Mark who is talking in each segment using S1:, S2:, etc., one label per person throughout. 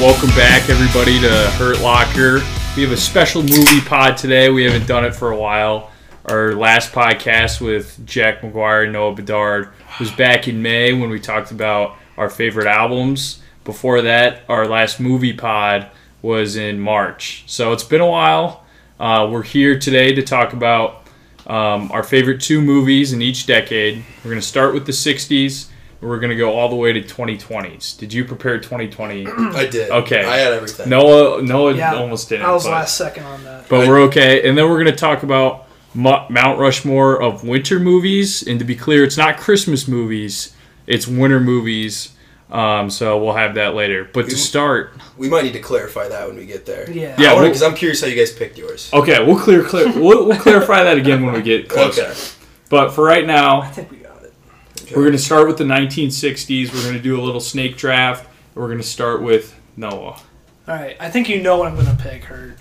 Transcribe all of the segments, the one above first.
S1: Welcome back, everybody, to Hurt Locker. We have a special movie pod today. We haven't done it for a while. Our last podcast with Jack McGuire and Noah Bedard was back in May when we talked about our favorite albums. Before that, our last movie pod was in March. So it's been a while. Uh, we're here today to talk about um, our favorite two movies in each decade. We're going to start with the 60s. and We're going to go all the way to 2020s. Did you prepare 2020?
S2: I did.
S1: Okay.
S2: I had everything.
S1: Noah, Noah
S3: Yeah,
S1: almost didn't.
S3: I was
S1: but,
S3: last second on that.
S1: but we're okay. And then we're going to talk about Mo- Mount Rushmore of winter movies. And to be clear, it's not Christmas movies; it's winter movies. Um, so we'll have that later. But to start,
S2: We might need to clarify that when we get there.
S3: Yeah.
S1: Yeah, we'll-
S2: Because I'm curious how you guys picked yours.
S1: okay, we'll clear, clear, we'll, we'll clarify that again when we get closer.
S2: Okay.
S1: But for right now,
S3: I think we got it.
S1: we're going to start with the 1960s. We're going to do a little snake draft. and We're going to start with Noah.
S3: All right. I think you know what I'm going to pick, Hurt.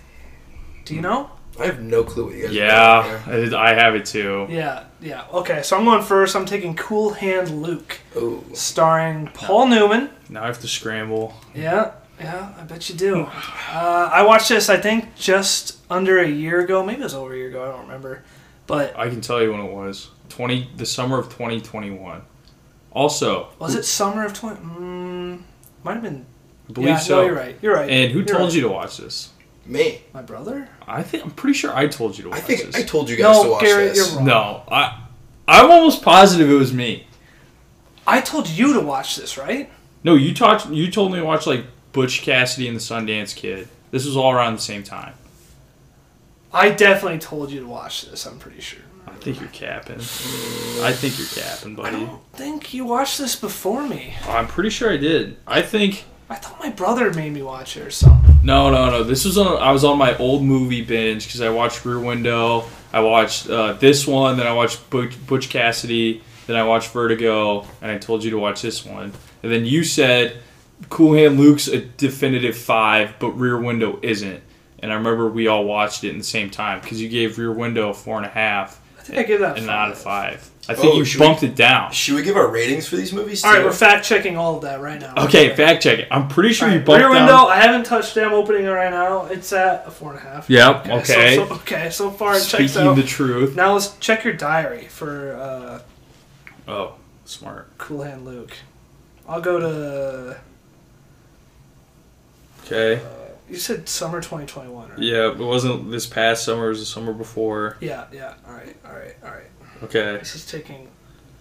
S3: Do you know?
S2: I have no clue what you guys. are
S1: Yeah,
S2: doing
S1: I I have it too.
S3: Yeah. Yeah. Okay. So I'm going first. I'm taking Cool Hand Luke,
S2: here. Ooh.
S3: starring Paul Newman.
S1: Now I have to scramble.
S3: Yeah. Yeah. I bet you do. Uh, I watched this, I think, just under a year ago. Maybe it was over a year ago. I don't remember. But
S1: I can tell you when it was. Twenty, the summer of 2021. Also,
S3: was it summer of 20? Mm, might have been.
S1: I believe
S3: yeah,
S1: so.
S3: No, you're right. You're right.
S1: And who
S3: You're
S1: told
S3: right.
S1: you to watch this?
S2: Me.
S3: My brother?
S1: I think I'm pretty sure I told you to watch
S2: I think
S1: this.
S2: I told you guys
S3: No,
S2: to watch
S3: Gary,
S2: this.
S3: you're wrong.
S1: no, I, I'm almost positive it was me.
S3: I told you to watch this, right?
S1: No, you talked. You told me to watch like Butch Cassidy and the Sundance Kid. This was all around the same time.
S3: I definitely told you to watch this. I'm pretty sure.
S1: I think you're capping. I think you're capping,
S3: I
S1: buddy.
S3: don't think you watched this before me.
S1: I'm pretty sure I did. I think
S3: I thought my brother made me watch it or something.
S1: No, no, no. This was on. I was on my old movie binge because I watched Rear Window. I watched uh, this one, then I watched Butch, Butch Cassidy, then I watched Vertigo, and I told you to watch this one. And then you said Cool Hand Luke's a definitive five, but Rear Window isn't. And I remember we all watched it in the same time because you gave Rear Window a four and a half.
S3: I think I gave that a
S1: and not a
S3: five.
S1: five. I think
S2: Oh,
S1: you
S2: should
S1: bumped it down.
S2: Should we give our ratings for these movies?
S3: All right,
S2: too?
S3: we're fact checking all of that right now.
S1: Okay, fact check it. I'm pretty sure
S3: All
S1: you
S3: right,
S1: bumped
S3: Rear
S1: down.
S3: window. I haven't touched it. I'm opening it right now. It's at a four and a half.
S1: Yep. Okay.
S3: so- So, okay. So far, it checks
S1: Speaking
S3: out.
S1: the truth.
S3: now let's check your diary for uh,
S1: Oh, smart.
S3: Cool Hand Luke. I'll go to.
S1: Okay.
S3: You said summer 2021, right?
S1: Yeah, it wasn't this past summer. It was the summer before.
S3: Yeah. Yeah. All right. All right. All right.
S1: Okay,
S3: This is taking.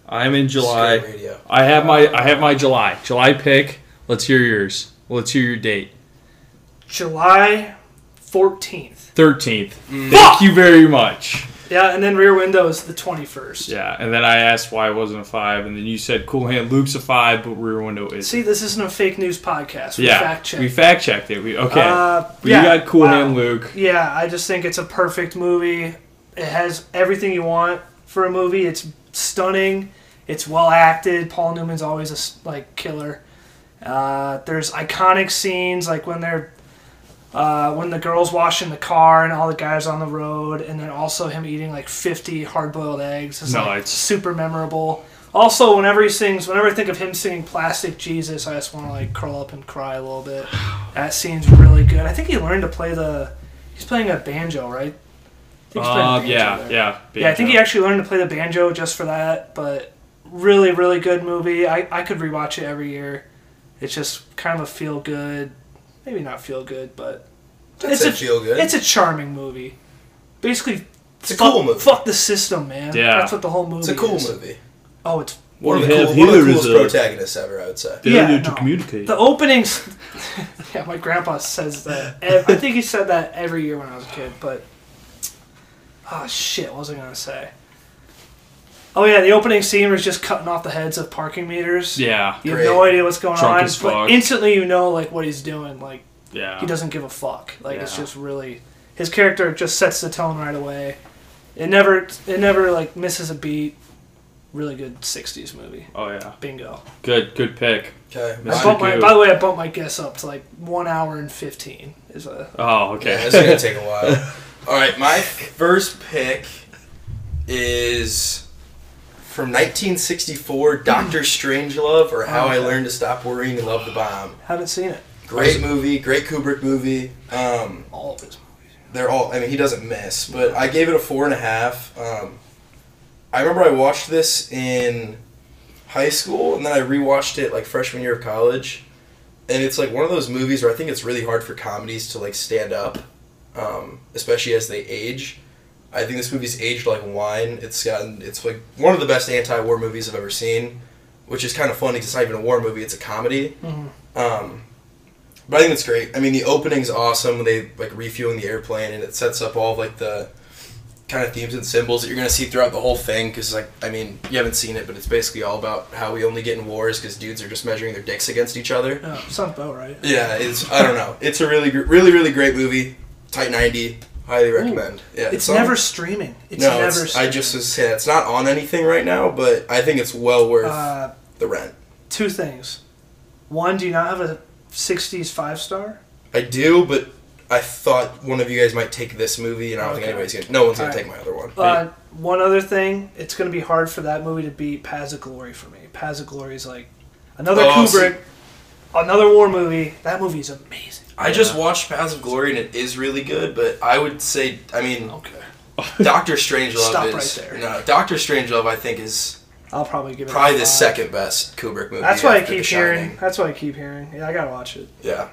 S1: I'm in
S2: Straight
S1: July.
S2: Radio.
S1: I have my I have my July July pick. Let's hear yours. Let's hear your date.
S3: July 14th.
S1: Thirteenth.
S3: Mm. Fuck!
S1: Thank you very much.
S3: Yeah, and then Rear Window is the 21st.
S1: Yeah, and then I asked why it wasn't a five, and then you said Cool Hand Luke's a five, but Rear Window is.
S3: See, this isn't a fake news podcast. We
S1: yeah,
S3: fact check.
S1: we fact checked it. We okay.
S3: Uh,
S1: we
S3: yeah,
S1: got Cool
S3: wow.
S1: Hand Luke.
S3: Yeah, I just think it's a perfect movie. It has everything you want for a movie. It's stunning. It's well acted. Paul Newman's always a s- like killer. Uh, there's iconic scenes like when they're uh, when the girls washing the car and all the guys on the road, and then also him eating like 50 hard-boiled eggs. It's,
S1: No,
S3: like,
S1: it's-
S3: super memorable. Also, whenever he sings, whenever I think of him singing "Plastic Jesus," I just want to like curl up and cry a little bit. That scene's really good. I think he learned to play the. He's playing a banjo, right? I think he's playing
S1: Uh,
S3: banjo
S1: yeah,
S3: there.
S1: yeah,
S3: Yeah, I think he
S1: banjo.
S3: actually learned to play the banjo just for that, but really, really good movie. I, I could rewatch it every year. It's just kind of a feel good, maybe not feel good, but
S2: That's
S3: it's
S2: a
S3: a-
S2: feel good.
S3: it's a charming movie. Basically,
S2: It's a
S3: fuck,
S2: cool movie.
S3: fuck the system, man.
S1: Yeah.
S3: That's what the whole movie
S2: It's a cool
S3: is.
S2: movie.
S3: Oh, it's.
S2: One of the,
S1: Yeah,
S2: cool, one of the
S1: Hitler is
S2: coolest
S1: a-
S2: protagonists ever, I would say.
S1: Failure
S3: Yeah,
S1: to
S3: no.
S1: communicate.
S3: The openings. yeah, my grandpa says that. ev- I think he said that every year when I was a kid, but. Oh, shit, what was I going to say? Oh, yeah, the opening scene was just cutting off the heads of parking meters.
S1: yeah,
S3: You
S2: Great.
S3: have no idea what's going
S1: Drunk
S3: on,
S1: as fuck.
S3: but instantly you know like what he's doing. Like
S1: yeah.
S3: he doesn't give a fuck. Like it's
S1: Yeah.
S3: just really his character just sets the tone right away. It never it never like misses a beat. Really good '60s movie.
S1: Oh yeah,
S3: Bingo.
S1: good, good pick.
S2: Okay.
S1: Mr.
S3: I
S2: Mine,
S3: bumped my,
S1: Goo.
S3: by the way, I bumped my guess up to like one hour and fifteen. Is a
S1: Oh
S2: yeah,
S1: okay.
S2: this is gonna take a while. All right, my first pick is from 1964, Doctor Strangelove, or How I Learned to Stop Worrying and Love the Bomb.
S3: haven't seen it.
S2: Great movie, great Kubrick movie. Um,
S3: all of his movies.
S2: they're all. I mean, he doesn't miss. But I gave it a four and a half. Um, I remember I watched this in high school, and then I rewatched it like freshman year of college. And it's like one of those movies where I think it's really hard for comedies to like stand up, um, especially as they age. I think this movie's aged like wine. It's gotten it's like one of the best anti-war movies I've ever seen, which is kind of funny because it's not even a war movie; it's a comedy. Um, but I think it's great. I mean, the opening's awesome when they like refueling the airplane, and it sets up all of, like the kind of themes and symbols that you're gonna see throughout the whole thing. Because like, I mean, you haven't seen it, but it's basically all about how we only get in wars because dudes are just measuring their dicks against each other.
S3: No, sounds about right.
S2: Yeah, it's I don't know. It's a really, gr- really, really great movie. Tight ninety, highly recommend. yeah,
S3: It's
S2: on-
S3: never streaming. It's
S2: no,
S3: never.
S2: it's, I
S3: streaming.
S2: just was saying it's not on anything right now, but I think it's well worth
S3: Uh,
S2: the rent.
S3: two things. One, do you not have a '60s five star?
S2: I do, but I thought one of you guys might take this movie, and I don't think
S3: Okay.
S2: anybody's gonna. No one's gonna
S3: Alright.
S2: take my other one.
S3: Uh, one other thing, it's going to be hard for that movie to beat Paths of Glory for me. Paths of Glory is like another
S2: Oh, so-
S3: Kubrick, another war movie. That movie is amazing.
S2: I just watched Paths of Glory, and it is really good. But I would say, I mean,
S3: Okay.
S2: Doctor Strangelove
S3: Stop
S2: is
S3: right there.
S2: no Doctor Strangelove. I think is
S3: I'll probably give it
S2: probably the
S3: a five.
S2: second best Kubrick movie.
S3: That's why I
S2: after The
S3: keep hearing.
S2: Shining.
S3: That's why I keep hearing. Yeah, I gotta watch it.
S2: Yeah,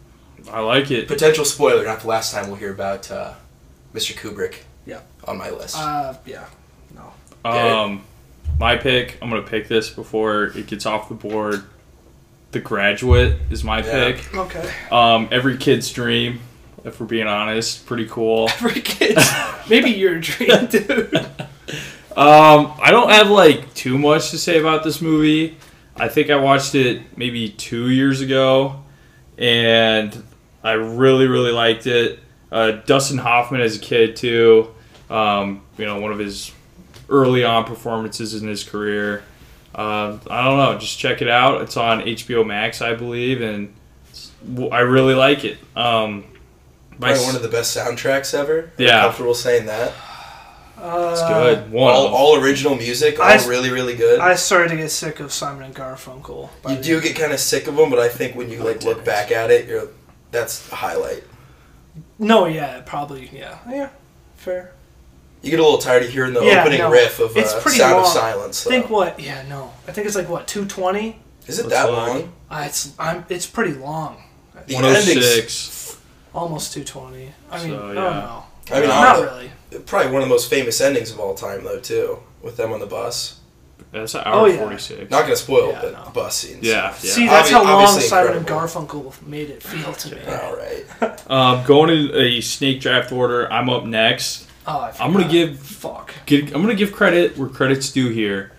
S1: I like it.
S2: potential spoiler. Not the last time we'll hear about uh, Mr. Kubrick.
S3: Yeah.
S2: on my list.
S3: Uh, yeah.
S1: Um, my pick. I'm gonna pick this before it gets off the board. The Graduate is my
S2: Yeah.
S1: pick.
S3: Okay.
S1: Um, every kid's dream, if we're being honest, pretty cool.
S3: Every kid. Maybe your dream, dude.
S1: Um, I don't have like too much to say about this movie. I think I watched it maybe two years ago, and I really, really liked it. Uh, Dustin Hoffman as a kid too. Um, you know, one of his early on performances in his career. Uh, I don't know. Just check it out. It's on HBO Max, I believe, and it's- w- I really like it. Um, my,
S2: Probably one of the best soundtracks ever. I'm
S1: Yeah.
S2: comfortable saying that.
S3: Uh,
S1: it's good. One.
S2: All, all original music, all
S3: I s-
S2: really really good.
S3: I started to get sick of Simon and Garfunkel. by
S2: you
S3: the-
S2: do get kind of sick of them, but I think when you like look back at it, you're that's the highlight.
S3: No, yeah, probably, yeah, yeah, fair.
S2: You get a little tired of hearing the
S3: Yeah,
S2: opening
S3: no.
S2: riff of
S3: It's
S2: uh,
S3: pretty
S2: Sound of
S3: long.
S2: Silence.
S3: I think
S2: though.
S3: what? Yeah, no, I think it's like what two twenty.
S2: Is it
S1: Let's
S2: that
S1: look.
S2: long?
S3: Uh, it's I'm it's pretty long,
S2: The ending's-
S1: 106.
S3: almost two twenty. I mean,
S1: So,
S3: I don't
S1: yeah.
S3: know,
S2: I mean,
S3: not
S2: I
S3: really.
S2: don't- probably one of the most famous endings of all time, though, too, with them on the bus.
S1: That's an
S3: Oh,
S1: hour
S3: yeah.
S1: 46.
S2: Not gonna spoil,
S3: Yeah,
S2: but
S3: no.
S2: the bus scenes.
S1: Yeah, yeah.
S3: See, that's
S2: Obvi-
S3: how long
S2: obviously
S3: Simon
S2: incredible.
S3: and Garfunkel made it feel to me.
S2: All right.
S1: Um, going in a snake draft order. I'm up next.
S3: Oh, I
S1: I'm gonna
S3: forgot.
S1: give,
S3: fuck.
S1: give I'm gonna give credit where credit's due here,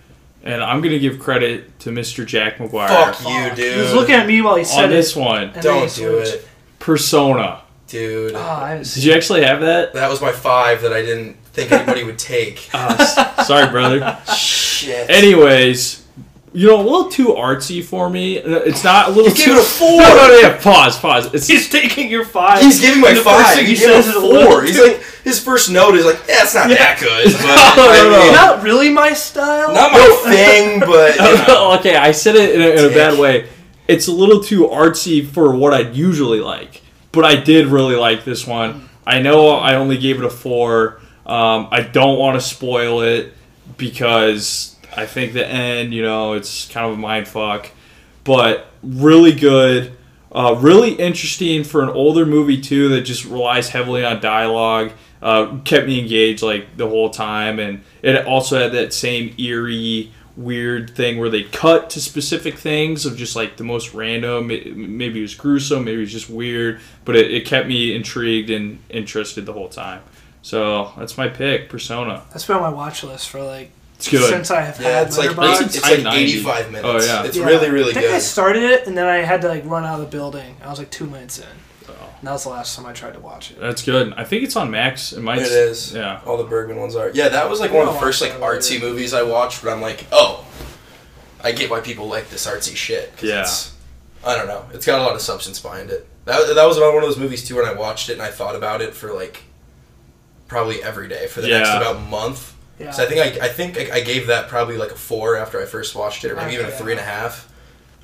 S1: and I'm gonna give credit to Mr. Jack McGuire
S2: Fuck you,
S3: Fuck. He was
S2: dude.
S3: looking at me while he said
S1: on this
S3: this.
S1: one.
S3: And then
S2: Don't
S3: he
S2: do
S3: switched.
S2: it,
S1: Persona.
S2: dude.
S3: Oh, I haven't
S1: Did
S3: seen.
S1: you actually have that?
S2: That was my five that I didn't think anybody would take.
S1: Ah, s- sorry, brother.
S2: Shit.
S1: Anyways, you know, a little too artsy for me. It's not a little
S2: You gave
S1: too.
S2: it a four!
S1: No, no, no, yeah, Pause, pause. It's
S3: He's taking your five.
S2: He's giving my
S3: And the
S2: five.
S3: First thing he
S2: he gave
S3: says
S2: a
S3: is
S2: four.
S3: four.
S2: He's like his first note is like, yeah, it's not that good. But,
S1: No,
S2: I
S1: no, no.
S2: mean,
S3: Not really my style.
S2: Not my thing, but you know.
S1: okay, I said it in a, in a
S2: Dick.
S1: bad way. It's a little too artsy for what I'd usually like, but I did really like this one. I know I only gave it a four. Um, I don't want to spoil it because I think the end, you know, it's kind of a mind fuck, but really good. Uh, really interesting for an older movie too that just relies heavily on dialogue. Uh, kept me engaged like the whole time, and it also had that same eerie, weird thing where they cut to specific things of just like the most random. It- maybe it was gruesome, maybe it was just weird, but it, it kept me intrigued and interested the whole time. So that's my pick, Persona.
S3: That's been on my watch list for like
S1: It's good.
S3: since I have
S2: Yeah,
S3: had
S2: it's like
S1: Letterboxd?
S2: eight-
S3: Letterboxd.
S2: it's
S1: Tight
S2: like
S1: 90.
S2: eighty-five
S1: Oh,
S2: minutes.
S1: yeah.
S2: it's
S3: Yeah.
S2: really really
S3: I think I
S2: good.
S3: started it and then I had to like run out of the building. I was like two minutes in. And that was the last time I tried to watch it.
S1: That's good. I think it's on Max. It might.
S2: It is.
S1: Yeah.
S2: All the Bergman ones are. Yeah, that was like one of the first like artsy movies I watched, but I'm like, oh, I get why people like this artsy shit. 'cause
S1: Yeah.
S2: It's, I don't know. It's got a lot of substance behind it. That that was about one of those movies too when I watched it and I thought about it for like probably every day for the next
S1: Yeah.
S2: about month.
S3: Yeah.
S2: So I think I, I think I, I gave that probably like a four after I first watched it, or maybe even a
S3: Okay.
S2: three and a half.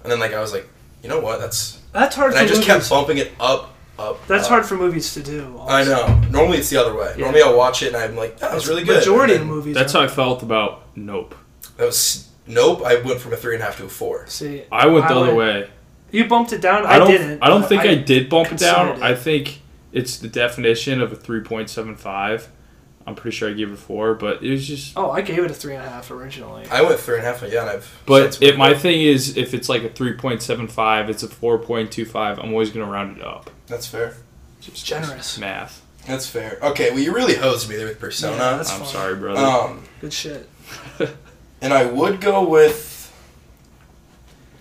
S2: And then like I was like, you you know what? That's
S3: That's hard
S2: and
S3: for
S2: I just
S3: movies.
S2: kept bumping it up, up.
S3: That's
S2: up.
S3: hard for movies to do. also.
S2: I know. Normally it's the other way.
S3: Yeah.
S2: Normally I'll watch it and I'm like, that was really good.
S3: Majority
S2: And
S3: of
S2: then-
S3: movies.
S1: That's
S3: are-
S1: how I felt about Nope.
S2: That was nope. I went from a three and a half to a four.
S3: See,
S1: I went the
S3: I
S1: other
S3: would-
S1: way.
S3: you bumped it down. I,
S1: I don't.
S3: didn't.
S1: I don't
S3: but
S1: think I, did bump it down.
S3: considered it.
S1: I think it's the definition of a three point seven five. I'm pretty sure I gave it four, but it was just.
S3: Oh, I gave it a three and a half originally.
S2: I went three and a half. Yeah, and I've.
S1: But
S2: since-
S1: if my thing is, if it's like a three point seven five, it's a four point two five. I'm always gonna round it up.
S2: That's fair.
S1: Just
S3: Generous.
S1: math.
S2: That's fair. Okay. Well, you really hosed me there with
S3: Yeah,
S2: Persona.
S3: that's
S1: I'm
S3: fine.
S1: sorry, brother.
S2: um,
S3: Good shit.
S2: and I would go with.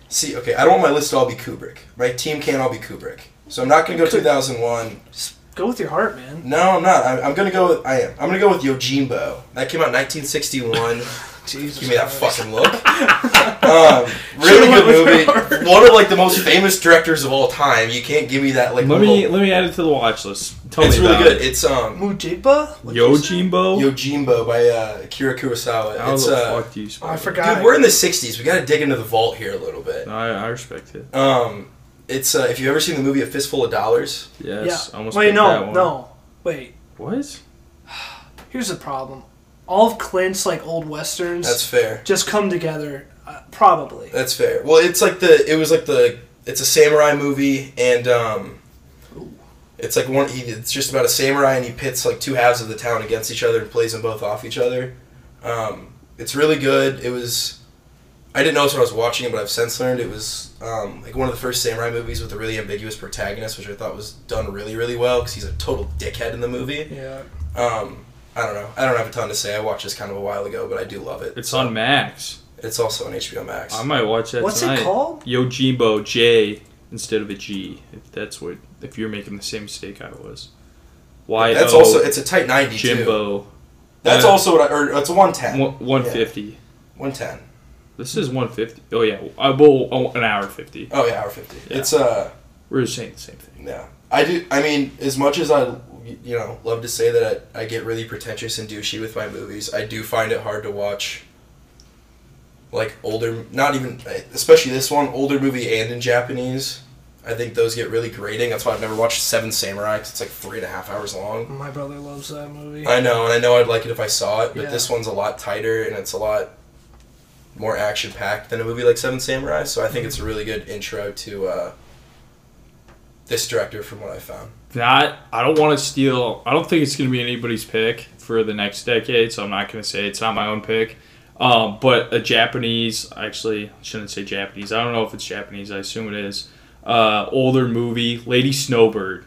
S2: See, okay, I don't want my list to all be Kubrick. My team can't all be Kubrick. So I'm not gonna go
S3: Could-
S2: 2001.
S3: Just go with your heart, man.
S2: No, I'm not. I'm, I'm gonna go with. I am. I'm gonna go with Yojimbo. That came out in 1961.
S3: Jesus.
S2: Give me that
S3: Christ.
S2: fucking look. um, really
S1: went with
S2: good
S1: your
S2: movie. One of like the most famous directors of all time. You can't give me that like.
S1: let
S2: little-
S1: me let me add it to the watch list. Tell
S2: it's
S1: me
S2: really
S1: about
S2: good.
S1: It.
S2: It's um
S3: Mujiba? What'd you say?
S1: Yojimbo.
S2: Yojimbo by uh, Akira Kurosawa.
S1: How
S2: it's
S1: the
S2: uh,
S1: fuck do you spell
S3: Oh, I
S1: it?
S3: forgot.
S2: dude, we're in the '60s. We got to dig into the vault here a little bit.
S1: No, I, I respect it.
S2: Um, it's uh, if you've ever seen the movie A Fistful of Dollars,
S1: Yes. I
S3: yeah.
S1: almost
S3: Wait,
S1: picked that
S3: no,
S1: one.
S3: no. Wait.
S1: What?
S3: Here's the problem. All of Clint's like old westerns
S2: that's fair.
S3: just come together, uh, probably.
S2: That's fair. Well, it's like the it was like the it's a samurai movie and um, it's like one. He, it's just about a samurai and he pits like two halves of the town against each other and plays them both off each other. Um, it's really good. It was. I didn't know this when I was watching it, but I've since learned it was um, like one of the first samurai movies with a really ambiguous protagonist, which I thought was done really, really well because he's a total dickhead in the movie.
S3: Yeah.
S2: Um, I don't know. I don't have a ton to say. I watched this kind of a while ago, but I do love it.
S1: It's on Max.
S2: It's also on HBO Max.
S1: I might watch that
S3: What's
S1: tonight.
S3: it called?
S1: Yojimbo J instead of a G. If that's what, if you're making the same mistake I was. Y
S2: That's
S1: O
S2: also it's a tight ninety too.
S1: Jimbo
S2: That's
S1: Uh,
S2: also what I or it's a one ten.
S1: one fifty.
S2: One ten.
S1: This is one fifty. Oh yeah, I well oh, an hour fifty.
S2: Oh yeah, hour fifty.
S1: Yeah.
S2: It's uh
S1: We're just saying the same thing.
S2: yeah. I do. I mean, as much as I you know love to say that I, I get really pretentious and douchey with my movies, I do find it hard to watch. Like older, not even especially this one older movie and in Japanese. I think those get really grating. That's why I've never watched Seven Samurai 'cause it's like three and a half hours long.
S3: My brother loves that movie.
S2: I know, and I know I'd like it if I saw it, but
S3: Yeah.
S2: this one's a lot tighter and it's a lot more action packed than a movie like Seven Samurai. So I think it's a
S1: Mm-hmm.
S2: really good intro to uh, this director, from what I found.
S1: Not. I don't want to steal. I don't think it's going to be anybody's pick for the next decade. So I'm not going to say it's not my own pick. Um, but a Japanese, actually, I shouldn't say Japanese. I don't know if it's Japanese. I assume it is. Uh, older movie, Lady Snowbird.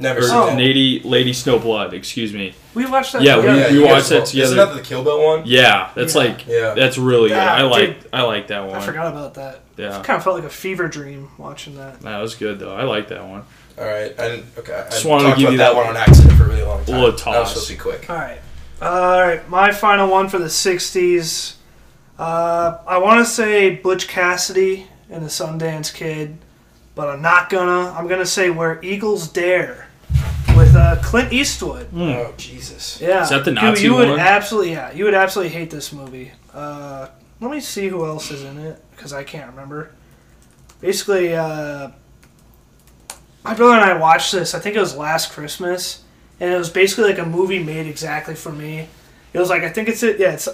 S2: Never
S1: or
S2: seen
S3: Oh.
S2: it.
S1: Lady Lady Snowblood, excuse me.
S3: We watched that
S1: Yeah, we-
S3: together.
S1: we
S2: you
S1: watched
S2: guys
S1: that
S2: will. Isn't
S1: together.
S2: that the Kill Bill one?
S1: Yeah, that's
S3: Yeah.
S1: like
S2: Yeah.
S1: that's really
S3: Yeah,
S1: good. I like
S3: dude.
S1: I like that one.
S3: I forgot about that.
S1: Yeah.
S3: It kind of felt like a fever dream watching that.
S1: That was good though. I like that one.
S2: All right, I didn't. Okay, I
S1: Just
S2: talked
S1: wanted to
S2: about
S1: give
S2: that,
S1: you that
S2: one on accident for a really long time.
S1: little
S2: That was
S1: toss.
S2: supposed to be quick.
S3: All right. All right. My final one for the 60s. Uh, I want to say Butch Cassidy and the Sundance Kid, but I'm not gonna. I'm gonna say Where Eagles Dare with uh, Clint Eastwood.
S1: Hmm.
S2: Oh Jesus!
S3: Yeah.
S1: Is that the
S3: You-
S1: Nazi
S3: you, would
S1: one?
S3: absolutely yeah, you would absolutely hate this movie. Uh, let me see who else is in it because I can't remember. Basically, uh, my brother and I watched this. I think it was last Christmas, and it was basically like a movie made exactly for me. It was like I think it's it. Yeah, it's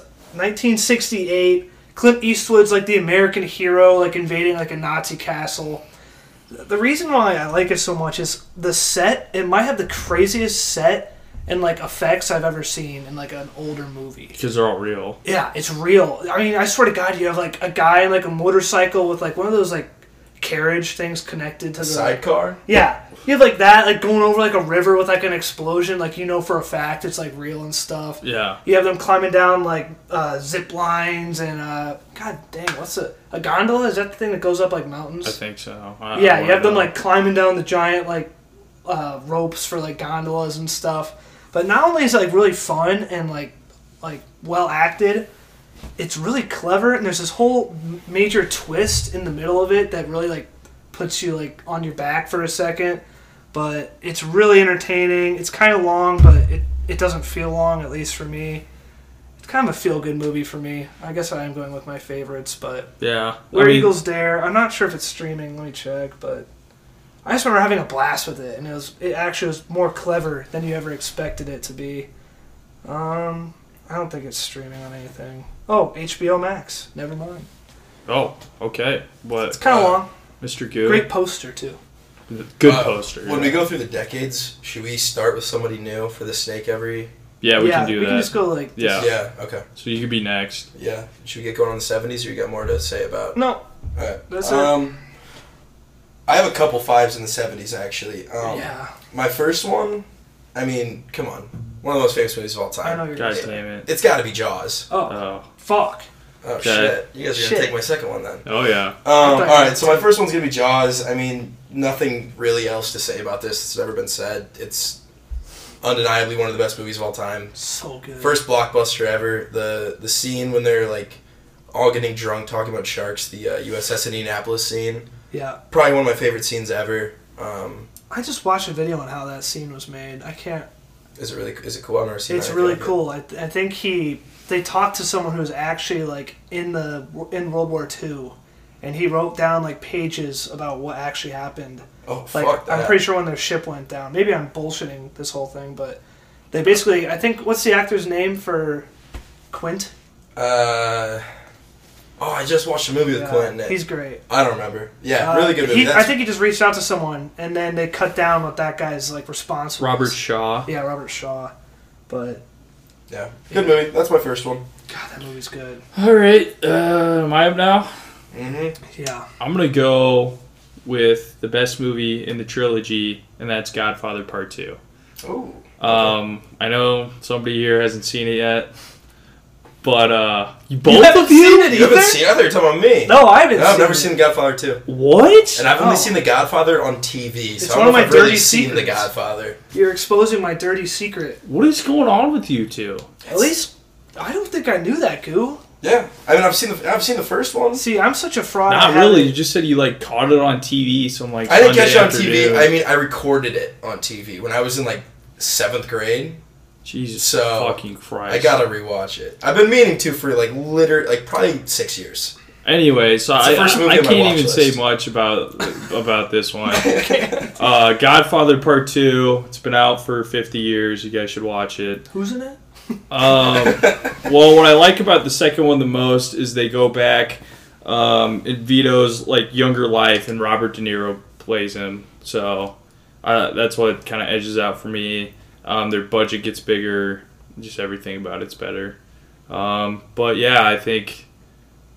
S3: 1968. Clint Eastwood's like the American hero, like invading like a Nazi castle the reason why I like it so much is the set. It might have the craziest set and like effects I've ever seen in like an older movie.
S1: Because they're all real.
S3: Yeah, it's real. I mean, I swear to God, you have like a guy in like a motorcycle with like one of those like carriage things connected to the
S2: Sidecar.
S3: yeah. You have like that, like going over like a river with like an explosion, like you know for a fact it's like real and stuff.
S1: Yeah.
S3: You have them climbing down like uh, zip lines and uh, God dang, what's a a gondola? Is that the thing that goes up like mountains?
S1: I think so. I- I
S3: Yeah, you
S1: wanna
S3: have them
S1: know.
S3: like climbing down the giant like uh, ropes for like gondolas and stuff. But not only is it like really fun and like like well acted, it's really clever and there's this whole m- major twist in the middle of it that really like puts you like on your back for a second. But it's really entertaining. It's kind of long, but it it doesn't feel long at least for me. kind of a feel good movie for me. I guess I am going with my favorites, but
S1: Yeah.
S3: Where
S1: I mean,
S3: Eagles Dare. I'm not sure if it's streaming. Let me check, but I just remember having a blast with it, and it was it actually was more clever than you ever expected it to be. Um, I don't think it's streaming on anything. Oh, HBO Max. Never mind.
S1: Oh, okay.
S3: It's
S1: What,
S3: kind of
S2: Uh,
S3: long.
S1: Mr. Good?
S3: Great poster too.
S1: Good
S2: Uh,
S1: poster.
S2: When
S1: yeah.
S2: we go through the decades, should we start with somebody new for the snake every?
S1: yeah, we can do
S3: we
S1: that.
S3: can just go like.
S1: yeah.
S2: Yeah. Okay.
S1: So you could be next.
S2: Yeah. Should we get going on the seventies, or you got more to say about?
S3: No.
S2: All right.
S3: That's it.
S2: um, I have a couple fives in the seventies actually. Um,
S3: yeah.
S2: My first one, I mean, come on, one of the most famous movies of all time.
S3: I know you're.
S1: God
S3: Gonna say.
S1: damn it.
S2: It's got to be Jaws.
S3: Oh,
S1: Oh.
S3: fuck.
S2: Oh
S1: Okay.
S2: shit! You guys are
S3: Shit.
S2: gonna take my second one then.
S1: Oh, yeah.
S2: Um, all
S3: you
S2: right,
S3: were
S2: so my first one's gonna be Jaws. I mean, nothing really else to say about this. It's never been said. It's undeniably one of the best movies of all time.
S3: So good.
S2: First blockbuster ever. The the scene when they're like all getting drunk talking about sharks. The uh, USS Indianapolis scene.
S3: Yeah.
S2: Probably one of my favorite scenes ever. Um,
S3: I just watched a video on how that scene was made. I can't.
S2: is it really? Is it cool? I've never seen.
S3: It's
S2: it.
S3: really cool. I, th- I think he they talked to someone who was actually like in the in World War II, and he wrote down like pages about what actually happened.
S2: Oh
S3: Like
S2: fuck that!
S3: I'm pretty sure when their ship went down. Maybe I'm bullshitting this whole thing, but they basically I think what's the actor's name for Quint?
S2: Uh, oh, I just watched a movie with
S3: Yeah,
S2: Quentin. in it.
S3: he's great.
S2: I don't remember. Yeah,
S3: Uh,
S2: really good movie.
S3: He, I
S2: That's-
S3: think he just reached out to someone, and then they cut down what that guy's like response. was.
S1: Robert Shaw.
S3: Yeah, Robert Shaw. But
S2: yeah, good movie. That's my first one.
S3: God, that movie's good.
S1: All right. Uh, am I up now?
S2: Mm-hmm.
S3: Yeah.
S1: I'm going to go with the best movie in the trilogy, and that's Godfather Part 2.
S2: Oh.
S1: Um, I know somebody here hasn't seen it yet, but uh, you both
S3: haven't
S1: of you.
S3: seen it
S2: You haven't seen either. You're talking about me.
S3: No, I haven't.
S2: No, I've never seen The Godfather 2.
S1: What?
S2: And I've only
S3: Oh.
S2: seen The Godfather on TV, so
S3: It's
S2: I don't
S3: one of
S2: know if
S3: my
S2: I've really
S3: dirty
S2: seen The
S3: secrets.
S2: Godfather.
S3: You're exposing my dirty secret.
S1: What is going on with you two?
S3: At least I don't think I knew that, Goo.
S2: Yeah. I mean, I've seen the I've seen the first one.
S3: See, I'm such a fraud. I
S1: Not
S3: haven't-
S1: really. You just said you like caught it on TV. So I'm like,
S2: I didn't
S1: Sunday
S2: catch it on
S1: afternoon.
S2: TV. I mean, I recorded it on TV when I was in like seventh grade.
S1: Jesus
S2: So,
S1: fucking Christ.
S2: I gotta rewatch it. I've been meaning to for like liter like probably six years.
S1: Anyway, so
S2: It's
S1: I,
S2: the first movie
S1: I, I
S2: on my
S1: can't
S2: watch
S1: even say
S2: list.
S1: much about about this one. uh, Godfather Part Two. It's been out for 50 years. You guys should watch it.
S3: Who's in it?
S1: Um, well, what I like about the second one the most is they go back um, in Vito's like younger life, and Robert De Niro plays him. So uh, that's what kind of edges out for me. Um, their budget gets bigger, just everything about it's better. Um, but yeah, I think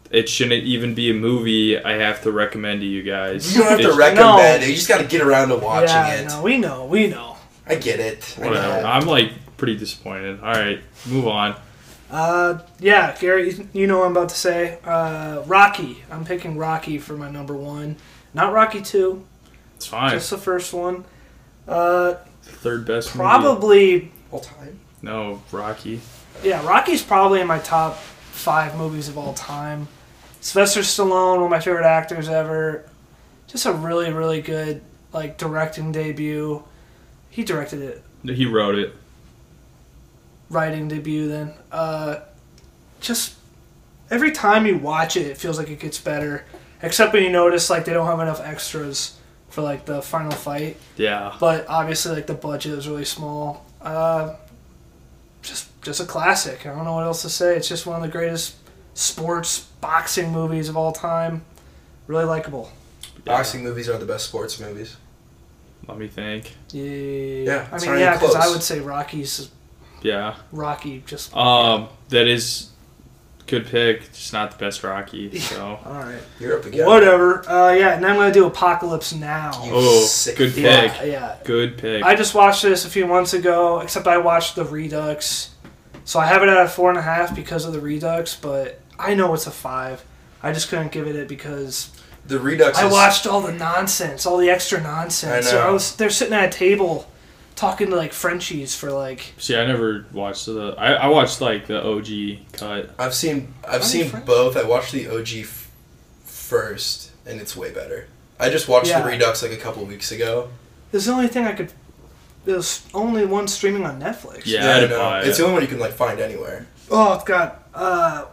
S1: it shouldn't even be a movie. I have to recommend to you guys.
S2: You don't have to
S1: It's-
S2: recommend it. You just gotta get around to watching
S3: yeah,
S2: it.
S3: no, we know, we know.
S2: I get it. I know.
S1: Whatever. I'm like pretty disappointed. All right, move on.
S3: Uh, yeah, Gary, you- you know what I'm about to say. Uh, Rocky. I'm picking Rocky for my number one. Not Rocky two,
S1: It's fine.
S3: just the first one. Uh,
S1: Third best. movie.
S3: probably,
S2: All time.
S1: No, Rocky.
S3: yeah, Rocky's probably in my top five movies of all time. Sylvester Stallone, one of my favorite actors ever. Just a really, really good like directing debut. He directed it,
S1: He wrote it.
S3: writing debut. Then, uh, just every time you watch it, it feels like it gets better. Except when you notice like they don't have enough extras for like the final fight.
S1: Yeah.
S3: But obviously, like the budget was really small. Uh, just just a classic. I don't know what else to say. It's just one of the greatest sports boxing movies of all time. Really likable.
S2: Boxing movies are the best sports movies.
S1: Let me think.
S3: Yeah.
S2: Yeah,
S3: I
S2: it's
S3: mean,
S2: not
S3: yeah,
S2: even
S3: because I
S2: close.
S3: would say Rocky's
S1: Yeah.
S3: Rocky. Just
S1: Um, that is good pick. Just not the best Rocky. So
S3: all right.
S2: You're up again.
S3: Whatever. Uh, yeah, and I'm gonna do Apocalypse Now.
S2: You
S1: oh,
S2: sick
S1: good pick.
S3: Yeah, yeah.
S1: Good pick.
S3: I just watched this a few months ago, except I watched the Redux. So I have it at a four and a half because of the Redux, but I know it's a five. I just couldn't give it it because
S2: The Redux.
S3: I
S2: is-
S3: watched all the nonsense, all the extra nonsense.
S2: I
S3: So I
S2: know.
S3: was they're sitting at a table talking to like Frenchies for like
S1: See, I never watched the. I, I watched like the OG cut.
S2: I've seen.
S3: many
S2: I've seen
S3: friends?
S2: both. I watched the OG f- first, and it's way better. I just watched
S3: Yeah.
S2: the Redux like a couple weeks ago.
S3: this is the only thing I could there's only one streaming on Netflix.
S1: Yeah, I had to
S2: I know.
S1: buy
S2: uh, It's
S1: it.
S2: the only one you can like find anywhere.
S3: oh god, uh,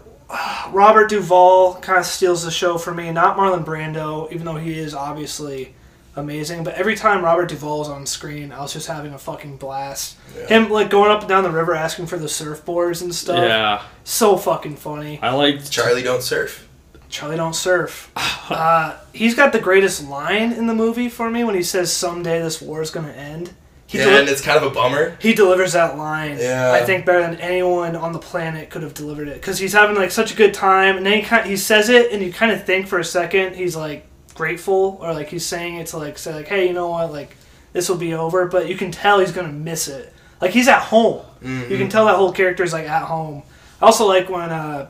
S3: Robert Duvall kind of steals the show for me. Not Marlon Brando, even though he is obviously amazing. But every time Robert Duvall is on screen, I was just having a fucking blast.
S2: Yeah.
S3: Him like going up and down the river asking for the surfboards and stuff.
S1: Yeah,
S3: So fucking funny.
S1: I liked
S2: Charlie don't surf.
S3: Charlie don't surf. uh, he's got the greatest line in the movie for me when he says, "Someday this war is gonna end." He
S2: Yeah,
S3: deli-
S2: and it's kind of a bummer.
S3: he delivers that line.
S2: Yeah.
S3: I think better than anyone on the planet could have delivered it because he's having like such a good time, and then he kind he says it, and you kind of think for a second he's like grateful or like he's saying it to like say like, hey, you know what, like this will be over, but you can tell he's gonna miss it. Like he's at home. You
S2: Mm-hmm.
S3: can tell that whole character is like at home. I also like when uh,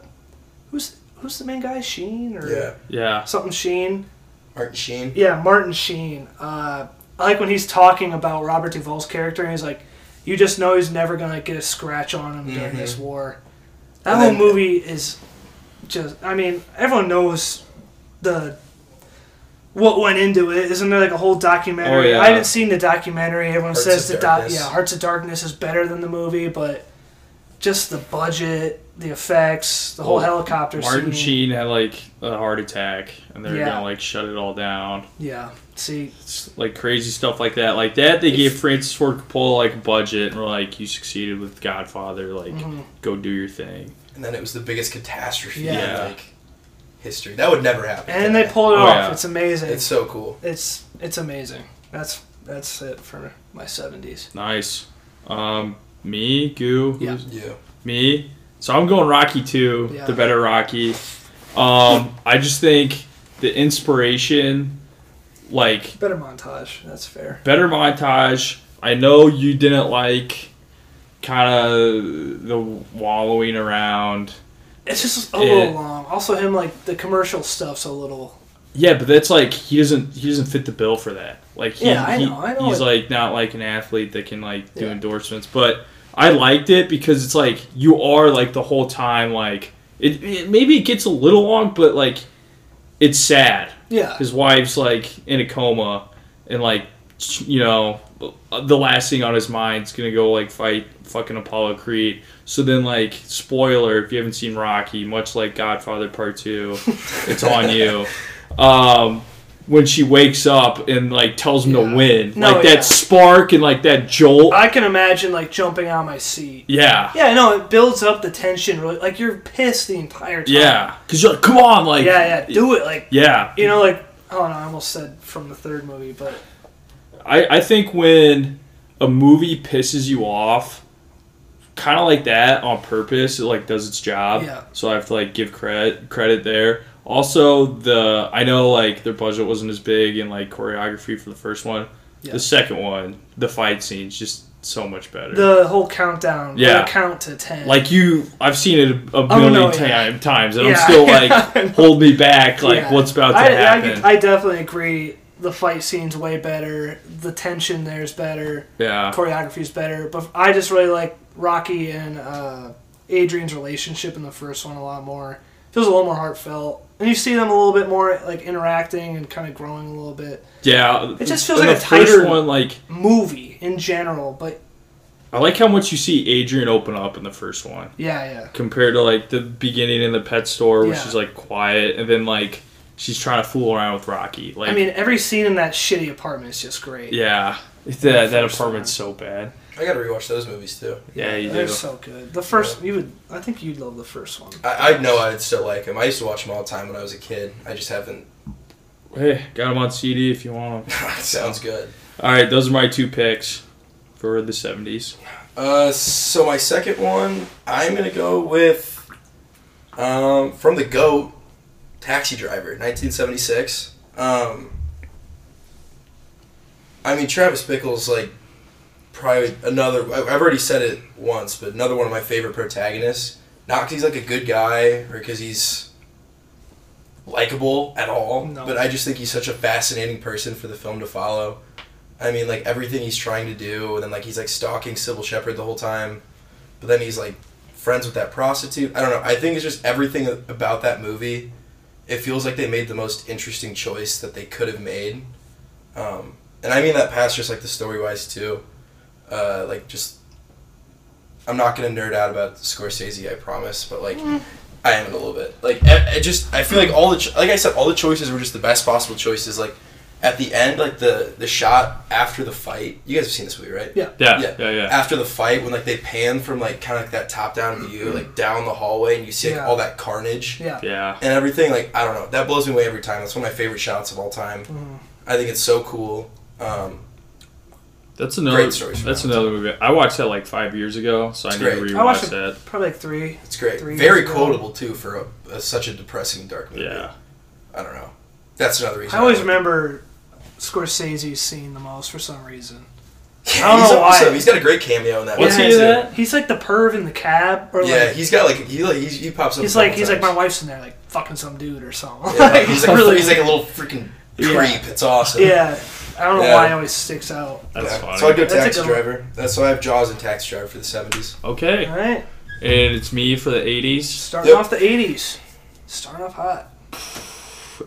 S3: who's who's the main guy Sheen or
S2: Yeah,
S1: yeah.
S3: something Sheen.
S2: Martin Sheen.
S3: Yeah, Martin Sheen. Uh, I like when he's talking about Robert Duvall's character, and he's like, "You just know he's never gonna get a scratch on him during
S1: Mm-hmm.
S3: this war." That
S2: And
S3: whole
S2: then-
S3: movie is just—I mean, everyone knows the what went into it. Isn't there like a whole documentary?
S1: Oh, yeah.
S3: I haven't seen the documentary. Everyone
S2: Hearts
S3: says
S2: of
S3: the doc,
S2: Darkness.
S3: yeah, Hearts of Darkness is better than the movie, but just the budget, the effects, the whole
S1: Well,
S3: helicopter
S1: Martin
S3: scene.
S1: Sheen had like a heart attack, and they're
S3: Yeah.
S1: gonna like shut it all down.
S3: Yeah. See,
S1: It's like crazy stuff like that. Like that, they gave Francis Ford Coppola like a budget, and were like, "You succeeded with Godfather. Like,
S2: Mm-hmm.
S1: go do your thing."
S2: And then it was the biggest catastrophe
S3: Yeah.
S2: in like history. That would never happen.
S3: and they pulled it
S1: Oh,
S3: off.
S1: yeah.
S3: It's amazing.
S2: It's so cool.
S3: It's it's amazing. That's that's it for my seventies.
S1: Nice. Um, me, Goo,
S3: Yeah.
S1: who's-
S2: Yeah.
S1: me. So I'm going Rocky Two,
S3: Yeah.
S1: the better Rocky. Um, I just think the inspiration, like
S3: Better montage. That's fair.
S1: better montage. I know you didn't like kind of the wallowing around.
S3: It's just a
S1: Yeah.
S3: little long. Also, him like the commercial stuff's a little.
S1: Yeah, but that's like he doesn't he doesn't fit the bill for that. Like he,
S3: Yeah, I
S1: he-
S3: know, I know
S1: he's
S3: it-
S1: like not like an athlete that can like do
S3: Yeah.
S1: endorsements. But I liked it because it's like you are like the whole time like it, it maybe it gets a little long, but like it's sad.
S3: Yeah.
S1: his wife's like in a coma and like you know the last thing on his mind's gonna go like fight fucking apollo creed so then like spoiler if you haven't seen rocky much like godfather part two it's on you um when she wakes up and like tells him
S3: Yeah.
S1: to win
S3: No,
S1: like
S3: yeah. Uh,
S1: that spark and like that jolt
S3: I can imagine like jumping out of my seat.
S1: yeah
S3: Yeah, I know it builds up the tension. Really, like you're pissed the entire time.
S1: yeah because you're like come on like
S3: yeah, yeah. Do it, like
S1: yeah
S3: you know, like oh no, I almost said from the third movie, but
S1: I, I think when a movie pisses you off, kind of like that on purpose, it like does its job.
S3: Yeah.
S1: So I have to like give credit credit there. Also, the I know like their budget wasn't as big and like choreography for the first one.
S3: Yeah.
S1: The second one, the fight scenes just so much better.
S3: the whole countdown.
S1: Yeah.
S3: the count to ten.
S1: like you, I've seen it a, a
S3: Oh, no,
S1: million
S3: yeah.
S1: ti- times, and I'm
S3: Yeah.
S1: still like hold me back. Like
S3: Yeah.
S1: what's about to
S3: I, I-
S1: happen?
S3: I, definitely agree. The fight scene's way better. The tension there's better.
S1: yeah.
S3: choreography's better. But I just really like Rocky and uh, Adrian's relationship in the first one a lot more. Feels a little more heartfelt, and you see them a little bit more like interacting and kind of growing a little bit.
S1: yeah.
S3: It just feels
S1: In
S3: like
S1: the
S3: a
S1: first
S3: tighter-
S1: one. Like
S3: Movie in general, but
S1: I like how much you see Adrian open up in the first one
S3: yeah, yeah,
S1: compared to like the beginning in the pet store where
S3: Yeah.
S1: she's like quiet and then like she's trying to fool around with Rocky. Like,
S3: I mean, every scene in that shitty apartment is just great.
S1: yeah, that that
S3: First
S1: apartment's so bad.
S2: I gotta rewatch those movies too.
S1: Yeah, you
S3: they're
S1: do.
S3: so good. The first, you would, I think you'd love the first one.
S2: I, I know I'd still like them. I used to watch them all the time when I was a kid. I just haven't.
S1: hey, got them on CD if you want them.
S2: Sounds good.
S1: All right, those are my two picks for the '70s.
S2: Uh, so my second one, I'm gonna go with, um, from the goat, Taxi Driver, 1976. Um, I mean Travis Bickle's like probably another. I- I've already said it once, but another one of my favorite protagonists. Not because he's like a good guy or because he's likable at all,
S3: No.
S2: but I just think he's such a fascinating person for the film to follow. I mean, like everything he's trying to do, and then like he's like stalking Sybil Shepherd the whole time, but then he's like friends with that prostitute. I don't know. I think it's just everything about that movie. It feels like they made the most interesting choice that they could have made, um, and I mean that past just like the story wise too, uh, like just I'm not gonna nerd out about Scorsese, I promise, but like
S3: Mm.
S2: I am in a little bit. Like I, I just I feel like all the cho- like I said all the choices were just the best possible choices. Like at the end, like the the shot after the fight. You guys have seen this movie, right?
S3: Yeah.
S1: Yeah, yeah, yeah.
S2: After the fight, when like they pan from like kind of like that top down view,
S1: Mm.
S2: like down the hallway, and you see like
S3: Yeah.
S2: all that carnage
S3: Yeah.
S1: Yeah.
S2: and everything. Like I don't know, that blows me away every time. That's one of my favorite shots of all time.
S3: Mm.
S2: I think it's so cool. Um,
S1: That's another.
S2: stories from
S1: That's
S2: that.
S1: another movie. I watched that like five years ago, so I
S2: It's
S1: need to
S2: great.
S1: rewatch
S3: I watched it
S1: that.
S3: probably like three.
S2: it's great,
S3: Three
S2: very
S3: years ago.
S2: quotable too for a, a, such a depressing dark movie.
S1: Yeah,
S2: I don't know. That's another reason.
S3: I always
S2: like it.
S3: remember Scorsese's scene the most for some reason.
S2: Yeah,
S3: I don't
S2: he's
S3: know
S2: awesome.
S3: why.
S2: He's got a great cameo in that.
S1: What's
S2: movie,
S1: he in
S2: too.
S1: that?
S3: He's like the perv in the cab, or
S2: Yeah,
S3: like
S2: he's got like he like he's, he pops up.
S3: he's
S2: a couple
S3: like he's like my
S2: times.
S3: wife's in there like fucking some dude or something.
S2: Yeah, he's like
S3: really
S2: he's like a little freaking creep.
S3: Yeah.
S2: It's awesome.
S3: yeah. I don't know
S2: Yeah.
S3: why it always sticks out.
S1: that's
S2: yeah.
S1: funny.
S2: So I go
S3: That's a
S2: Taxi
S3: good one.
S2: Driver. That's why I have Jaws and Taxi Driver for the seventies.
S1: okay,
S3: All
S1: and
S3: right,
S1: it's me for the '80s.
S3: starting
S2: Yep.
S3: off the '80s, starting off hot.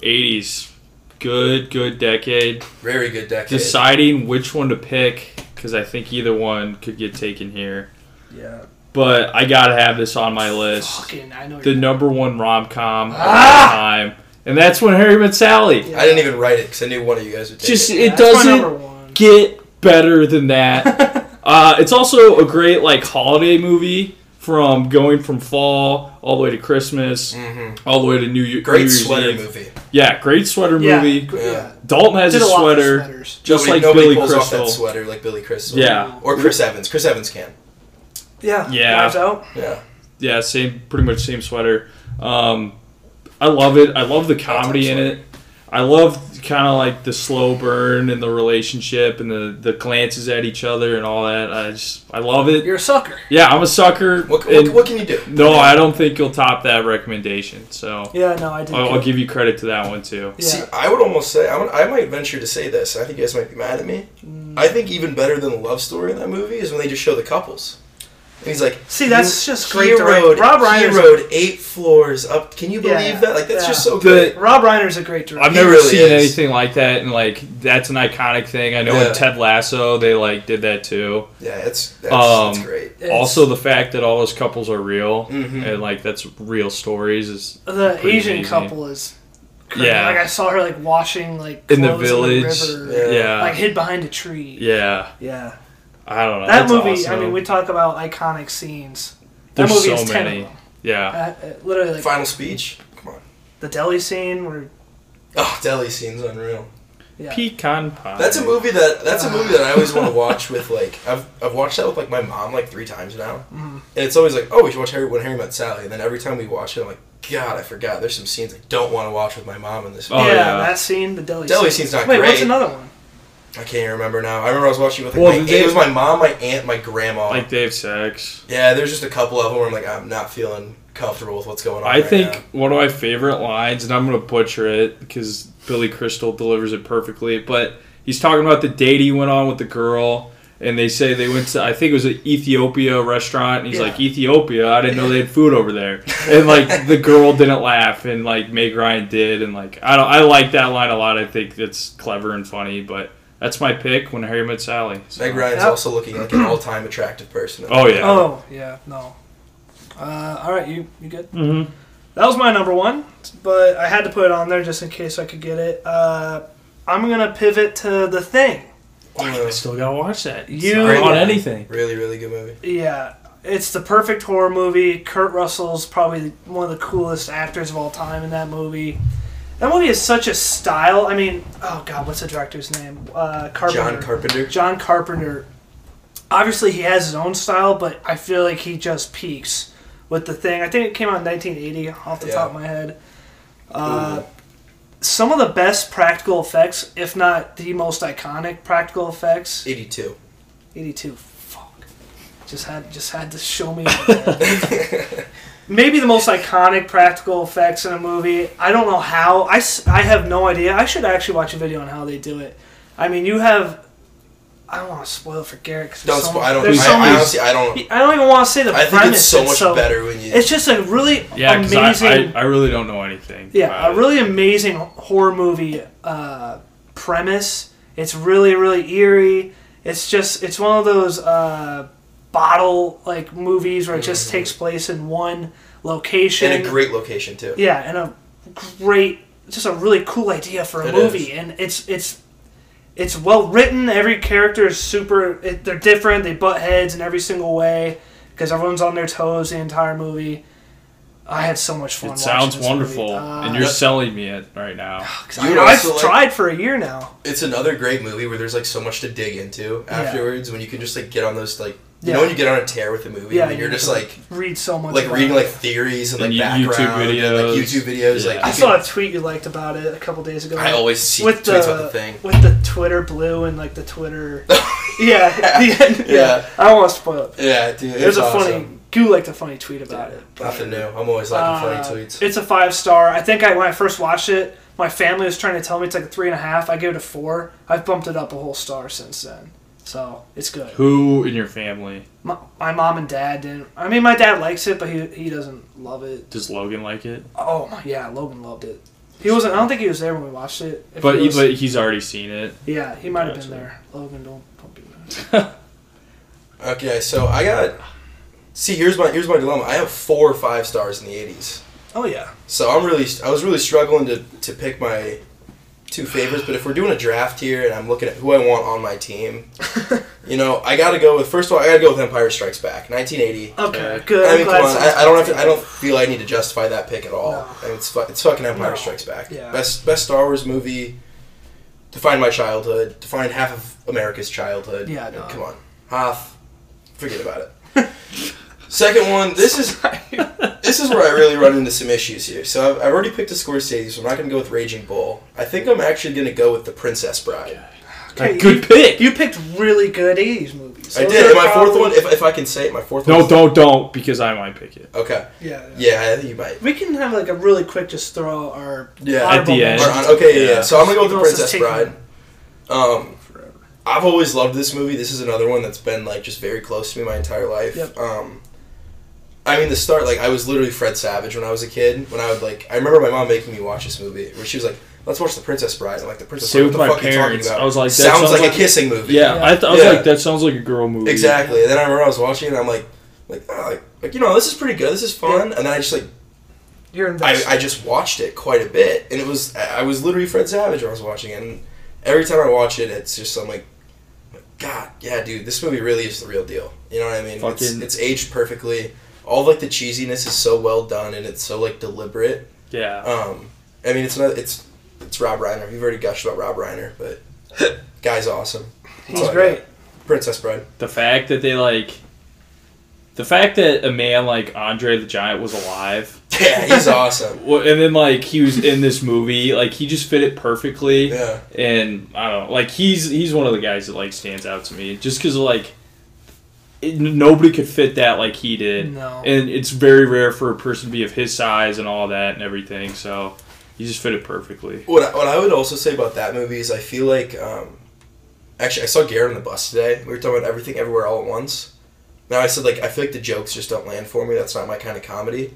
S1: '80s, good, good decade.
S2: Very good decade.
S1: Deciding which one to pick because I think either one could get taken here.
S3: Yeah,
S1: But I gotta have this on my list.
S3: fucking I know.
S1: The
S3: you're-
S1: number one rom com of all
S3: Ah!
S1: time, and that's when Harry Met Sally.
S3: Yeah.
S2: I didn't even write it because I knew one of you guys would take
S1: Just
S2: it.
S3: Yeah,
S1: it
S3: that's my
S1: doesn't
S3: number one.
S1: get better than that. uh, it's also a great like holiday movie from going from fall all the way to Christmas,
S3: Mm.
S2: Mm-hmm.
S1: all the way to New Year. New
S2: Great
S1: Year's
S2: sweater
S1: Eve.
S2: movie.
S1: Yeah, great sweater
S3: yeah,
S1: movie.
S3: gr- yeah.
S2: Yeah.
S1: Dalton has
S3: Did
S1: a
S3: a lot with
S1: sweater,
S3: sweaters.
S1: just
S2: nobody,
S1: like
S2: nobody
S1: Billy
S2: pulls
S1: Crystal.
S2: off that sweater like Billy Crystal.
S1: Yeah,
S2: Or Chris Evans. Chris Evans can.
S3: Yeah,
S1: Yeah.
S3: Knives Out.
S2: Yeah.
S1: yeah, same, pretty much same sweater. Um, I love it. I love the comedy in it. I love kind of like the slow burn and the relationship and the, the glances at each other and all that. I just I love it.
S3: You're a sucker.
S1: Yeah, I'm a sucker.
S2: What,
S1: and-
S2: what, what can you do?
S1: No, I don't think you'll top that recommendation. So
S3: Yeah, no, I did.
S1: I'll, I'll give you credit to that one too.
S3: yeah.
S2: See, I would almost say I, would, I might venture to say this. I think you guys might be mad at me.
S1: Mm.
S2: I think even better than the love story in that movie is when they just show the couples. And he's like,
S3: See, that's
S2: "You-
S3: just
S2: he
S3: great direct-
S2: Rode,
S3: Rob
S2: he
S3: Reiner's-
S2: rode eight floors up. Can you
S3: Yeah,
S2: believe that? Like that's
S3: yeah.
S2: just so
S1: The-
S2: good.
S3: Rob Reiner's a great director.
S1: I've never
S2: really
S1: seen
S2: is.
S1: anything like that, and like that's an iconic thing. I know
S2: Yeah.
S1: in Ted Lasso they like did that too.
S2: Yeah, it's that's,
S1: Um,
S2: that's great.
S3: It's-
S1: also, the fact that all those couples are real
S2: Mm-hmm.
S1: and like that's real stories is
S3: the
S1: pretty
S3: Asian
S1: amazing.
S3: couple is crazy.
S1: Yeah.
S3: like I saw her like washing like
S1: In the
S3: clothes
S1: village.
S3: in the
S2: Yeah.
S3: river,
S1: yeah,
S3: like hid behind a tree.
S1: yeah.
S3: Yeah.
S1: I don't know.
S3: that
S1: That's
S3: movie. I
S1: awesome.
S3: mean, we talk about iconic scenes.
S1: There's
S3: that movie
S1: so
S3: is ten
S1: many.
S3: of them.
S1: yeah,
S3: Uh, uh, literally, like
S2: Final speech. Come on.
S3: the deli scene where
S2: Oh, deli scene's unreal.
S3: yeah,
S1: pecan pie.
S2: That's a movie that that's a movie that I always want to watch with like I've, I've watched that with like my mom like three times now,
S1: Mm-hmm.
S2: and it's always like oh we should watch Harry when Harry Met Sally, and then every time we watch it I'm like God I forgot there's some scenes I don't want to watch with my mom in this.
S1: Oh,
S3: yeah,
S1: yeah.
S3: that scene, the deli.
S2: Deli
S3: scene.
S2: scene's not
S3: Wait, what's
S2: great.
S3: another one?
S2: I can't even remember now. I remember I was watching with like,
S1: Well,
S2: my,
S1: they-
S2: it was my mom, my aunt, my grandma.
S1: like they have sex.
S2: yeah, there's just a couple of them where I'm like I'm not feeling comfortable with what's going on.
S1: I
S2: right
S1: think
S2: now.
S1: one of my favorite lines, and I'm going to butcher it because Billy Crystal delivers it perfectly, but he's talking about the date he went on with the girl. And they say they went to, I think it was an Ethiopia restaurant. And he's
S3: Yeah.
S1: like, Ethiopia? I didn't know they had food over there. And like the girl didn't laugh, and like Meg Ryan did. And like, I don't, I like that line a lot. I think it's clever and funny, but that's my pick when Harry met Sally. So-
S2: Meg Ryan's
S3: Yep.
S2: also looking like an all time attractive person.
S1: Oh, yeah.
S3: Oh yeah, no. Uh, all right, you you good?
S1: Mhm.
S3: That was my number one, but I had to put it on there just in case I could get it. Uh, I'm gonna pivot to the thing.
S1: I
S2: Uh,
S1: still got to watch that.
S3: You-
S1: You on anything.
S2: really really good movie.
S3: Yeah, it's the perfect horror movie. Kurt Russell's probably one of the coolest actors of all time in that movie. That movie is such a style. I mean, oh god, what's the director's name? Uh, Carpenter.
S2: John Carpenter.
S3: John Carpenter. Obviously, he has his own style, but I feel like he just peaks with the thing. I think it came out in 1980, off the
S2: Yeah.
S3: top of my head. Uh, some of the best practical effects, if not the most iconic practical effects.
S2: Eighty two.
S3: 82. Fuck. Just had just had to show me. Maybe the most iconic practical effects in a movie. I don't know how. I, s- I have no idea. I should actually watch a video on how they do it. I mean, you have. I don't want to spoil it for Garrett. Cause
S2: Don't
S3: there's so
S2: spoil.
S3: mu-
S2: I don't. I,
S3: There's so
S2: I
S3: many-
S2: honestly I don't.
S3: I don't even want to say the
S2: I
S3: premise.
S2: think it's so much
S3: so-
S2: better when you.
S3: It's just a really
S1: Yeah, because
S3: amazing.
S1: I, I, I really don't know anything.
S3: Yeah,
S1: about
S3: a
S1: it.
S3: really amazing horror movie uh, premise. It's really, really eerie. It's just, it's one of those uh, bottle like movies where it just takes place in one location.
S2: in a great location too.
S3: yeah, and a great, just a really cool idea for a
S2: It
S3: movie,
S2: is.
S3: and it's it's it's well written. Every character is super. It, they're different. They butt heads in every single way because everyone's on their toes the entire movie. I had so much
S4: It
S3: fun. watching
S4: sounds
S3: this movie.
S4: wonderful,
S3: Uh,
S4: and you're
S2: Yep.
S4: selling me it right now.
S3: 'cause
S2: You
S3: I
S2: would
S3: know, I've
S2: also like-
S3: tried for a year now.
S2: It's another great movie where there's like so much to dig into afterwards when you can just like get on those like you
S3: Yeah.
S2: know when you get on a tear with a movie
S3: Yeah,
S2: and then you're
S3: you
S2: just
S3: can-
S2: like
S3: Read so much.
S2: like
S3: about
S2: reading
S3: it.
S2: like theories and like
S4: And you- YouTube
S2: background and, like
S4: videos.
S2: YouTube videos
S4: Yeah.
S2: like
S3: I
S2: you
S3: saw
S2: can-
S3: a tweet you liked about it a couple days ago.
S2: I always see
S3: with
S2: tweets
S3: the,
S2: about the thing.
S3: with the Twitter blue and like the Twitter. yeah, the end, yeah.
S2: Yeah.
S3: I don't want to spoil it.
S2: Yeah, dude, it's
S3: There's a
S2: awesome.
S3: funny. Goo liked a funny tweet about it. but-
S2: Nothing new. I'm always liking
S3: Uh,
S2: funny tweets.
S3: It's a five star. I think I when I first watched it, my family was trying to tell me it's like a three and a half. I gave it a four. I've bumped it up a whole star since then. So it's good.
S4: Who in your family
S3: My, my mom and dad didn't. I mean, my dad likes it, but he he doesn't love it.
S4: does Logan like it?
S3: Oh my, yeah, Logan loved it. He wasn't. I don't think he was there when we watched it. If
S4: But
S3: he
S4: he,
S3: was-
S4: but he's already seen it.
S3: yeah, he might have been
S4: Gotcha.
S3: there. Logan, don't, don't be mad.
S2: Okay, so I got. See, here's my here's my dilemma. I have four five stars in the '80s,
S3: Oh yeah,
S2: so I'm really I was really struggling to to pick my two favorites. But if we're doing a draft here and I'm looking at who I want on my team, you know, I got to go with first of all I got to go with Empire Strikes Back, 1980.
S3: okay,
S4: Yeah.
S3: good.
S2: I
S3: I'm
S2: mean,
S3: glad
S2: come on,
S3: someone's
S2: I, I don't have
S3: back
S2: to, I don't feel I need to justify that pick at all.
S3: No.
S2: I mean, it's fu- it's fucking Empire
S3: No.
S2: Strikes Back.
S3: Yeah.
S2: Best best Star Wars movie. Defined my childhood. Defined half of America's childhood.
S3: Yeah,
S2: I mean,
S3: no.
S2: come on, half. Forget about it. Second one. This is this is where I really run into some issues here. So I've, I've already picked a Scorsese, so I'm not gonna go with Raging Bull. I think I'm actually gonna go with The Princess Bride.
S3: Okay,
S4: A good pick.
S3: You picked really good '80s movies.
S2: I
S3: Those
S2: did.
S3: are
S2: And my fourth
S3: probably-
S2: one, if, if I can say it, my fourth
S4: No,
S2: one.
S4: don't don't because I might pick it.
S2: Okay.
S3: Yeah, yeah.
S2: Yeah, I think you might.
S3: We can have like a really quick just throw our
S2: Yeah.
S4: At the
S3: honorable
S4: end.
S2: Or uh,
S3: mentions.
S2: on- okay, yeah, yeah.
S4: Yeah.
S2: So I'm gonna go with the
S3: Even though this
S2: Princess
S3: is taking
S2: Bride. Um,
S3: forever.
S2: I've always loved this movie. This is another one that's been like just very close to me my entire life.
S3: Yep.
S2: Um, I mean, the start like I was literally Fred Savage when I was a kid. When I would like, I remember my mom making me watch this movie where she was like, "Let's watch the Princess Bride." I'm like, "The Princess
S4: Say
S2: Bride?
S4: with
S2: What the
S4: my
S2: fuck are you
S4: parents.
S2: talking about?"
S4: I was like, that
S2: sounds,
S4: sounds
S2: like, a
S4: like-
S2: kissing movie.
S4: Yeah, I, th- I was
S2: Yeah.
S4: like, that sounds like a girl movie.
S2: Exactly. And then I remember I was watching it. and I'm like, like, oh, like, like you know, this is pretty good. This is fun. And then I just like
S3: You're
S2: I,
S3: invested.
S2: I just watched it quite a bit, and it was I I was literally Fred Savage when I was watching it. And every time I watch it, it's just I'm like, God, yeah, dude, this movie really is the real deal. You know what I mean? It's,
S4: Fucking-
S2: it's aged perfectly. All like the cheesiness is so well done, and it's so like deliberate.
S4: Yeah.
S2: Um, I mean, it's not it's it's Rob Reiner. You've already gushed about Rob Reiner, but guy's awesome. That's all
S3: He's
S2: I
S3: great.
S2: got. Princess Bride.
S4: the fact that they like the fact that a man like Andre the Giant was alive
S2: Yeah, he's awesome.
S4: well, and then like he was in this movie like he just fit it perfectly
S2: Yeah.
S4: and I don't know like he's he's one of the guys that like stands out to me just cuz like it, nobody could fit that like he did
S3: No.
S4: and it's very rare for a person to be of his size and all that and everything so he just fit it perfectly
S2: What I, what I would also say about that movie is I feel like um, actually I saw Garrett on the bus today. We were talking about everything everywhere all at once. Now I said like I feel like the jokes just don't land for me. That's not my kind of comedy.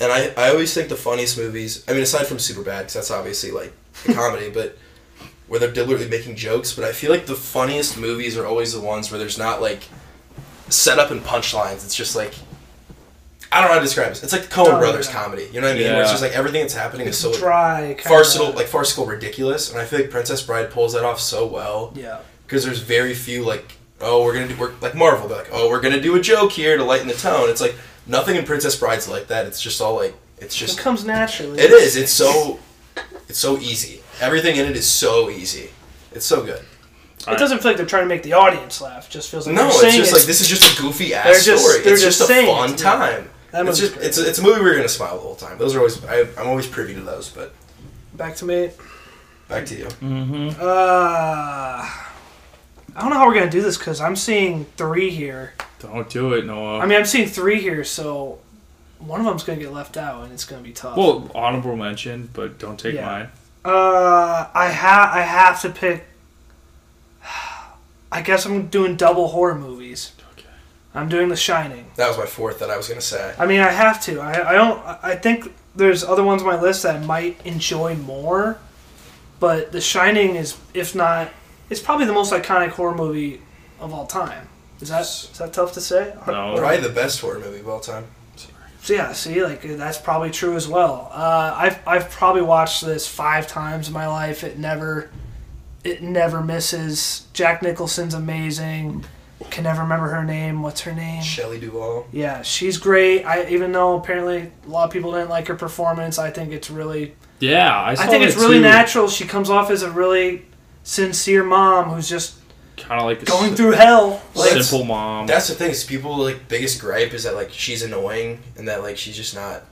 S2: And I, I always think the funniest movies. I mean, aside from Superbad, 'cause that's obviously like a comedy, but where they're deliberately making jokes. But I feel like the funniest movies are always the ones where there's not like setup and punchlines. It's just like I don't know how to describe this. It's like the Coen
S3: Oh,
S2: Brothers
S3: yeah.
S2: comedy. You know what I mean? Where it's
S4: Yeah.
S2: just like everything that's happening is so
S3: Dry, kinda-
S2: farcical, like farcical, ridiculous, and I feel like Princess Bride pulls that off so well
S3: yeah,
S2: because there's very few like, oh, we're gonna do, we're like Marvel, they're like, oh, we're gonna do a joke here to lighten the tone. It's like nothing in Princess Bride's like that. It's just all like, it's
S3: it
S2: just,
S3: comes naturally.
S2: it is. It's so, it's so easy. Everything in it is so easy. It's so good.
S3: It doesn't feel like they're trying to make the audience laugh. It just feels like
S2: No,
S3: they're
S2: it's
S3: saying
S2: just
S3: it.
S2: like this is just a goofy
S3: They're
S2: ass
S3: just-
S2: story.
S3: they're
S2: It's
S3: just
S2: just a
S3: saying
S2: fun
S3: it.
S2: time.
S3: That
S2: It's
S3: movie's
S2: just
S3: great.
S2: it's a, it's a movie we're gonna smile the whole time. Those are always I, I'm always privy to those. But
S3: Back to me.
S2: back to you.
S3: Mm-hmm. Uh, I don't know how we're gonna do this because I'm seeing three here.
S4: don't do it Noah
S3: I mean, I'm seeing three here, so one of them's gonna get left out, and it's gonna be tough.
S4: well honorable mention but don't take
S3: Yeah.
S4: mine
S3: uh, I have I have to pick. I guess I'm doing double horror movies.
S4: Okay.
S3: I'm doing The Shining.
S2: That was my fourth that I was gonna say.
S3: I mean, I have to. I, I don't. I think there's other ones on my list that I might enjoy more, but The Shining is, if not, it's probably the most iconic horror movie of all time. Is that is that tough to say?
S1: No.
S2: Probably the best horror movie of all time.
S3: So yeah, see, like that's probably true as well. Uh, I've I've probably watched this five times in my life. It never, it never misses. Jack Nicholson's amazing. Can never remember her name. What's her name?
S2: Shelley Duvall.
S3: Yeah, she's great. I even though apparently a lot of people didn't like her performance, I think it's really
S1: Yeah, I,
S3: I think it's really natural. She comes off as a really sincere mom who's just
S1: Kind of like a
S3: going
S1: si-
S3: through hell. Like,
S2: That's-
S1: simple mom.
S2: That's the thing. Is people like biggest gripe is that like she's annoying and that like she's just not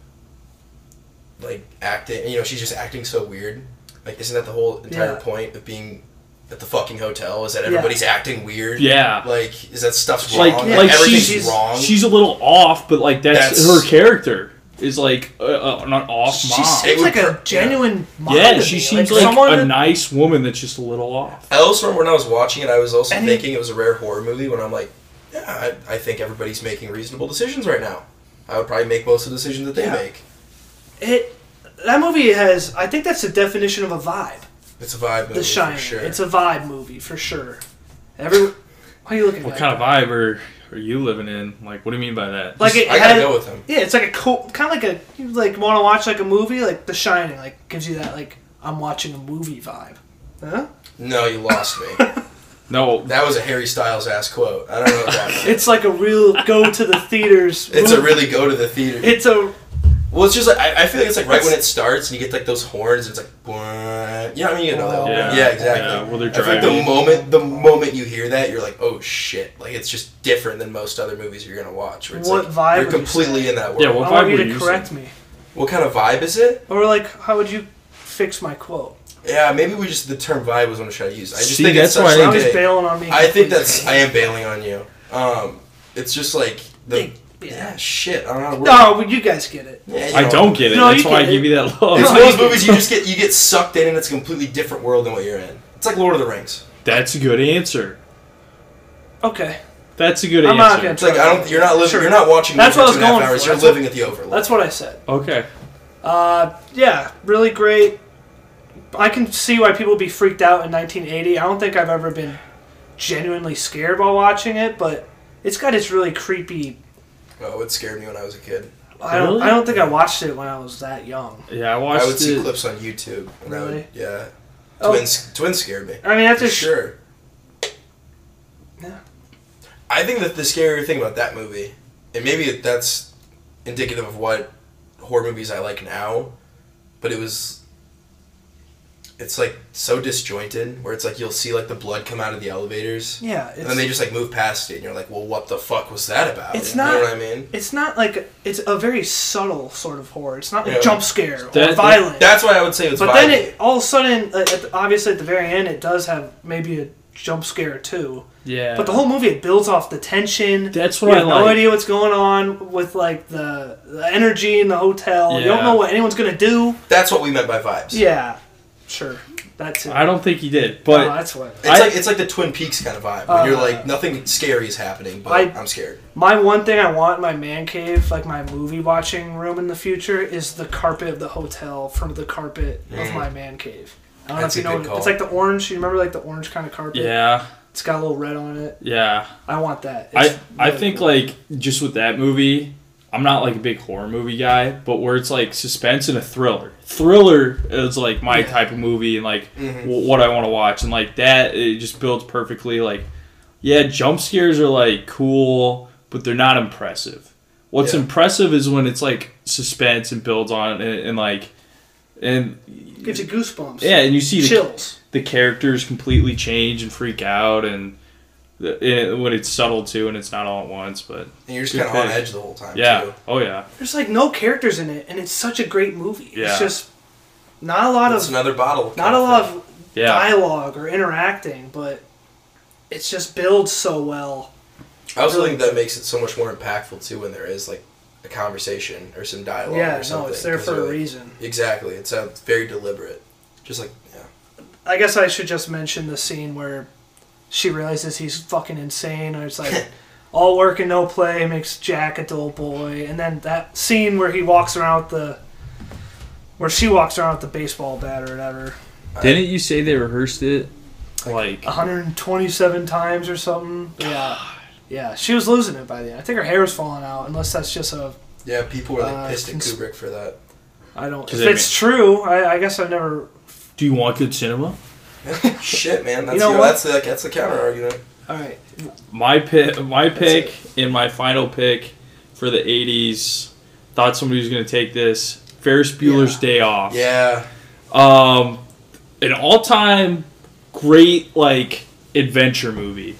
S2: like acting. You know, she's just acting so weird. Like, isn't that the whole entire
S3: Yeah.
S2: point of being at the fucking hotel? Is that everybody's acting weird?
S1: yeah.
S2: Like, is that stuff's wrong?
S1: Like,
S2: Like,
S1: like
S2: everything's
S1: she's
S2: wrong.
S1: she's a little off, but like that's,
S2: That's-
S1: her character is like uh, uh, an off
S3: she
S1: mom.
S2: It
S3: seems
S2: would
S3: like a
S2: per-
S3: genuine mom.
S1: yeah,
S3: to
S1: she
S3: me.
S1: seems like,
S3: like, someone
S1: a
S3: that-
S1: nice woman that's just a little off.
S2: I also remember when I was watching it, I was also
S3: And it-
S2: thinking it was a rare horror movie. When I'm like, yeah, I, I think everybody's making reasonable decisions right now. I would probably make most of the decisions that they
S3: Yeah.
S2: make.
S3: it that movie has I think that's the definition of a vibe.
S2: It's a vibe movie
S3: The Shining.
S2: Oh, for sure.
S3: It's a vibe movie for sure. Every why are you looking
S1: What
S3: at?
S1: kind of vibe are, are you living in? Like, what do you mean by that?
S3: like it
S2: I gotta
S3: had,
S2: go with him.
S3: yeah, it's like a cool kind of like a you like want to watch like a movie like The Shining like gives you that like I'm watching a movie vibe. Huh?
S2: No, you lost me.
S1: no,
S2: That was a Harry Styles ass quote. I don't know what that meant.
S3: It's like a real go to the theaters.
S2: It's a
S3: movie.
S2: really go to the theater.
S3: It's a
S2: well, it's just like I, I feel like it's like right when it starts and you get like those horns. It's like, "Bwah." you know what I mean? You know that one.
S1: yeah,
S2: Yeah, exactly.
S1: Yeah, well, they're
S2: I think
S1: driving.
S2: the moment the moment you hear that, you're like, oh shit! Like it's just different than most other movies you're gonna watch. Where it's
S3: What
S2: like,
S3: vibe
S2: You're
S3: would you
S2: completely in that world.
S1: Yeah,
S3: I
S1: what
S3: want
S1: vibe
S3: you
S1: were
S3: to
S1: you?
S3: correct
S1: seeing?
S3: me.
S2: What kind of vibe is it?
S3: Or like how would you fix my quote?
S2: Yeah, maybe we just the term vibe was what I tried to use. I just
S1: See,
S2: think it's
S1: that's why
S2: such
S1: I
S2: a
S3: I'm just
S2: big-
S3: bailing on me.
S2: I think
S3: completely.
S2: that's I am bailing on you. Um, it's just like the
S3: Think-
S2: yeah.
S3: yeah.
S2: shit. I don't know. how to word
S3: No, but you guys get it.
S2: it. Yeah, you
S1: I
S2: know.
S1: don't get it.
S3: No,
S1: that's
S3: you
S1: why I
S3: get
S1: give
S3: it.
S1: you that love.
S2: It's
S3: No,
S2: one of
S3: you
S2: those movies you just get you get sucked in and it's a completely different world than what you're in. It's like Lord of the Rings.
S1: That's a good answer.
S3: Okay,
S1: That's a good
S3: I'm not
S1: answer.
S3: gonna-
S2: It's like I don't you're not living
S3: Sure.
S2: you're not watching
S3: That's
S2: movies
S3: what
S2: for two and
S3: I was
S2: a half
S3: going for.
S2: hours. You're
S3: That's
S2: living at the overload.
S3: that's what I said.
S1: okay.
S3: Uh, yeah, really great. I can see why people would be freaked out in 1980. I don't think I've ever been genuinely scared while watching it, but it's got its really creepy.
S2: oh, it scared me when I was a kid.
S3: I don't.
S1: Really?
S3: I don't think I watched it when I was that young.
S1: Yeah, I watched
S2: I would see
S1: it.
S2: clips on YouTube. And I would,
S3: Really?
S2: yeah.
S3: Oh.
S2: Twins twins scared me.
S3: I mean,
S2: For
S3: after
S2: sure.
S3: Yeah.
S2: I think that the scarier thing about that movie, and maybe that's indicative of what horror movies I like now, but it was. It's like so disjointed, where it's like you'll see like the blood come out of the elevators,
S3: Oh, yeah, it's
S2: and then they just like move past it, and you're like, well, what the fuck was that about?
S3: It's
S2: You
S3: not-
S2: know what I mean?
S3: it's not like it's a very subtle sort of horror. It's not like
S2: Yeah.
S3: jump scare or
S1: That-
S3: violent.
S2: That's why I would say it's.
S3: but then
S2: violent.
S3: it all of a sudden, like, at the, obviously at the very end, it does have maybe a jump scare or two.
S1: Yeah.
S3: But the whole movie it builds off the tension.
S1: That's
S3: you
S1: what
S3: have
S1: I
S3: no
S1: like.
S3: idea what's going on with like the, the energy in the hotel. You don't
S1: Yeah.
S3: know what anyone's gonna do.
S2: that's what we meant by vibes.
S3: Yeah, sure, that's it.
S1: I don't think he did,
S3: No,
S1: but
S3: that's what.
S2: It's
S1: I-
S2: like it's like the Twin Peaks kind of vibe, when you're
S3: Uh,
S2: like nothing scary is happening, but
S3: I-
S2: I'm scared.
S3: My one thing I want in my man cave, like my movie watching room in the future, is the carpet of the hotel from the carpet of my man cave. I don't
S2: That's
S3: know if
S2: a
S3: you know.
S2: good
S3: it-
S2: call.
S3: It's like the orange. You remember like the orange kind of carpet.
S1: yeah,
S3: It's got a little red on it.
S1: yeah.
S3: I want that.
S1: I
S3: It's
S1: I
S3: really
S1: think
S3: cool.
S1: like just with that movie, I'm not like a big horror movie guy, but where it's like suspense and a thriller. Thriller is like my
S3: Yeah. Mm-hmm.
S1: type of movie and like wh- what I want to watch and like that it just builds perfectly. Like yeah, jump scares are like cool, but they're not impressive. What's
S2: Yeah.
S1: impressive is when it's like suspense and builds on it and like and
S3: gives you goosebumps.
S1: yeah, and you see the
S3: chills.
S1: the characters completely change and freak out and the- it, when it's subtle too and it's not all at once but
S2: And you're just
S1: Good
S2: kind of on
S1: pick.
S2: edge the whole time.
S1: yeah
S2: too.
S1: oh yeah
S3: There's like no characters in it, and it's such a great movie.
S1: Yeah.
S3: It's just not a lot
S2: That's
S3: of
S2: another bottle.
S3: not a lot of
S1: yeah
S3: dialogue or interacting, but it's just builds so well.
S2: I also think that makes it so much more impactful too when there is like a conversation or some dialogue.
S3: yeah,
S2: or something,
S3: no, it's there
S2: 'cause
S3: for
S2: you're
S3: a
S2: like-
S3: reason.
S2: Exactly, it sounds very deliberate. Just like yeah,
S3: I guess I should just mention the scene where she realizes he's fucking insane, and it's like all work and no play makes Jack a dull boy, and then that scene where he walks around with the where she walks around with the baseball bat or whatever.
S1: didn't you say they rehearsed it like
S3: 127 times or something. Yeah. Yeah, she was losing it by the end. I think her hair was falling out, unless that's just a.
S2: Yeah, people were like
S3: Uh,
S2: pissed at
S3: cons-
S2: Kubrick for that.
S3: I don't.
S1: 'Cause
S3: If
S1: I
S3: it's true, I, I guess I've never.
S1: Do you want good cinema?
S2: Shit, man. That's,
S3: You know
S2: the-
S3: what?
S2: that's the that's the counter argument.
S3: All right.
S1: My pick, my pick,
S2: it.
S1: and my final pick for the '80s. Thought somebody was gonna take this. Ferris Bueller's Day Off.
S2: Yeah,
S1: Um, an all-time great like adventure movie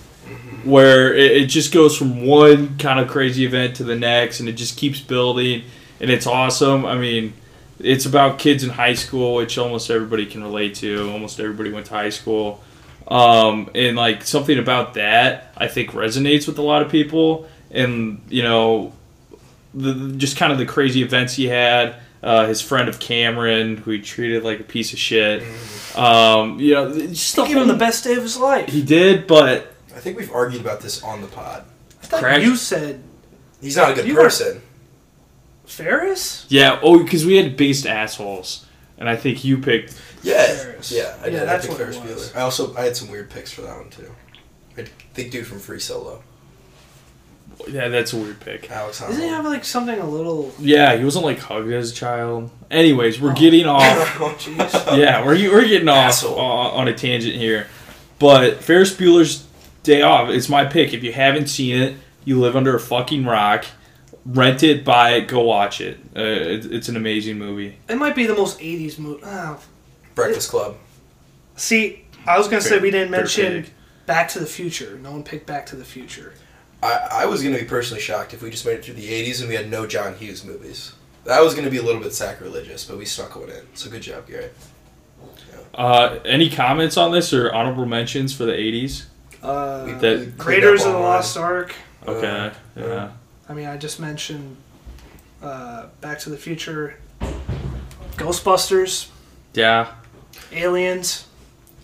S1: where it, it just goes from one kind of crazy event to the next, and it just keeps building, and it's awesome. I mean, it's about kids in high school, which almost everybody can relate to. Almost everybody went to high school. Um, and like something about that, I think resonates with a lot of people. And you know, the- the, just kind of the crazy events he had. Uh, his friend of Cameron, who he treated like a piece of shit. Um, you know, just the
S3: He gave him the
S1: whole-
S3: best day of his life.
S1: He did, but
S2: I think we've argued about this on the pod.
S3: I thought
S4: Crash-
S3: you said
S2: He's not a good
S3: You were-
S2: person.
S3: Ferris.
S1: Yeah. Oh, because we had biggest assholes, and I think you picked.
S2: Yeah,
S3: Ferris.
S2: yeah, I
S3: Yeah,
S2: did.
S3: that's
S2: I picked
S3: what it
S2: Ferris
S3: was.
S2: Bueller. I also I had some weird picks for that one too. I think dude from Free Solo,
S1: Yeah, that's a weird pick.
S2: Alex.
S3: Doesn't he have
S2: Honnold.
S3: like something a little?
S1: Yeah, he wasn't like hugged as a child. Anyways, we're
S3: Oh.
S1: getting off.
S2: Oh, jeez.
S1: yeah, we're we're getting off
S2: Asshole.
S1: on, on a tangent here, but Ferris Bueller's Day Off. It's my pick. If you haven't seen it, you live under a fucking rock. Rent it, buy it, go watch it. Uh, it it's an amazing movie.
S3: It might be the most '80s movie. Oh.
S2: Breakfast Club.
S3: See, I was gonna say we didn't
S1: Fair
S3: mention
S1: pick.
S3: Back to the Future. No one picked Back to the Future.
S2: I, I was gonna be personally shocked if we just made it through the '80s and we had no John Hughes movies. That was gonna be a little bit sacrilegious, but we stuck one in. So good job, Garrett.
S1: Uh, any comments on this or honorable mentions for the '80s?
S2: We- we
S3: Uh,
S1: That-
S2: cleaned up
S3: Raiders of the
S2: online.
S3: Lost Ark.
S1: Okay. Uh, yeah.
S3: I mean, I just mentioned uh, Back to the Future, Ghostbusters,
S1: Yeah.
S3: Aliens.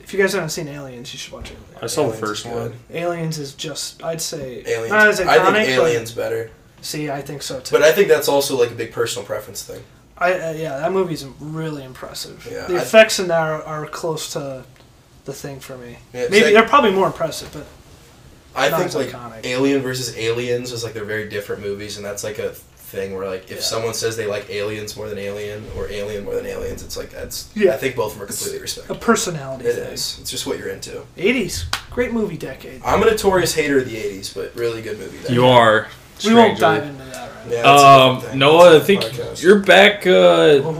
S3: If you guys haven't seen Aliens, you should watch Aliens.
S1: I saw the
S2: Aliens is
S1: first
S2: good.
S1: one.
S3: Aliens is just, I'd say,
S2: Aliens.
S3: not as
S2: I
S3: iconic.
S2: think
S3: but-
S2: Aliens better,
S3: see, I think so too.
S2: but I think that's also like a big personal preference thing.
S3: I, uh, yeah, that movie's really impressive.
S2: Yeah,
S3: the
S2: I-
S3: effects in that are, are close to the thing for me.
S2: Yeah,
S3: Maybe
S2: see,
S3: they're probably more impressive, but
S2: I
S3: not
S2: think
S3: as
S2: like
S3: iconic.
S2: Alien versus Aliens is like they're very different movies, and that's like a thing where like if
S3: Yeah.
S2: someone says they like Aliens more than Alien or Alien more than Aliens, it's like that's
S3: Yeah.
S2: I think both of them are completely respected.
S3: a personality
S2: It
S3: thing.
S2: is. It's just what you're into.
S3: 80s, great movie decade.
S2: I'm a notorious hater of the '80s, but really good movie. Then.
S1: You are.
S3: we won't
S1: strangely.
S3: dive into that right now.
S2: Yeah, that's a
S1: Um,
S2: different thing.
S1: Noah, I
S2: That's a
S1: think
S2: different podcast.
S1: you're back uh,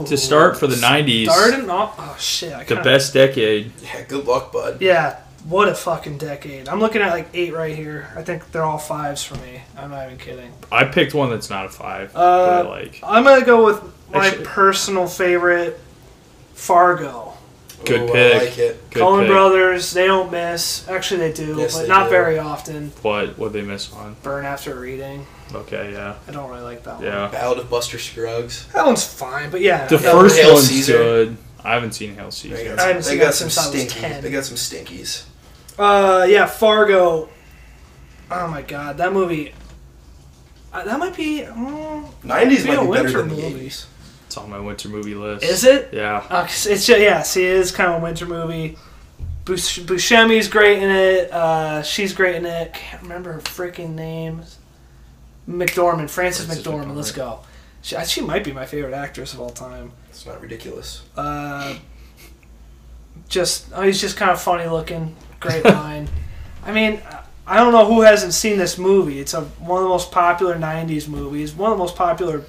S3: Ooh.
S1: to start for the '90s,
S3: Starting off, oh shit, I
S1: the
S3: kinda-
S1: best decade.
S2: Yeah, good luck, bud.
S3: Yeah, what a fucking decade. I'm looking at like eight right here. I think they're all fives for me. I'm not even kidding.
S1: I picked one that's not a five,
S3: Uh,
S1: but I like.
S3: I'm gonna go with my
S1: Actually-
S3: personal favorite, Fargo.
S1: Good
S2: Oh,
S1: pick.
S2: I like it.
S1: Good
S3: Coen
S1: pick.
S3: Brothers, they don't miss. Actually, they do,
S2: Yes,
S3: but
S2: they
S3: not
S2: do.
S3: very often.
S1: What? What they miss on?
S3: Burn after reading.
S1: Okay, yeah,
S3: I don't really like that one.
S1: yeah.
S2: Ballad of Buster Scruggs.
S3: That one's fine, but yeah.
S1: The
S3: yeah,
S1: first
S2: Hail
S1: one's
S2: Caesar.
S1: good. I haven't seen Hail
S2: They
S1: Caesar.
S2: got
S3: I
S2: some,
S3: haven't
S2: they
S3: seen
S2: got
S3: that
S2: some
S3: since I was
S2: stinky.
S3: 10.
S2: They got some stinkies.
S3: Uh, yeah, Fargo. Oh my god, that movie. Uh, that might be. mm,
S2: '90s
S3: be a
S2: might be
S3: winter
S2: better than the
S3: movie.
S2: '80s.
S1: It's on my winter movie list.
S3: Is it?
S1: Yeah.
S3: Uh, 'cause it's ju- yeah, see, it is kind of a winter movie. Bus- Buscemi's great in it. Uh, she's great in it. Can't remember her freaking name. McDormand, Frances
S1: Frances
S3: McDormand. Let's
S1: McDormand.
S3: go. She, uh, she might be my favorite actress of all time.
S2: It's not ridiculous.
S3: Uh, just oh, he's just kind of funny looking. Great line. I mean, I don't know who hasn't seen this movie. It's a one of the most popular '90s movies. One of the most popular.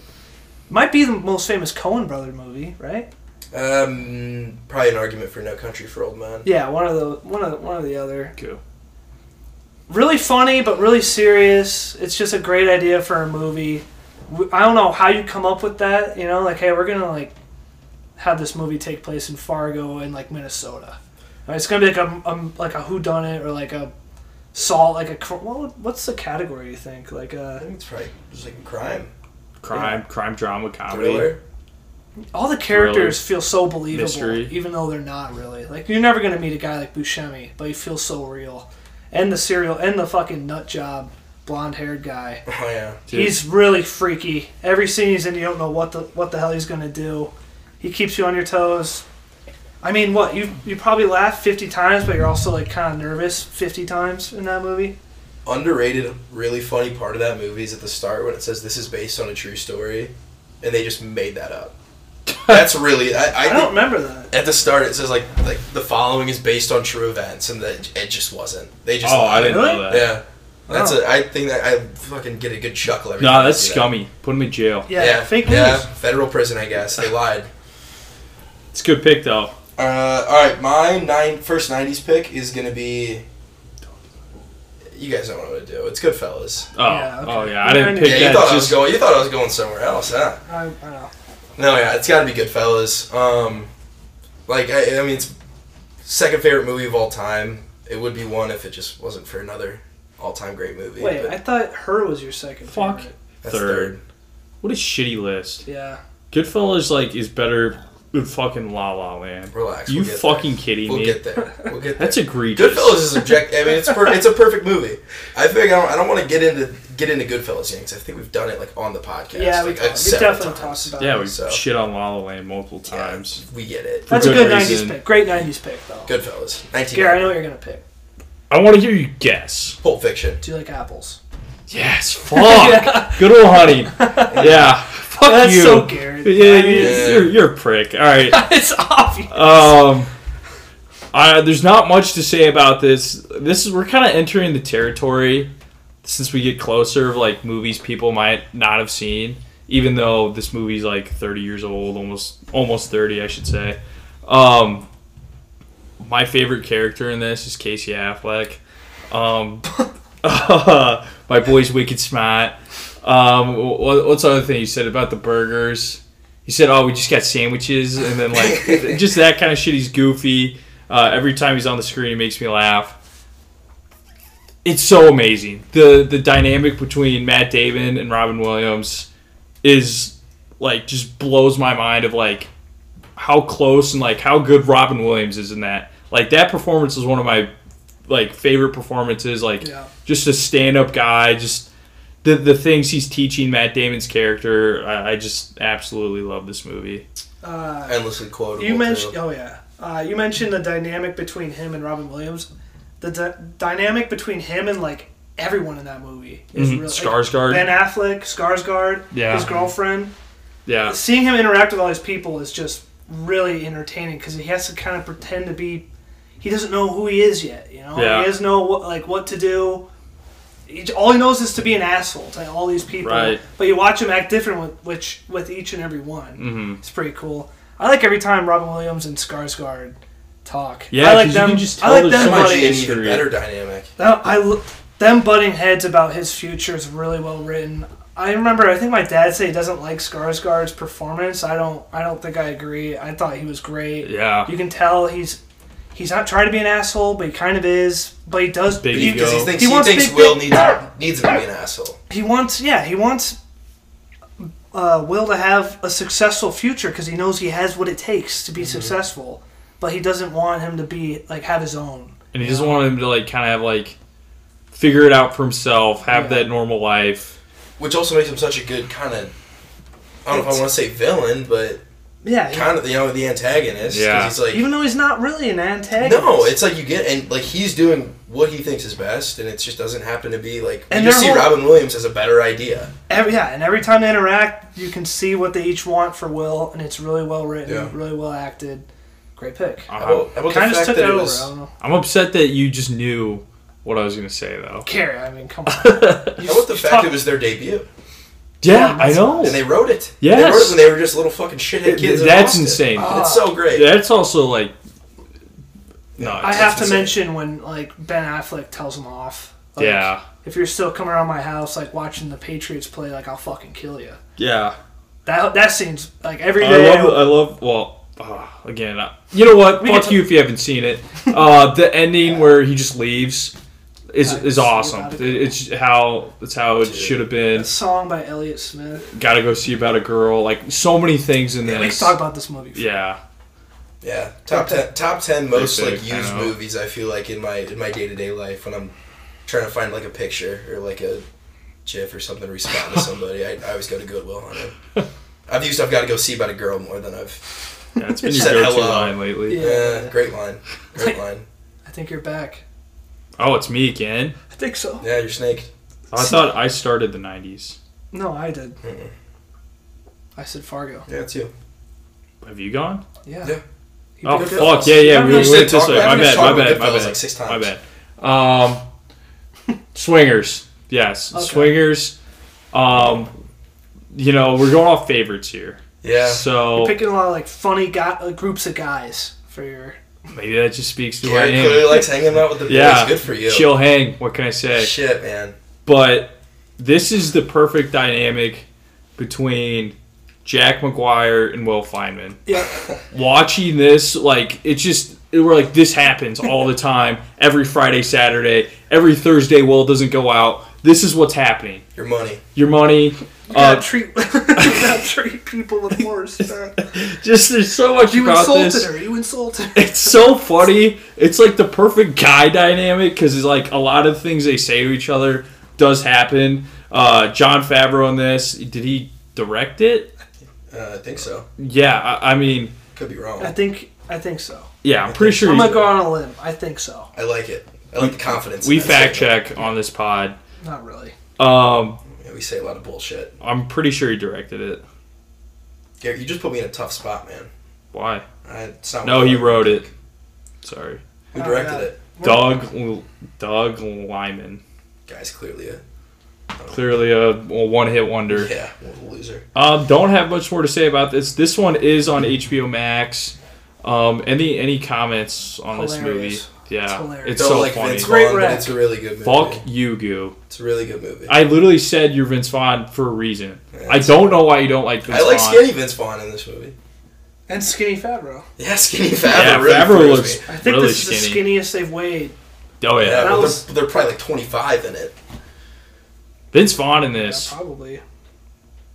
S3: Might be the most famous Coen brother movie, right?
S2: Um, probably an argument for No Country for Old Men.
S3: Yeah, one of the one of the, one of the other.
S1: Cool.
S3: Really funny, but really serious. It's just a great idea for a movie. W- I don't know how you come up with that. You know, like hey, we're gonna like have this movie take place in Fargo in like Minnesota. Right, It's gonna be like a, a like a Who Done It or like a salt like a cr- what, would- what's the category you think like
S2: I
S3: uh
S2: think it's probably just like crime,
S1: Crime, crime, drama, comedy.
S2: thriller.
S3: all the characters feel so believable
S1: Mystery.
S3: even though they're not really like you're never gonna meet a guy like Buscemi but he feels so real and the serial and the fucking nut job blonde haired guy
S2: Oh yeah.
S1: Dude.
S3: He's really freaky. Every scene he's in, you don't know what the what the hell he's gonna do. He keeps you on your toes. I mean, what you you probably laugh fifty times, but you're also like kind of nervous fifty times in that movie.
S2: underrated, really funny part of that movie is at the start when it says this is based on a true story, and they just made that up. That's really I, I,
S3: I don't
S2: think
S3: remember that.
S2: at the start it says like like the following is based on true events, and that it just wasn't. They just
S1: oh, I
S2: lied.
S1: didn't
S3: Really?
S1: know that.
S2: Yeah, that's
S3: Wow.
S2: a. I think that I fucking get a good chuckle every. time
S1: Nah,
S2: I
S1: that's
S2: see that.
S1: scummy. Put him in jail.
S3: Yeah, fake news.
S2: Yeah, federal prison, I guess. They lied.
S1: It's a good pick though.
S2: Uh, all right, my nine first '90s pick is gonna be. You guys know what I'm gonna do. It's Goodfellas.
S1: Oh,
S3: Yeah, okay.
S1: oh yeah. I
S3: Yeah,
S1: didn't
S3: I
S1: pick
S2: Yeah, you
S1: that.
S2: thought I was
S1: just
S2: going. You thought I was going somewhere else, huh?
S3: I, I know.
S2: No, yeah, it's got to be Goodfellas. Um, like I, I mean, it's second favorite movie of all time. It would be one if it just wasn't for another all-time great movie.
S3: Wait,
S2: but
S3: I thought her was your second.
S1: Fuck.
S3: favorite.
S2: that's
S1: third. What a shitty list.
S3: Yeah.
S1: Goodfellas like is better than fucking La La Land.
S2: Relax.
S1: You
S2: we'll get
S1: fucking
S2: there.
S1: kidding
S2: We'll
S1: me?
S2: get there. We'll get there.
S1: That's egregious.
S2: Goodfellas is object. I mean, it's per- it's a perfect movie. I think I don't, I don't want to get into get into Goodfellas yet 'cause I think we've done it like on the podcast.
S3: Yeah, we,
S2: like,
S3: talked,
S2: uh,
S3: we
S2: several
S3: definitely
S2: times.
S3: talked about
S1: Yeah,
S3: it.
S1: we
S2: So-
S1: shit on La La Land multiple
S2: Yeah,
S1: times.
S2: we get it.
S3: That's a
S1: good
S3: good
S1: reason.
S3: '90s pick. Great '90s pick, though.
S2: Goodfellas, nineteen.
S3: Gary, I know what you're gonna pick.
S1: I want to hear you guess.
S2: Pulp Fiction.
S3: Do you like apples?
S1: Yes. Fuck. Good old honey. Yeah. Fuck
S3: That's
S1: you.
S3: so Garrett.
S1: Yeah,
S3: I
S1: you-
S2: mean-
S1: You're, you're a prick. All right.
S3: it's obvious.
S1: Um, I, there's not much to say about this. This is we're kind of entering the territory since we get closer of like movies people might not have seen, even though this movie's like 30 years old, almost almost 30, I should say. Um, my favorite character in this is Casey Affleck. Um, my boy's wicked smart. Um, wh- wh- what's the other thing you said about the burgers? He said, "Oh, we just got sandwiches," and then like just that kind of shit. He's goofy. Uh, every time he's on the screen, he makes me laugh. It's so amazing. the The dynamic between Matt Damon and Robin Williams is like just blows my mind. Of like how close and like how good Robin Williams is in that. Like that performance is one of my like favorite performances. Like
S3: Yeah.
S1: just a stand up guy. Just the the things he's teaching Matt Damon's character. I, I just absolutely love this movie.
S3: Uh,
S2: Endlessly quotable.
S3: you
S2: too.
S3: mentioned. Oh yeah. Uh, you mentioned the dynamic between him and Robin Williams. The d- dynamic between him and like everyone in that movie is
S1: Mhm.
S3: really
S1: Skarsgård.
S3: Ben Affleck, Skarsgård,
S1: Yeah.
S3: his girlfriend.
S1: Yeah,
S3: Seeing him interact with all these people is just really entertaining because he has to kind of pretend to be. He doesn't know who he is yet. You know,
S1: Yeah.
S3: he doesn't know what like what to do. He, j- all he knows is to be an asshole to all these people.
S1: Right.
S3: But you watch him act different with which with each and every one.
S1: Mm-hmm.
S3: It's pretty cool. I like every time Robin Williams and Skarsgård talk.
S1: Yeah,
S3: I like
S1: 'cause you
S3: them.
S1: can just
S3: I like
S1: tell
S3: them
S1: there's
S2: So much
S1: Somebody
S2: an
S3: butting.
S2: even
S1: history.
S2: better dynamic.
S3: That, I l- them butting heads about his future is really well written. I remember. I think my dad said he doesn't like Skarsgård's performance. I don't. I don't think I agree. I thought he was great.
S1: yeah.
S3: You can tell he's he's not trying to be an asshole, but he kind of is. But he does.
S1: Big
S3: he,
S1: ego.
S2: Because he thinks
S3: He
S2: he,
S3: wants
S2: thinks
S3: big-
S2: Will needs needs him to be an asshole.
S3: he wants. Yeah, he wants uh, Will to have a successful future because he knows he has what it takes to be
S1: Mm-hmm.
S3: successful. But he doesn't want him to be like have his own.
S1: And he just wanted him to like kind of have like figure it out for himself, have
S3: Yeah.
S1: that normal life.
S2: Which also makes him such a good kind of. I don't know if I
S3: It's-
S2: want to say villain, but
S3: Yeah. he-
S2: kind of you know the antagonist. 'cause
S1: Yeah.
S2: He's like
S3: even though he's not really an antagonist.
S2: No, it's like you get and like he's doing what he thinks is best, and it just doesn't happen to be like.
S3: And
S2: you just see
S3: their whole-
S2: Robin Williams has a better idea.
S3: Every, yeah, and every time they interact, you can see what they each want for Will, and it's really well written,
S2: Yeah.
S3: really well acted. Great pick.
S1: I'm,
S2: How about, how about
S3: Kind
S2: the
S3: of
S2: fact
S3: took
S2: that
S3: that
S2: it
S3: over.
S2: was
S3: I don't know.
S1: I'm upset that you just knew what I was gonna say though.
S3: Carrie, I mean, come on.
S2: how about the fact it was their debut
S1: Yeah,
S3: Yeah,
S1: I
S3: that's-
S1: know.
S2: and they wrote it.
S1: Yes.
S2: they wrote it when they were just little fucking shithead kids. in
S1: That's
S2: Austin.
S1: insane.
S2: And it's so great.
S1: That's also like no.
S3: I
S1: it's-
S3: have to
S2: insane.
S3: mention when like Ben Affleck tells him off. Like,
S1: yeah,
S3: If you're still coming around my house, like watching the Patriots play, like I'll fucking kill you.
S1: yeah.
S3: That that seems like every
S1: I
S3: day.
S1: love. I love. Well, uh, again, uh, you know what?
S3: We
S1: Fuck
S3: can-
S1: you if you haven't seen it. Uh, the ending where he just leaves is
S3: I
S1: is
S3: see
S1: awesome.
S3: about it.
S1: It- It's how it's how it
S2: Dude.
S1: should have been.
S3: a song by Elliott Smith.
S1: Gotta go see about a girl. Like so many things in
S3: We can
S1: this.
S3: talk about this movie.
S1: Yeah,
S2: Yeah, top ten, top ten most
S1: Big,
S2: like
S1: big, I
S2: used
S1: know.
S2: movies. I feel like in my in my day to day life when I'm trying to find like a picture or like a GIF or something to respond to somebody, I, I always go to Goodwill on it. I've used I've got to go see about a girl more than I've.
S1: yeah it's been your
S2: Said
S1: go-to
S2: hello.
S1: line lately.
S3: Yeah.
S2: Yeah, great line, great line.
S3: I think you're back.
S1: Oh, it's me again.
S3: I think so.
S2: Yeah, you're snaked.
S1: I thought I started the '90s.
S3: No, I did.
S2: Mm-mm.
S3: I said Fargo.
S2: Yeah, it's you.
S1: Have you gone?
S3: Yeah.
S2: Yeah.
S3: He
S1: oh
S3: picked it
S1: fuck
S3: up.
S1: yeah, yeah.
S3: Remember
S1: We
S2: we
S1: went
S2: used to
S1: this
S2: talk-
S1: way.
S2: we
S1: My
S2: haven't
S1: bad, my
S2: talked about
S1: bad, my
S2: Goodfellas
S1: bad.
S2: like six
S1: My
S2: times.
S1: bad. Um, swingers, yes,
S3: Okay.
S1: swingers. Um, you know we're going off favorites here.
S2: Yeah.
S1: So
S3: You're picking a lot of like funny guy, like, groups of guys for your.
S1: maybe that just speaks to
S2: Gary
S1: who I
S2: clearly
S1: am.
S2: likes hanging out with the boys.
S1: Yeah.
S2: Good for you.
S1: Chill, hang. What can I say?
S2: Shit, man.
S1: But this is the perfect dynamic between Jack McGuire and Will Feynman.
S3: Yeah.
S1: watching this, like it just it, we're like this happens all the time, every Friday, Saturday, every Thursday. Will doesn't go out. This is what's happening.
S2: Your money.
S1: Your money,
S3: You gotta
S1: uh,
S3: treat, you gotta treat people with more respect.
S1: just there's so much
S3: You
S1: about
S3: insulted
S1: this.
S3: her. You insulted her.
S1: It's so funny. It's like the perfect guy dynamic because it's like a lot of things they say to each other does happen. Uh, John Favreau on this, did he direct it?
S2: Uh, I think so.
S1: Yeah, I, I mean,
S2: Could be wrong.
S3: I think. I think so.
S1: yeah, I'm pretty sure.
S3: I'm
S1: he-
S3: gonna go on a limb. I think so.
S2: I like it. I like the confidence. in
S1: we
S2: that
S1: fact
S2: statement.
S1: check on this pod.
S3: Not really.
S1: Um,
S2: Yeah, we say a lot of bullshit.
S1: I'm pretty sure he directed it.
S2: Gary, you just put me in a tough spot, man.
S1: Why?
S2: I, it's not
S1: No, he wrote it. Sorry.
S2: Who
S3: Oh,
S2: directed
S3: God.
S2: it?
S1: Doug L- Doug Lyman.
S2: Guys, clearly a
S1: Clearly a one hit wonder.
S2: yeah, what a loser.
S1: Um, don't have much more to say about this. This one is on HBO Max. Um, any any comments on
S3: Hilarious.
S1: this movie? Yeah,
S3: It's
S1: it's,
S3: hilarious.
S2: Don't
S1: so
S2: like
S1: funny.
S2: Vince
S3: Great
S2: Vaughn, but
S3: wreck.
S2: it's a really good movie.
S1: Fuck you, Goo.
S2: It's a really good movie. I,
S1: I literally said you're Vince Vaughn for a reason.
S2: Yeah,
S1: I don't know why you don't like Vince
S2: like
S1: Vaughn.
S2: skinny Vince Vaughn in this movie.
S3: And Skinny Favreau.
S2: Yeah, skinny Favreau.
S1: Yeah,
S2: really
S1: Favreau
S2: throws
S1: looks
S2: me.
S3: I think
S1: really
S3: this is
S1: skinny.
S3: the skinniest they've weighed.
S1: Oh
S2: Yeah,
S1: yeah,
S3: that
S2: but
S3: was-
S2: they're, they're probably like 25 in it.
S1: Vince Vaughn in
S3: Yeah,
S1: this
S3: probably.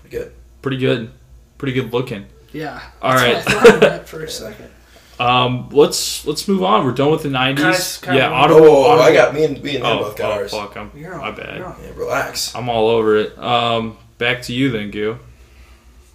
S2: Pretty good.
S1: pretty good, pretty good looking.
S3: Yeah.
S1: All
S3: That's
S1: right.
S3: what I thought of that for a second.
S1: Um, let's let's move on. We're done with the nineties.
S3: Guys,
S1: Yeah,
S3: Kyle,
S2: Oh,
S1: audible. audible.
S2: I got me and me and him
S1: Oh,
S2: both got
S1: oh,
S2: ours.
S1: fuck! I'm
S3: You're on.
S1: my bad.
S3: You're on.
S2: Yeah, relax.
S1: I'm all over it. Um, back to you then, Goo.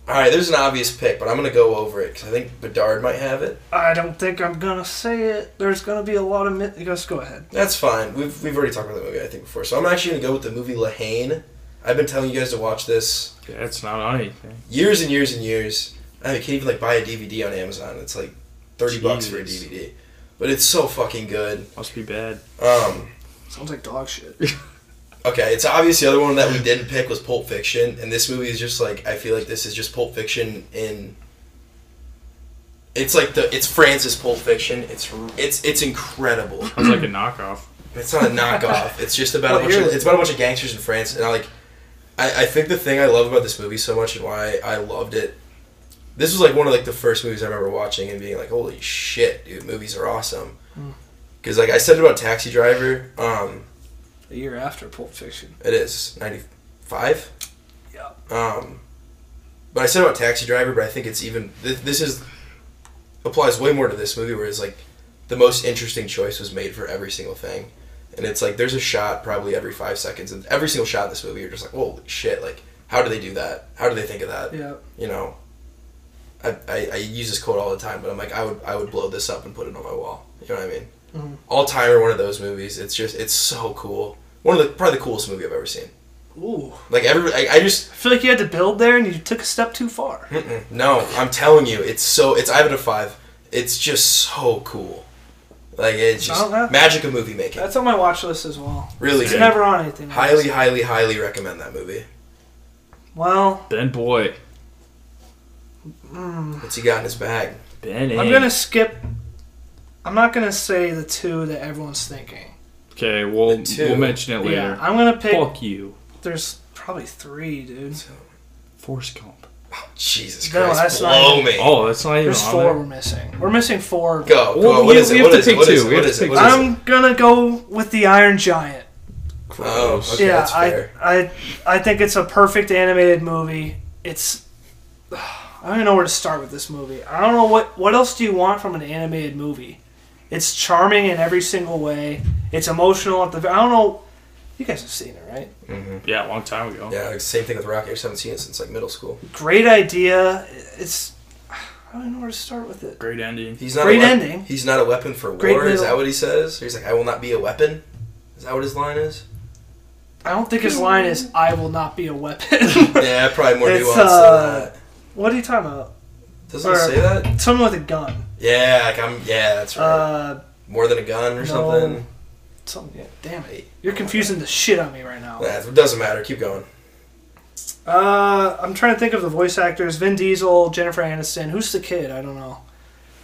S2: All right, there's an obvious pick, but I'm gonna go over it because I think Bedard might have it.
S3: I don't think I'm gonna say it. There's gonna be a lot of. Mi- Just go ahead.
S2: That's fine. We've, we've already talked about that movie I think before, so I'm actually gonna go with the movie Lahane. I've been telling you guys to watch this
S1: That's not on anything.
S2: years and years and years. I can't even like buy a DVD on Amazon. It's like thirty bucks for a
S1: Jesus.
S2: DVD, but it's so fucking good.
S1: Must be bad.
S2: Um,
S3: Sounds like dog shit.
S2: okay, it's obvious the other one that we didn't pick was Pulp Fiction, and this movie is just like I feel like this is just Pulp Fiction in. It's like the it's Francis Pulp Fiction. It's it's it's incredible.
S1: Sounds like a knockoff.
S2: It's not a knockoff. It's just about a
S3: Well,
S2: bunch of,
S3: here's-
S2: it's about a bunch of gangsters in France, and I like. I, I think the thing I love about this movie so much and why I loved it. This was like one of like the first movies I remember watching and being like, "Holy shit, dude! Movies are awesome." Because like I said about Taxi Driver, um,
S3: the year after Pulp Fiction.
S2: it is ninety five.
S3: Yeah.
S2: Um, but I said about Taxi Driver, but I think it's even th- this is applies way more to this movie, where it's like the most interesting choice was made for every single thing, and it's like there's a shot probably every five seconds, and every single shot in this movie, you're just like, holy shit, like how do they do that? How do they think of that?
S3: Yeah.
S2: You know, I, I, I use this quote all the time, but I'm like, I would I would blow this up and put it on my wall. You know what I mean?
S3: Mhm.
S2: All timer, one of those movies. It's just it's so cool. One of the probably the coolest movie I've ever seen.
S3: Ooh.
S2: Like every I, I just
S3: I feel like you had to build there and you took a step too far.
S2: Mm-mm. No, I'm telling you, it's so it's I have it a five. It's just so cool. Like it's just
S3: I'll have-
S2: magic of movie making.
S3: That's on my watch list as well.
S2: really
S3: It's
S2: good.
S3: never on anything.
S2: Highly, highly, highly recommend that movie.
S3: Well,
S1: Ben boy.
S2: What's he got in his bag?
S1: Ben.
S3: I'm
S1: ain't.
S3: gonna skip. I'm not gonna say the two that everyone's thinking.
S1: Okay, we'll
S2: The two.
S1: we'll mention it later.
S3: Yeah, I'm gonna pick.
S1: Fuck you,
S3: There's probably three, dude.
S1: Force Gump.
S2: Oh, Jesus
S3: No,
S2: Christ,
S3: that's not
S2: blow
S3: even-
S2: me.
S1: Oh, that's not even
S3: There's
S1: on
S3: four
S1: there?
S3: we're missing. We're missing four.
S2: Go. go.
S1: Well,
S2: what
S1: we-
S2: is
S1: we
S2: it?
S1: have
S2: What
S1: to
S2: is it?
S1: pick
S2: What is
S1: two.
S2: it?
S1: We
S2: What
S1: have
S2: is
S1: to
S2: it?
S1: pick
S2: What is it?
S3: I'm gonna go with the Iron Giant.
S2: Oh, okay,
S3: yeah,
S2: that's fair.
S3: I, I I think it's a perfect animated movie. It's I don't even know where to start with this movie. I don't know what what else do you want from an animated movie? It's charming in every single way. It's emotional at the. I don't know. You guys have seen it, right?
S1: Yeah, a long time ago.
S2: Yeah, like, same thing with Rocky. I just haven't seen it since like middle school.
S3: Great idea. It's I don't even know where to start with it.
S1: Great ending.
S2: He's not
S3: Great
S2: a wep-
S3: ending.
S2: He's not a weapon for war.
S3: Great
S2: Is
S3: middle-
S2: that what he says? He's like, I will not be a weapon. Is that what his line is?
S3: I don't think his line is "I will not be a weapon."
S2: Yeah, probably more
S3: It's,
S2: nuanced
S3: uh,
S2: than that.
S3: what are you talking about?
S2: Doesn't
S3: or-
S2: it say that?
S3: Someone with a gun.
S2: Yeah, like I'm. Yeah, that's right.
S3: Uh,
S2: more than a gun or
S3: no.
S2: something.
S3: some, yeah, damn it, you're confusing the shit on me right now.
S2: Nah, it doesn't matter. Keep going.
S3: Uh, I'm trying to think of the voice actors: Vin Diesel, Jennifer Aniston. Who's the kid? I don't know.
S2: Oh,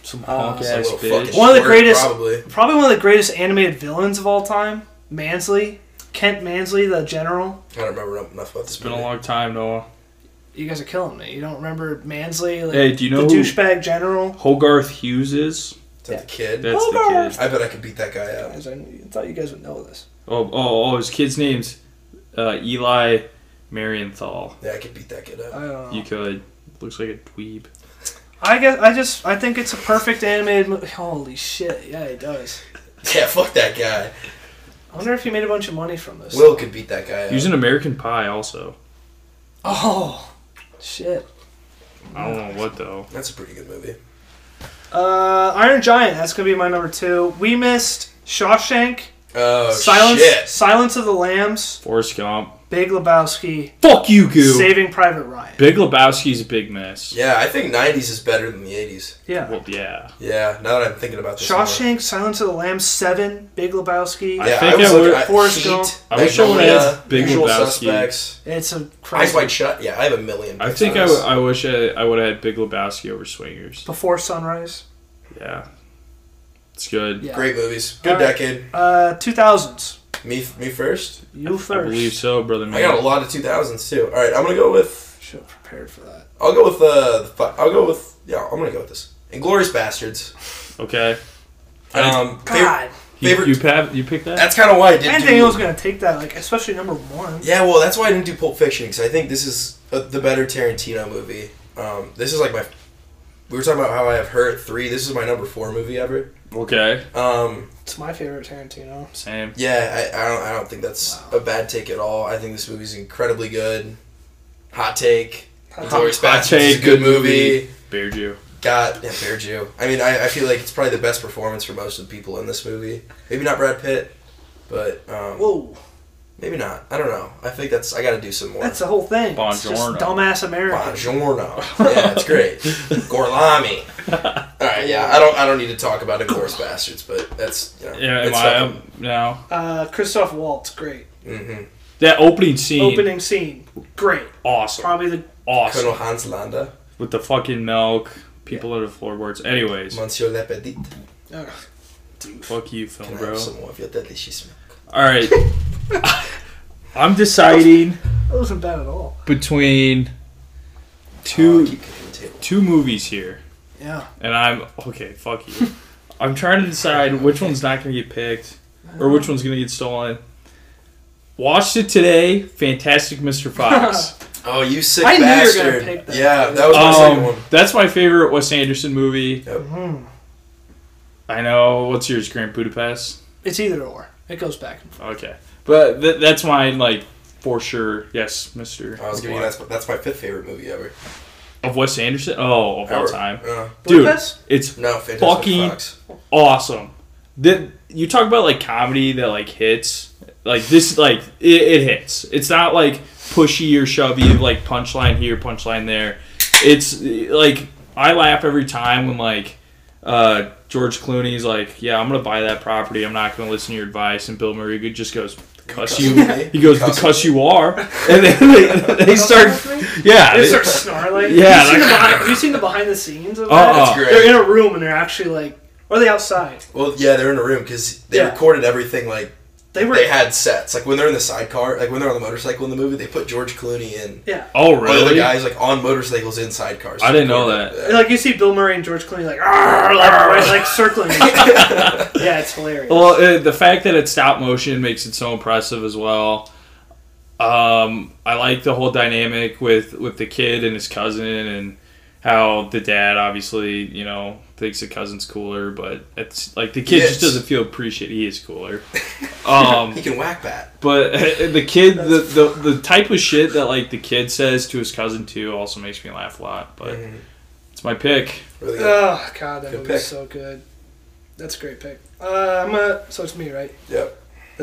S1: Some
S3: Uh,
S1: punk
S3: it's
S2: a
S1: ass
S2: little
S1: bitch.
S2: fucking
S3: One of the
S2: short,
S3: greatest-
S2: Probably.
S3: Probably one of the greatest animated villains of all time, Mansley, Kent Mansley, the general.
S2: I don't remember enough about this.
S1: It's been a
S2: movie.
S1: long time, Noah.
S3: You guys are killing me. You don't remember Mansley, like,
S1: Hey, do you know
S3: the
S1: who
S3: douchebag general?
S1: Hogarth Hughes is?
S2: Is that the kid?
S1: That's the
S3: Hogarth.
S1: kid.
S2: I bet I could beat that guy up.
S3: Guys, I thought you guys would know this.
S1: Oh, oh, oh his kid's name's uh, Eli Marienthal.
S2: Yeah, I could beat that kid
S3: I
S2: up.
S3: don't know.
S1: You could. Looks like a dweeb.
S3: I guess I just I think it's a perfect animated movie. Holy shit! Yeah, it does.
S2: Yeah, fuck that guy.
S3: I wonder if he made a bunch of money from this.
S2: Will could beat that guy up.
S1: He was in American Pie also.
S3: Oh, shit.
S1: I don't know what though.
S2: That's a pretty good movie.
S3: Uh, Iron Giant. That's gonna be my number two. We missed Shawshank,
S2: Oh
S3: Silence,
S2: shit!
S3: Silence of the Lambs,
S1: Forrest Gump.
S3: Big Lebowski,
S1: Fuck you, Goo.
S3: Saving Private Ryan.
S1: Big Lebowski's a big mess.
S2: Yeah, I think '90s is better than the '80s.
S3: Yeah.
S1: Well, yeah.
S2: Yeah, now that I'm thinking about this. more.
S3: Shawshank, Silence of the Lambs, Seven, Big Lebowski.
S1: I
S2: Yeah,
S1: think
S2: I, was
S1: I
S2: looking
S1: would-
S2: at
S3: Forrest
S2: Heat,
S3: Gump.
S1: I wish I would've
S2: Magnolia,
S1: had Big
S2: Usual
S1: Lebowski.
S2: Suspects,
S3: it's a
S2: Eyes
S3: crazy.
S2: Wide Shut. Yeah, I have a million.
S1: I
S2: picks
S1: think
S2: on
S1: I,
S2: this.
S1: w- I wish I, I would have had Big Lebowski over Swingers.
S3: Before Sunrise.
S1: Yeah. It's good.
S3: Yeah.
S2: Great movies. Good
S3: All right.
S2: decade.
S3: Uh, two thousands.
S2: Me, me first.
S3: You first.
S1: I believe so, brother man.
S2: I got a lot of 2000s too. All right, I'm gonna go with.
S3: Should have prepared for that.
S2: uh, Um, Um, Um,
S1: um,
S2: um,
S3: Uh,
S2: Mm-hmm. Oh,
S1: Um, Oh, uh, Oh, uh, Um, Um, uh,
S2: Uh, Mm-hmm. Mhm.
S3: Uh, Oh, Uh, The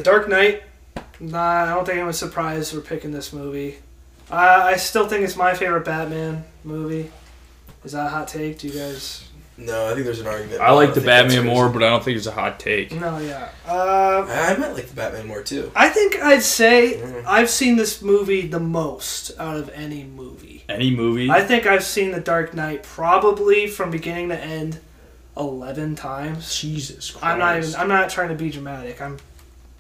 S3: Dark Knight. Nah, I don't think I'm surprised we're picking this movie. Uh, I I still think it's my favorite Batman movie. Is that a hot take? Do you guys?
S2: No, I think there's an argument.
S4: I like
S2: don't
S4: the
S2: think that's
S4: Batman
S2: crazy.
S4: more, but I don't think it's a hot take.
S3: No, yeah. Uh,
S2: I I might like the Batman more too.
S3: I think I'd say
S2: Mhm.
S3: I've seen this movie the most out of any movie.
S1: Any movie?
S3: I think I've seen The Dark Knight probably from beginning to end eleven times.
S1: Jesus Christ.
S3: I'm not even. I'm not trying to be dramatic. I'm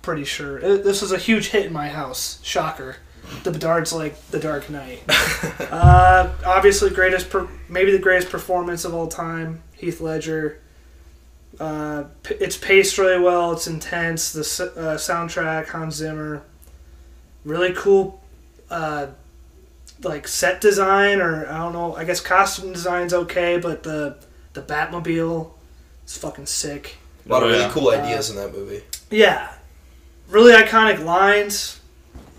S3: pretty sure Uh, this was a huge hit in my house. Shocker. The Bedard's like the Dark Knight. uh, obviously, greatest, per- maybe the greatest performance of all time. Heath Ledger. Uh, p- it's paced really well. It's intense. The s- uh, soundtrack, Hans Zimmer. Really cool, uh, like set design, or I don't know. I guess costume design's okay, but the the Batmobile is fucking sick.
S2: A lot of
S1: Oh,
S2: really
S1: yeah.
S2: cool ideas in that movie.
S3: Yeah. Really iconic lines.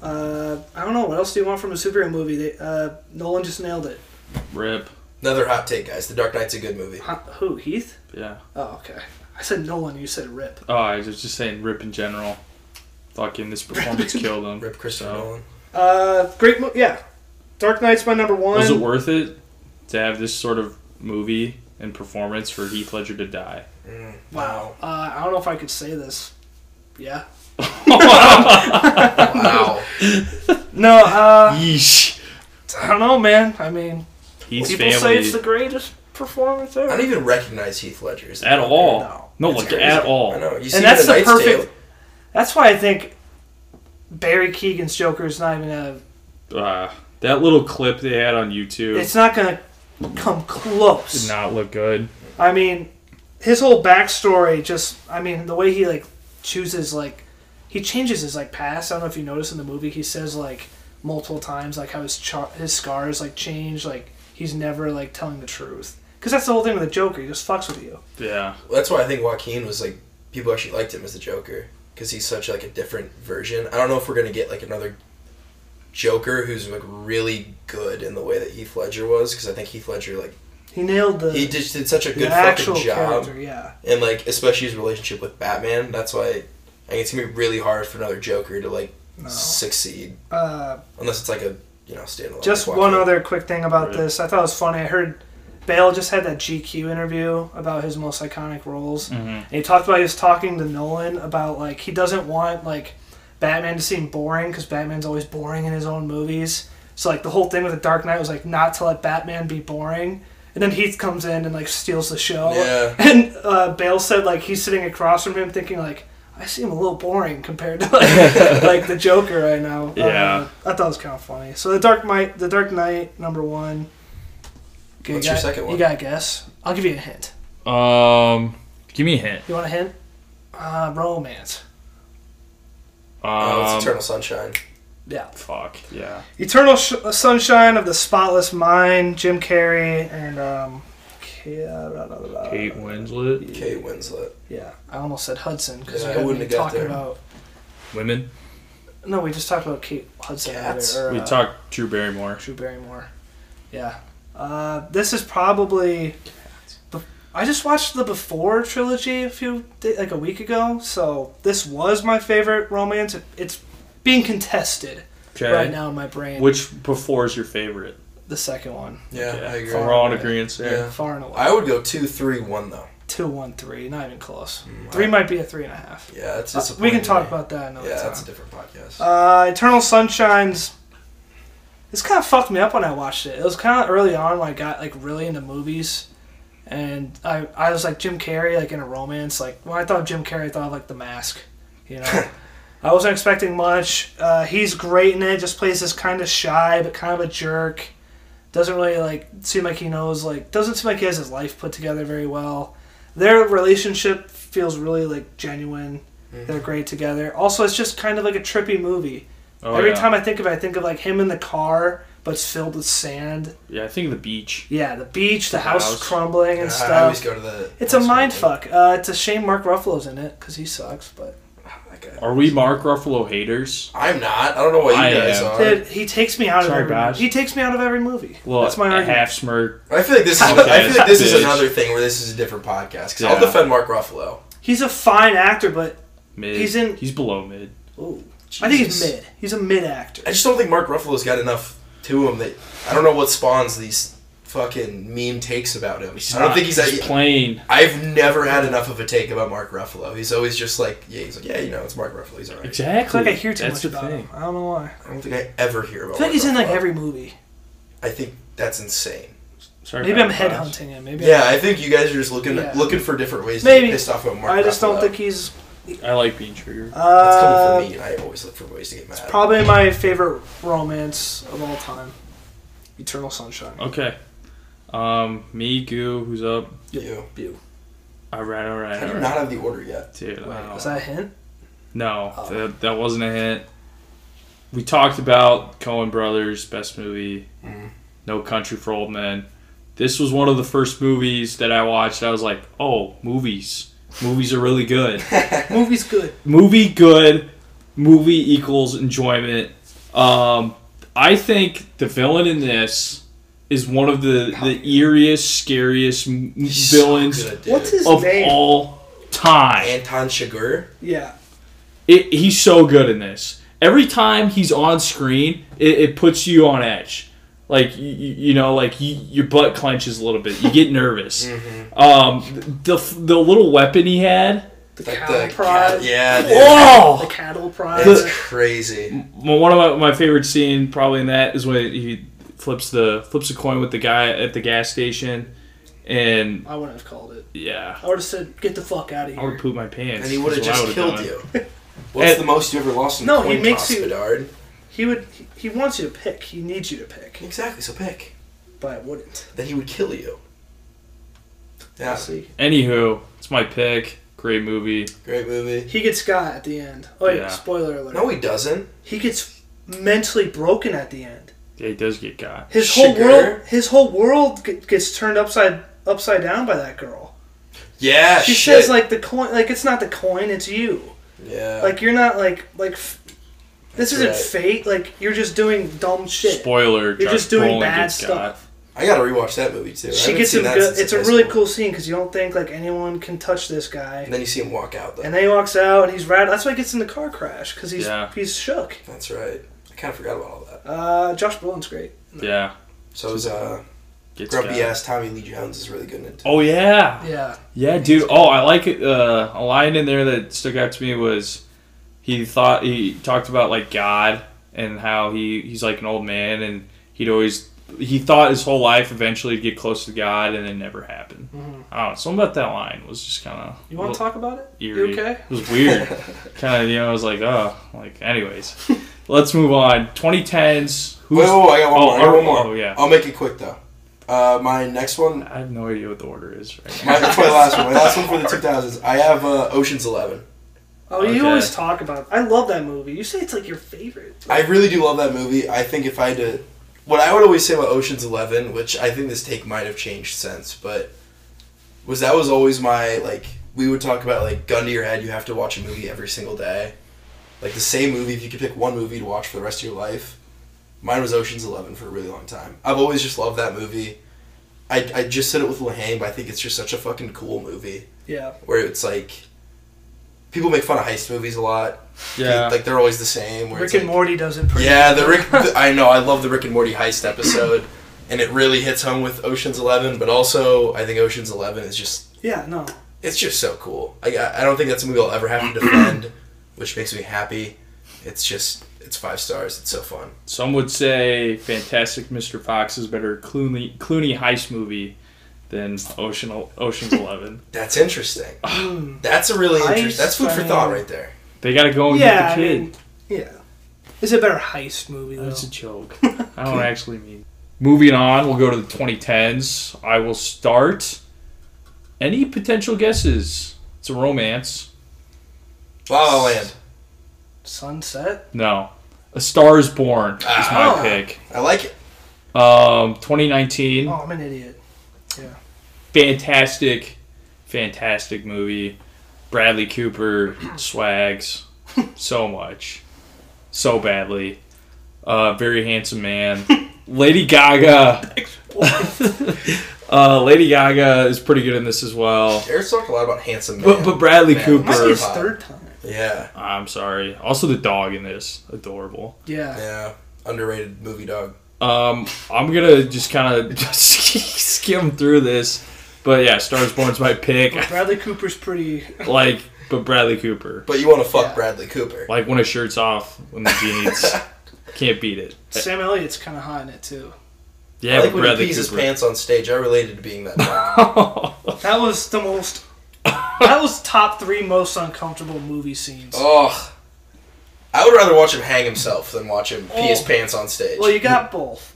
S3: Uh, I don't know. What else do you want from a superhero movie? They, uh, Nolan just nailed it.
S1: Rip.
S2: Another hot take, guys. The Dark Knight's a good movie.
S3: Huh, who? Heath?
S1: Yeah.
S3: Oh, okay. I said Nolan. You said Rip.
S1: Oh, I was just saying Rip in general. Fucking this performance killed him.
S2: Rip Christopher
S1: So,
S2: Nolan.
S3: Uh, great mo- Yeah. Dark Knight's my number one.
S1: Was it worth it to have this sort of movie and performance for Heath Ledger to die?
S2: Mm,
S3: Wow. Uh, I don't know if I could say this. Yeah.
S2: wow.
S3: No, uh,
S1: Yeesh.
S3: I don't know, man. I mean,
S1: Heath's
S3: people say
S1: family
S3: it's the greatest performance
S2: I
S3: ever.
S2: don't even recognize Heath Ledger. as the
S1: at
S2: Joker.
S1: all.
S3: No.
S1: No,
S2: It's
S1: like
S2: crazy.
S1: at all.
S2: I know. You see
S3: and
S2: him in
S3: that's
S2: a
S3: the
S2: Knight's Tale.
S3: perfect. That's why I think Barry Keegan's Joker is not even a
S1: Uh, that little clip they had on YouTube.
S3: It's not going to come close.
S4: Did not look good.
S3: I mean, his whole backstory just, I mean, the way he, like, chooses, like, he changes his, like, past. I don't know if you notice in the movie, he says, like, multiple times, like, how his, char- his scars, like, change. Like, he's never, like, telling the truth. Because that's the whole thing with the Joker. He just fucks with you.
S1: yeah.
S2: That's why I think Joaquin was like people actually liked him as the Joker because he's such like a different version. I don't know if we're gonna get like another Joker who's like really good in the way that Heath Ledger was because I think Heath Ledger like
S3: He nailed the,
S2: he just did such a
S3: the
S2: good
S3: actual
S2: fucking job
S3: character, yeah.
S2: and like especially his relationship with Batman. That's why I think it's gonna be really hard for another Joker to like
S3: No.
S2: succeed
S3: Uh,
S2: unless it's like a you know standalone.
S3: Just
S2: like
S3: one
S2: Joaquin.
S3: other quick thing about
S1: Right.
S3: this. I thought it was funny. I heard Bale just had that GQ interview about his most iconic roles. And he talked about he was talking to Nolan about like he doesn't want like Batman to seem boring because Batman's always boring in his own movies. So like the whole thing with the Dark Knight was like not to let Batman be boring. And then Heath comes in and like steals the show.
S2: Yeah.
S3: And uh, Bale said like he's sitting across from him thinking like I seem a little boring compared to like, like the Joker right now.
S1: Yeah.
S3: Uh, I thought it was kind of funny. So the Dark Knight, the Dark Knight number one. Okay,
S2: What's
S3: you
S2: your
S3: got-
S2: second one?
S3: You got a guess? I'll give you a hint.
S4: Um, give me a hint.
S3: You want a hint? Uh, romance.
S2: Oh,
S1: Um,
S2: it's Eternal Sunshine.
S3: Yeah.
S1: fuck. Yeah.
S3: Eternal Sh- uh, Sunshine of the Spotless Mind, Jim Carrey, and um, Kate,
S1: Kate Winslet.
S2: Kate Winslet.
S3: Yeah, I almost said Hudson because
S2: Yeah, I
S3: we wouldn't
S2: wouldn't
S3: have
S2: have got
S3: talking
S2: there.
S3: about.
S4: Women.
S3: No, we just talked about Kate Hudson.
S2: Cats.
S3: earlier, or,
S1: We
S3: uh,
S1: talked Drew Barrymore.
S3: Drew Barrymore. Yeah. Uh, this is probably. Be- I just watched the Before trilogy a few da- like a week ago, so this was my favorite romance. It- It's being contested
S1: Okay.
S3: right now in my brain.
S1: Which before is your favorite?
S3: the second one,
S2: Yeah, I agree.
S1: So We're all in
S3: Yeah.
S1: agreement there.
S2: Yeah.
S3: far and away.
S2: I would go two, three, one though.
S3: two, one, three. Not even close. Three might be a three and a half.
S2: Yeah, that's
S3: Uh, we
S2: disappointing
S3: can
S2: to
S3: talk
S2: me.
S3: about that another
S2: Yeah,
S3: time.
S2: that's a different podcast.
S3: Uh, Eternal Sunshine's. This kind of fucked me up when I watched it. It was kind of early on when I got like really into movies, and I I was like Jim Carrey like in a romance. Like when I thought of Jim Carrey, I thought of like The Mask. You know, I wasn't expecting much. Uh, he's great in it. Just plays this kind of shy but kind of a jerk. Doesn't really like seem like he knows like doesn't seem like he has his life put together very well. Their relationship feels really like genuine. They're great together. Also, it's just kind of like a trippy movie.
S1: Oh,
S3: Every
S1: yeah.
S3: time I think of it, I think of like him in the car, but it's filled with sand.
S1: Yeah, I think the beach.
S3: Yeah, the beach, the,
S1: The
S3: house,
S1: house.
S3: crumbling and
S2: Yeah, I- I always
S3: stuff.
S2: go to the.
S3: It's a
S2: hospital.
S3: mind fuck. Uh, it's a shame Mark Ruffalo's in it because he sucks. But
S2: That guy-
S1: Are we Mark Ruffalo haters?
S2: I'm not. I don't know why you
S1: I
S2: guys
S1: am.
S2: are.
S3: Dude, he takes me out of
S1: Sorry,
S3: every.
S1: guys.
S3: He takes me out of every movie.
S1: Well,
S3: That's my
S1: a
S3: argument.
S1: half smirk.
S2: I feel like this is. I
S1: Okay,
S2: feel like this is
S1: bitch.
S2: another thing where this is a different podcast. Because
S1: Yeah.
S2: I'll defend Mark Ruffalo.
S3: He's a fine actor, but
S1: Mid.
S3: He's in-
S1: He's below mid.
S2: Oh,
S3: I think he's
S2: Jesus.
S3: mid. He's a mid actor.
S2: I just don't think Mark Ruffalo's got enough to him that I don't know what spawns these fucking meme takes about him. I don't think he's that.
S1: He's plain.
S2: I've never had enough of a take about Mark Ruffalo. He's always just like, yeah, he's like, yeah, you know, it's Mark Ruffalo. He's alright.
S3: It's
S1: Exactly.
S3: like I hear too
S1: That's
S3: much
S1: the
S3: about
S1: thing.
S3: him. I don't know why.
S2: I don't think I ever hear about.
S3: I feel like
S2: Mark
S3: he's in like
S2: Ruffalo.
S3: every movie.
S2: I think that's insane.
S1: Sorry
S3: Maybe
S1: about
S3: I'm
S1: that.
S3: headhunting him. Maybe
S2: Yeah, I think you guys are just looking
S3: Yeah.
S2: looking for different ways to
S3: Maybe.
S2: get pissed off about
S3: I'm,
S2: Mark.
S3: I just don't
S2: Ruffalo.
S3: think he's.
S1: I like being triggered.
S2: that's
S3: Uh,
S2: coming from me. and I always look for ways to get mad.
S3: Probably my favorite romance of all time. Eternal Sunshine.
S1: Okay. Um, me, Goo, who's up?
S2: you.
S3: You.
S1: All right, all right,
S2: I
S1: all
S2: do
S1: right.
S2: not have the order yet.
S1: Dude, I
S3: Wait,
S1: don't-
S3: was that a hint?
S1: no,
S3: Oh.
S1: that, that wasn't a hint. We talked about Cohen Brothers, best movie,
S2: Mhm.
S1: No Country for Old Men. This was one of the first movies that I watched. I was like, oh, movies. Movies are really good.
S3: Movie's good.
S1: movie good movie equals enjoyment um i think the villain in this is one of the the eeriest scariest m-
S2: He's so
S1: villains
S2: good, dude.
S3: What's his
S1: of
S3: name?
S1: all time
S2: Anton Chigurh?
S3: yeah.
S1: it, he's so good in this every time he's on screen it, it puts you on edge like you, you know like you, your butt clenches a little bit you get nervous um the the little weapon he had
S3: The
S2: Like
S3: cattle
S2: the
S3: prod.
S2: cat- yeah, dude.
S1: oh
S3: The cattle prod.
S2: That's crazy.
S1: Well, one of my, my favorite scene probably in that is when he flips the flips a coin with the guy at the gas station, and
S3: I wouldn't have called it.
S1: yeah,
S3: I would have said, "Get the fuck out of
S1: I would
S3: here."
S1: poop my pants.
S2: And he would have
S1: is what I would've
S2: just killed
S1: done.
S2: you. What's
S1: And-
S2: the most you ever lost in a
S3: No, he
S2: coin
S3: makes
S2: toss,
S3: you-
S2: Bedard?
S3: He would. He, he wants you to pick. He needs you to pick,
S2: Exactly, so pick.
S3: but I wouldn't.
S2: Then he would kill you. Yeah,
S3: See,
S1: Anywho, it's my pick. Great movie.
S2: great movie.
S3: he gets got at the end. Oh yeah.
S1: Yeah.
S3: Spoiler alert.
S2: No, he doesn't.
S3: He gets mentally broken at the end.
S1: Yeah, he does get got.
S3: His whole
S2: Sugar.
S3: world. His whole world g- gets turned upside upside down by that girl.
S2: Yeah,
S3: She
S2: Ah, shit.
S3: says like the coin. Like it's not the coin. It's you.
S2: yeah.
S3: Like you're not like like. F- this
S2: That's
S3: isn't
S2: right.
S3: fate. Like you're just doing dumb shit.
S1: Spoiler:
S3: You're
S1: Josh
S3: just doing
S1: Brolin
S3: bad
S1: gets got.
S3: stuff.
S2: I gotta rewatch that movie too. I
S3: She
S2: haven't
S3: gets
S2: seen
S3: him
S2: that
S3: good.
S2: since
S3: It's a
S2: high
S3: really
S2: school.
S3: cool scene because you don't think like anyone can touch this guy.
S2: And then you see him walk out though.
S3: And then he walks out and he's rattled. That's why he gets in the car crash because he's
S1: Yeah.
S3: he's shook.
S2: That's right. I kind of forgot about all that.
S3: Uh, Josh Brolin's great.
S1: Yeah,
S2: So is uh,
S1: gets
S2: grumpy
S1: got.
S2: ass Tommy Lee Jones is really good in it. Too.
S1: Oh yeah,
S3: Yeah.
S1: yeah, dude. Oh, I like it. Uh, a line in there that stuck out to me was he thought he talked about like God and how he he's like an old man and he'd always he thought his whole life eventually to get close to God and it never happened. I don't know. Something about that line was just kind of
S3: Mm-hmm. You want to talk about it?
S1: eerie.
S3: You okay?
S1: It was weird. kind of you know I was like oh like anyways. Let's move on. 2010s. Who's,
S2: Wait, wait, wait, I got one
S1: oh,
S2: more. I got one more.
S1: Oh yeah.
S2: I'll make it quick though. Uh, my next one,
S1: I have no idea what the order is right now.
S2: my, that's my last one. My last one for the 2000s. I have uh, Ocean's Eleven.
S3: Oh,
S1: Okay.
S3: you always talk about. I love that movie. You say it's like your favorite.
S2: I really do love that movie. I think if I had to, what I would always say about Ocean's Eleven, which I think this take might have changed since, but was that was always my like we would talk about like gun to your head, you have to watch a movie every single day, like the same movie. If you could pick one movie to watch for the rest of your life, mine was Ocean's Eleven for a really long time. I've always just loved that movie. I, I just said it with Lahane, but I think it's just such a fucking cool movie
S3: Yeah.
S2: where it's like people make fun of heist movies a lot.
S1: Yeah.
S2: like they're always the same. Where
S3: Rick
S2: it's
S3: and
S2: like-
S3: Morty does it pretty.
S2: yeah, the Rick. the- I know. I love the Rick and Morty heist episode, and it really hits home with Ocean's Eleven. But also, I think Ocean's Eleven is just
S3: Yeah. No.
S2: it's just so cool. Like, I I don't think that's a movie I'll ever have to defend, which makes me happy. It's just it's five stars. It's so fun.
S1: Some would say Fantastic Mr. Fox is better Clooney Clooney heist movie than Ocean Ocean's Eleven.
S2: That's interesting.
S3: Mm.
S2: That's a really
S3: Heist,
S2: interesting. That's food for
S3: I
S2: thought
S3: mean-
S2: right there.
S1: They gotta go and
S3: yeah.
S1: get Oh, the
S3: I
S1: kid.
S3: mean, yeah. It's a better heist movie though.
S1: That's a joke. I don't actually mean. Moving on, we'll go to the 2010s. I will start. Any potential guesses? It's a romance.
S2: La La Land.
S3: Sunset.
S1: No. A Star is Born is my
S2: Ah.
S1: pick.
S2: I like it.
S1: Um, 2019.
S3: Oh, I'm an idiot.
S1: fantastic, fantastic movie. Bradley Cooper swags so much, so badly. Uh, very handsome man. Lady Gaga. uh, Lady Gaga is pretty good in this as well.
S2: Eric's talked a lot about handsome man.
S1: But, but Bradley
S2: Man,
S3: Must be
S1: Cooper.
S3: his third time.
S2: Yeah,
S1: I'm sorry. Also, the dog in this adorable.
S3: Yeah.
S2: yeah. Underrated movie dog.
S1: Um, I'm gonna just kind of just skim through this, but yeah, Stars Born's my pick.
S3: But Bradley Cooper's pretty.
S1: like, but Bradley Cooper.
S2: But you want to fuck
S3: Yeah.
S2: Bradley Cooper.
S1: Like when a shirt's off, when the jeans can't beat it.
S3: Sam Elliott's kind of hot in it too.
S1: Yeah,
S2: I like
S1: but
S2: when he
S1: Bradley
S2: pees his
S1: Cooper.
S2: pants on stage. I related to being that dog.
S3: That was the most. that was top three most uncomfortable movie scenes.
S1: Oh.
S2: Ugh. I would rather watch him hang himself than watch him pee his
S3: Oh.
S2: pants on stage. Ah,
S3: Well, you got both.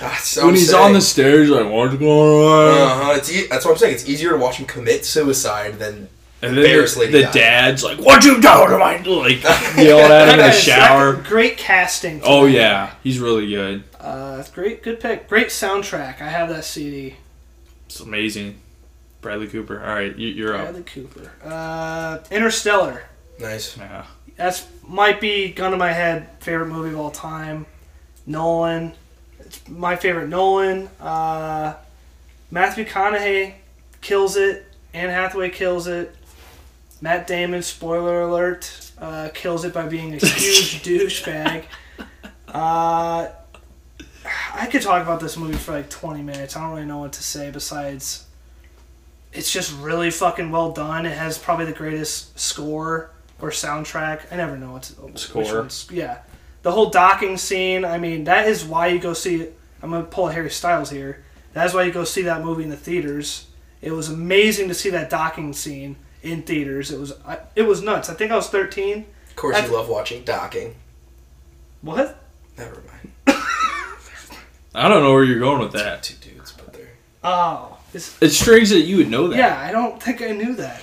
S2: that's
S1: when he's on the stairs, like what's going on?
S2: Uh huh. It's e- that's what I'm saying. It's easier to watch him commit suicide than
S1: and then
S2: embarrassed
S1: the,
S2: lady
S1: the
S2: died.
S1: dad's like, "What you doing to my?" Like yelling at him in the
S3: That is-
S1: shower.
S3: that- Great casting.
S1: Oh yeah, he's really good.
S3: Uh, great, good pick. Great soundtrack. I have that CD.
S1: It's amazing. Bradley Cooper. All right, you, you're up.
S3: Bradley Cooper. Uh, Interstellar.
S2: nice.
S1: Yeah.
S3: That's might be gun to my head favorite movie of all time. Nolan. It's my favorite Nolan. Uh, Matthew McConaughey kills it. Anne Hathaway kills it. Matt Damon, spoiler alert, uh, kills it by being a huge douchebag. Uh, I could talk about this movie for like 20 minutes. I don't really know what to say besides it's just really fucking well done. It has probably the greatest score or soundtrack. I never know what's which
S1: Score.
S3: one's- Yeah. The whole docking scene, I mean, that is why you go see I'm going to pull a Harry Styles here. That's why you go see that movie in the theaters. It was amazing to see that docking scene in theaters. It was I, it was nuts. I think I was 13.
S2: Of course,
S3: That's-
S2: you love watching docking.
S3: What?
S2: Never mind.
S1: I don't know where you're going with that.
S2: Two dudes, but they're
S3: Oh. It's
S1: It's strange that you would know that.
S3: Yeah, I don't think I knew that.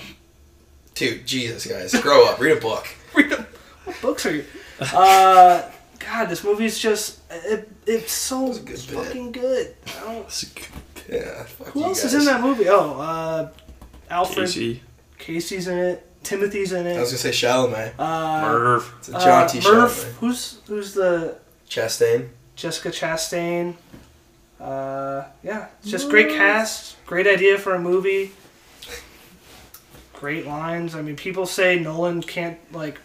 S2: dude. Jesus, guys, grow up. Read a book.
S3: What books are you? Uh, God, this movie's just it, it's so
S2: a good bit.
S3: fucking good. I don't,
S1: It's like,
S2: Yeah. Fuck
S3: who
S2: you
S3: else
S2: guys.
S3: is in that movie? Oh, uh, Alfred
S1: Casey,
S3: Casey's in it. Timothy's in
S2: I was
S3: it.
S2: gonna say Chalamet.
S3: Uh,
S1: Merv.
S2: It's a
S3: uh,
S2: jaunty
S3: Murph.
S2: Chalamet.
S3: Who's who's the
S2: Chastain.
S3: Jessica Chastain? Uh, yeah, it's just great cast, great idea for a movie. Great lines. I mean, people say Nolan can't like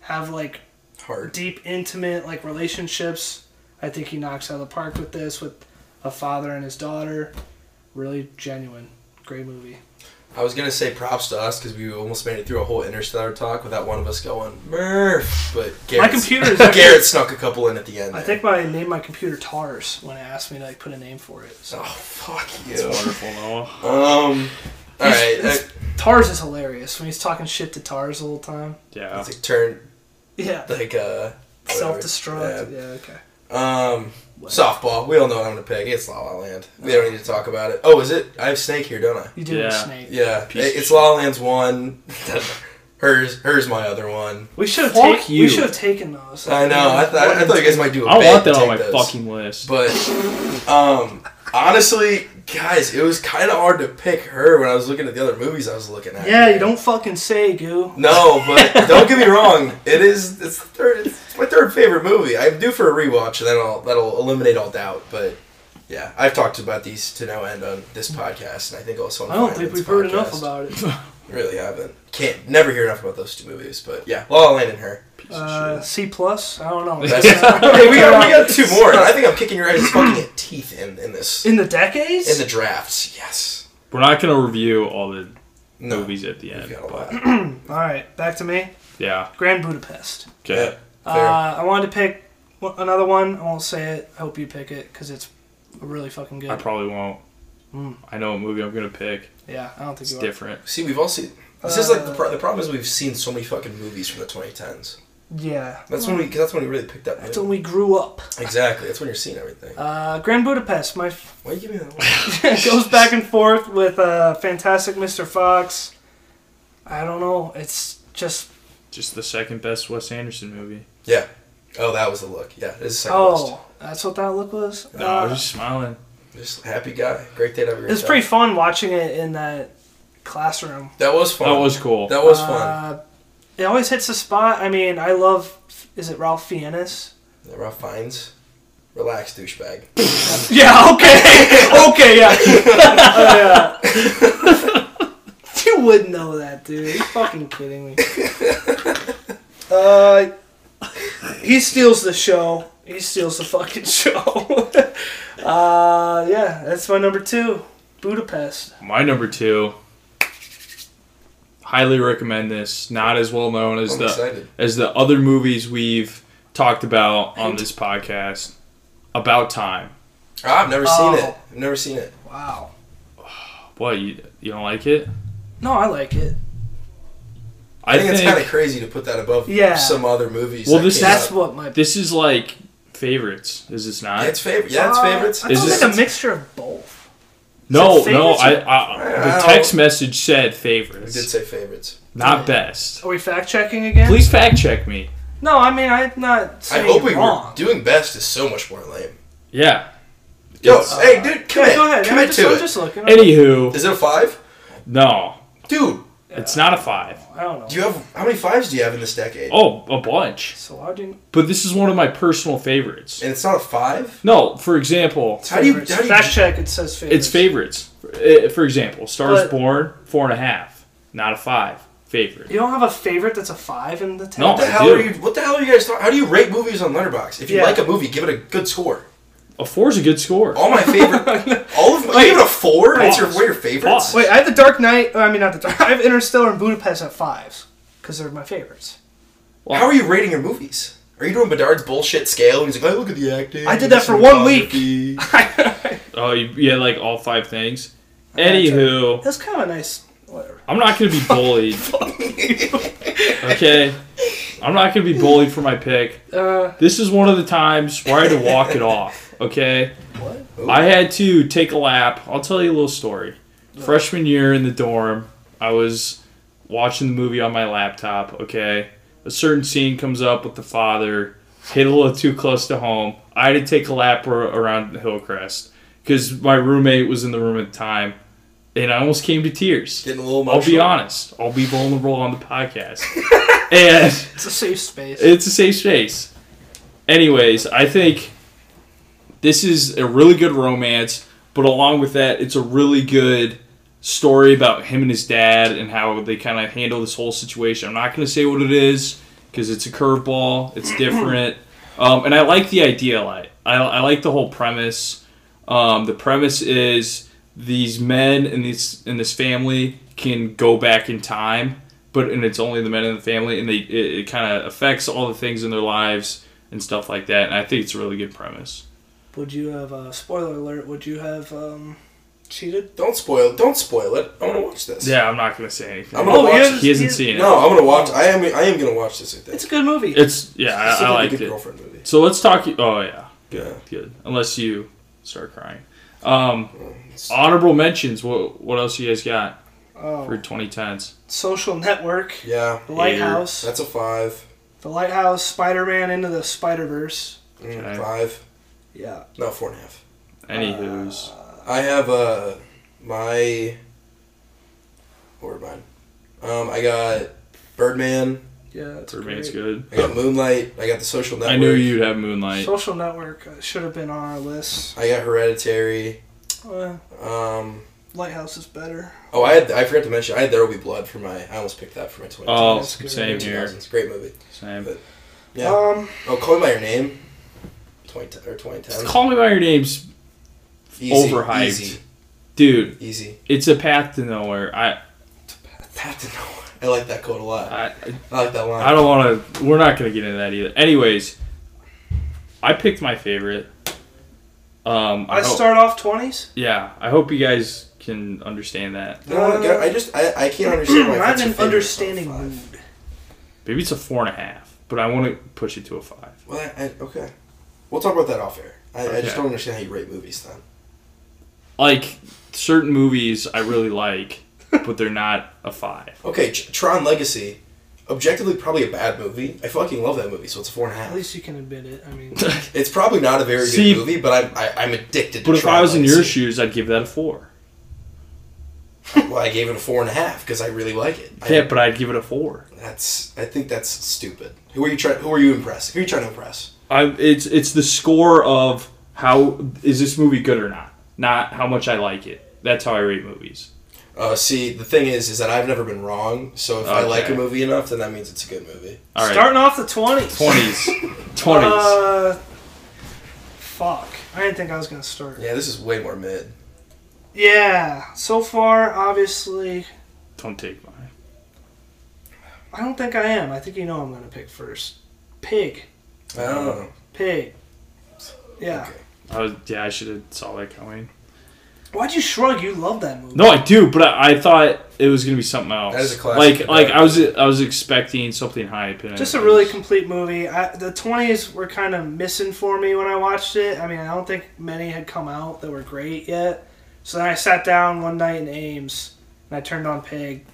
S3: have like
S2: Hard.
S3: deep, intimate like relationships. I think he knocks out of the park with this, with a father and his daughter. Really genuine, great movie.
S2: I was gonna say props to us because we almost made it through a whole Interstellar talk without one of us going Murph, but
S3: my
S2: Garrett,
S3: computer is. Actually,
S2: Garrett snuck a couple in at the end.
S3: I
S2: there.
S3: think my name my computer Tars when it asked me to like put a name for it. So
S2: Oh fuck
S1: It's
S2: you.
S1: wonderful, Noah.
S2: Um. All right.
S3: It's- Tars is hilarious when he's talking shit to Tars the whole time.
S1: Yeah.
S2: uh, It's like turn
S3: Yeah,
S2: like uh.
S3: self
S2: whatever.
S3: destruct. Yeah. okay.
S2: Um. Softball. We all know what I'm gonna pick. It's La La Land. We don't need to talk about it. Oh, is it? I have Snake here, don't I?
S3: You do have
S1: Yeah.
S3: a snake.
S2: Yeah.
S1: Piece
S2: It,
S1: of
S2: it's La La Land's one. hers. Hers my other one.
S3: We should have
S1: Fuck
S3: taken.
S1: you.
S3: We should have taken those.
S2: I know. I, th- I, I thought you guys might do a
S1: I
S2: bet
S1: want
S2: and
S1: that on my
S2: take those.
S1: fucking list.
S2: But um, honestly, guys, it was kind of hard to pick her when I was looking at the other movies I was looking at.
S3: Yeah, you don't fucking say, goo.
S2: No, but don't get me wrong. It is. It's the third. It's my third favorite movie. I'm due for a rewatch, and then I'll, that'll eliminate all doubt. But yeah, I've talked about these to no end on this podcast, and I think also. On
S3: I don't
S2: Fine
S3: think
S2: Ends
S3: we've heard
S2: podcast.
S3: enough about it.
S2: Really haven't. Can't never hear enough about those two movies. But yeah, La La Land and her.
S3: Uh, C plus. I don't know.
S2: That's- Okay, we got we got two more, and I think I'm kicking your guys' fucking teeth in in this
S3: In the decades?
S2: in the drafts. Yes.
S1: We're not gonna review all the
S2: No.
S1: movies at the
S2: We've
S1: end.
S2: got a lot.
S3: All right, back to me.
S1: Yeah.
S3: Grand Budapest.
S1: Okay.
S2: Fair.
S3: Uh, I wanted to pick one- another one. I won't say it. I hope you pick it because it's really fucking good.
S1: I probably won't.
S3: Mm.
S1: I know what movie I'm gonna pick.
S3: yeah, I don't think
S1: It's
S3: you
S1: different.
S2: See, we've all seen. This is like the,
S3: Uh,
S2: pro- the problem is we've seen so many fucking movies from the 2010s.
S3: are. Yeah.
S2: That's when we. 'cause That's when we really picked up.
S3: That's when we grew up.
S2: Exactly. That's when you're seeing everything.
S3: Uh, Grand Budapest. My f-
S2: Why you give me that? one?
S3: it goes back and forth with uh, Fantastic Mr. Fox. I don't know. It's just
S1: Just the second best Wes Anderson movie.
S2: yeah. Oh, that was the look. Yeah, this is second best.
S3: oh, that's what that look was.
S2: Ah.
S1: No, I
S3: Uh,
S1: was just smiling.
S2: Just happy guy. Great day to have a great
S3: it was
S2: time.
S3: pretty fun watching it in that classroom.
S2: That was fun.
S1: That was cool.
S2: That was fun.
S3: Uh, It always hits the spot. I mean, I love. Is it Ralph Fiennes?
S2: Ralph Fiennes. Relax, douchebag.
S3: Yeah. Okay. okay. Yeah. Oh, yeah. You would know that, dude. Are you fucking kidding me? Uh, he steals the show. He steals the fucking show. uh, yeah, that's my number two, Budapest.
S1: My number two. Highly recommend this. Not as well known as
S2: I'm
S1: the
S2: excited.
S1: as the other movies we've talked about on this podcast. About time.
S2: Ah, I've never
S3: Oh.
S2: seen it. I've never seen it.
S3: Wow.
S1: What you you don't like it?
S3: No, I like it.
S2: I think, it's kind of crazy to put that above
S3: Yeah.
S2: some other movies.
S1: Well,
S2: that
S1: this-
S2: came
S3: That's
S2: out.
S3: what my.
S1: this is like favorites. Is this not?
S2: Yeah, it's favorite. Yeah, it's favorites.
S3: Uh, I
S1: Is
S3: thought
S1: this-
S3: it was a mixture of both.
S1: no,
S3: is it
S1: no.
S3: favorites
S1: I,
S3: or-
S1: I
S2: I
S1: the
S2: don't-
S1: text message said
S2: I
S1: favorites,
S2: did say favorites.
S1: not best.
S3: Are we fact checking again?
S1: Please fact check me.
S3: No, I mean I'm not
S2: I
S3: saying
S2: hope we
S3: wrong.
S2: were doing best is so much more lame.
S1: Yeah.
S2: Yo,
S1: It's-
S2: hey, dude, commit,
S3: yeah, go ahead. I'm
S2: commit
S3: just,
S2: to
S3: I'm
S2: it.
S3: just looking.
S1: Anywho,
S2: Is it a five,
S1: no,
S2: dude?
S1: it's not a five.
S3: I don't know.
S2: Do you have how many fives do you have in this decade?
S1: Oh, a bunch.
S3: so why do you?
S1: But this is one of my personal favorites.
S2: And it's not a five.
S1: No, for example,
S2: How do you-
S3: favorites.
S2: how do you-
S3: fact check? It says favorites.
S1: it's favorites. Uh, For example, Stars
S3: But-
S1: Born, four and a half, not a five. Favorite.
S3: You don't have a favorite that's a five in the ten.
S1: No.
S2: What the
S1: I
S2: hell
S1: do.
S2: are you? What the hell are you guys? Talking, how do you rate movies on Letterboxd? If you
S3: Yeah.
S2: like a movie, give it a good score.
S1: A four is a good score.
S2: All my favorite, all of my, give it a four. It's your, one of your favorites.
S1: Pause.
S3: Wait, I have the Dark Knight. I mean, not the Dark. I have Interstellar and Budapest at fives because they're my favorites.
S2: How are you rating your movies? Are you doing Bedard's bullshit scale? And he's like, I look at the acting.
S3: I did that for
S2: cinematography."
S3: one week.
S1: Oh, you, you had like all five things. Anywho,
S3: That's kind of a nice. Whatever.
S1: I'm not gonna be bullied. okay, I'm not gonna be bullied for my pick.
S3: Uh,
S1: This is one of the times where I had to walk it off. Okay,
S3: what?
S1: I had to take a lap. I'll tell you a little story. Freshman year in the dorm, I was watching the movie on my laptop. Okay, a certain scene comes up with the father. Hit a little too close to home. I had to take a lap ar- around Hillcrest because my roommate was in the room at the time, and I almost came to tears.
S2: Getting a little
S1: I'll
S2: emotional.
S1: be honest. I'll be vulnerable on the podcast, and
S3: It's a safe space.
S1: it's a safe space. Anyways, I think this is a really good romance, but along with that, it's a really good story about him and his dad and how they kind of handle this whole situation. I'm not going to say what it is because it's a curveball, it's different. Um, and I like the idea a lot. I, I like the whole premise. Um, the premise is these men in this in this family can go back in time, but and it's only the men in the family, and they it, it kind of affects all the things in their lives and stuff like that. And I think it's a really good premise.
S3: would you have? Uh, spoiler alert. Would you have um, cheated?
S2: Don't spoil. Don't spoil it. I want to watch this.
S1: Yeah, I'm not gonna say anything.
S2: I'm gonna watch
S3: yeah,
S2: this.
S1: he hasn't
S3: Oh, he-
S1: seen it.
S2: No, I'm gonna watch. I am. I am gonna watch this. I think.
S3: It's a good movie.
S1: It's yeah,
S2: It's
S1: I, I
S2: like
S1: liked
S2: a good
S1: it.
S2: girlfriend movie.
S1: So let's talk. Oh yeah,
S2: Yeah.
S1: good. Unless you start crying. Um, honorable mentions. What what else you guys got for
S3: oh,
S1: 2010s?
S3: Social Network,
S2: Yeah.
S3: The Lighthouse,
S2: That's a five.
S3: The Lighthouse, Spider Man into the Spider Verse.
S2: Mm,
S1: Okay.
S2: Five.
S3: Yeah.
S2: No, four and a half. Uh,
S1: Anywho's.
S2: I have uh my. What were mine? Um, I got Birdman.
S3: Yeah. It's
S1: Birdman's
S3: great.
S1: good.
S2: I got Moonlight. I got The Social Network.
S1: Oh. I knew you'd have Moonlight.
S3: Social Network uh, should have been on our list.
S2: I got Hereditary.
S3: Uh,
S2: Um.
S3: Lighthouse is better.
S2: Oh, I had, I forgot to mention I had There Will Be Blood for my. I almost picked that for my twenty.
S1: oh,
S3: That's good.
S1: same here.
S2: 2000s. Great movie.
S1: Same.
S2: But- Yeah.
S3: Um,
S2: oh, Call Me by Your Name. Twenty or twenty ten.
S1: Call Me by Your Name's, overhyped.
S2: Easy.
S1: dude.
S2: Easy.
S1: It's a path to nowhere. I
S2: That to know. I like that quote a lot.
S1: I,
S2: I like that line.
S1: I don't want to. We're not gonna get into that either. Anyways, I picked my favorite. Um, I
S3: I
S1: hope-
S3: start off twenties.
S1: yeah. I hope you guys can understand that.
S2: I, don't get, I just I, I can't understand why.
S3: I'm
S2: that's
S3: in
S2: your favorite
S3: understanding
S2: top five.
S3: mood.
S1: Maybe it's a four and a half, but I want to push it to a five.
S2: Well, I, I, okay. We'll talk about that off air. I, I
S1: Okay.
S2: just don't understand how you rate movies then.
S1: Like certain movies, I really like, but they're not a five.
S2: Okay, Tr- Tron Legacy, objectively probably a bad movie. I fucking love that movie, so it's a four and a
S3: At
S2: half.
S3: least you can admit it. I mean,
S2: It's probably not a very
S1: See-
S2: good movie, but I'm I, I'm addicted.
S1: But
S2: to
S1: if
S2: Tron
S1: I was in your
S2: Legacy.
S1: shoes, I'd give that a four.
S2: well, I gave it a four and a half because I really like it. I,
S1: Yeah, but I'd give it a four.
S2: that's I think that's stupid. Who are you trying? Who are you impressing? Who are you trying to impress?
S1: I it's it's the score of how is this movie good or not, not how much I like it. That's how I rate movies.
S2: Uh, see, the thing is, is that I've never been wrong. So if I like a
S1: Okay.
S2: movie enough, then that means it's a good movie.
S1: All right.
S3: Starting off the 20s.
S1: 20s. 20s.
S3: Uh, fuck. I didn't think I was going to start. Yeah.
S2: Yeah, this is way more mid.
S3: So far, obviously,
S1: Don't take mine.
S3: I don't think I am. I think you know I'm going to pick first. Pig.
S2: I don't know.
S3: Pig. Yeah.
S2: Okay.
S1: I was, yeah, I should have saw that coming.
S3: Why'd you shrug? You love that movie.
S1: No, I do, but I, I thought it was gonna be something else.
S2: That is a classic
S1: Like, like
S2: Madonna.
S1: I was, I was expecting something hype. And
S3: Just
S1: it
S3: a really
S1: was-
S3: complete movie. I, the 20s were kind of missing for me when I watched it. I mean, I don't think many had come out that were great yet. So then I sat down one night in Ames and I turned on Pig.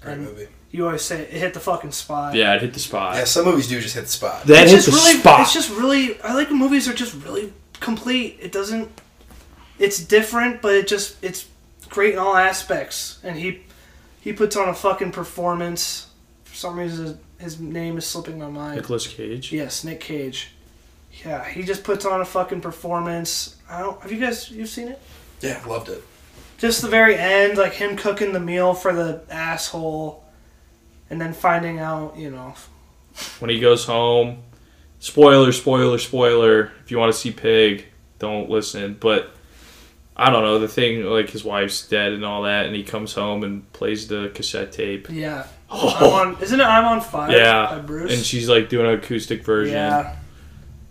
S2: Great movie.
S3: You always say it hit the fucking spot.
S1: yeah, it hit the spot.
S2: Yeah, some movies do just hit the spot.
S1: That
S3: It's
S1: hit
S3: just
S1: the
S3: really,
S1: spot.
S3: it's just really. I like when movies are just really complete. It doesn't. It's different, but it just it's great in all aspects. And he he puts on a fucking performance. For some reason, his name is slipping my mind.
S1: Nicholas Cage.
S3: Yes, Nick Cage. Yeah, he just puts on a fucking performance. I don't. Have you guys you've seen it?
S2: Yeah, loved it.
S3: Just the very end, like him cooking the meal for the asshole, and then finding out, you know,
S1: When he goes home, spoiler, spoiler, spoiler. If you want to see Pig, don't listen. But I don't know the thing. Like his wife's dead and all that, and he comes home and plays the cassette tape.
S3: yeah. I'm
S1: Oh,
S3: on, isn't it I'm on Fire by
S1: yeah.
S3: Bruce?
S1: And she's like doing an acoustic version.
S3: Yeah.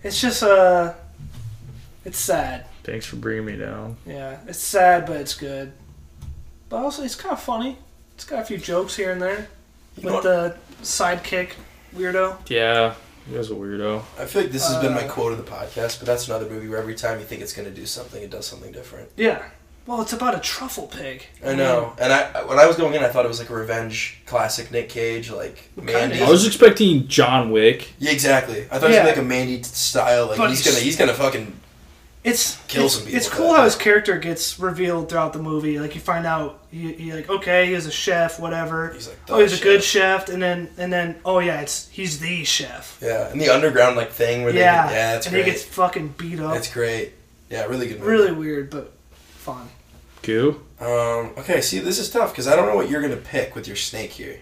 S3: It's just uh it's sad.
S1: Thanks for bringing me down.
S3: Yeah. It's sad but it's good. But also it's kinda funny. It's got a few jokes here and there.
S2: You know what?
S3: With the sidekick weirdo.
S1: Yeah, he was a weirdo.
S2: I feel like this has been my
S3: Uh,
S2: quote of the podcast, but that's another movie where every time you think it's going to do something, it does something different.
S3: Yeah. Well, it's about a truffle pig.
S2: I know. And I when I was going in, I thought it was like a revenge classic Nick Cage, like Mandy.
S1: I was expecting John Wick.
S2: yeah, exactly. I thought it was
S3: Yeah.
S2: gonna be like a Mandy t- style. Like
S3: But
S2: he's
S3: he's-
S2: gonna he's gonna fucking
S3: It's
S2: Kill
S3: it's,
S2: some people
S3: it's
S2: with
S3: cool
S2: that.
S3: how his character gets revealed throughout the movie. Like you find out he, he like okay, he was a chef, whatever.
S2: he's like
S3: Oh, he's a good chef, and then and then oh yeah, it's he's the chef.
S2: yeah. And the underground like thing where
S3: Yeah,
S2: they yeah that's
S3: and
S2: great.
S3: he gets fucking beat up.
S2: That's great. Yeah, really good. Movie.
S3: really weird, but fun.
S1: Goo.
S2: Um, okay, see, this is tough because I don't know what you're gonna pick with your snake here.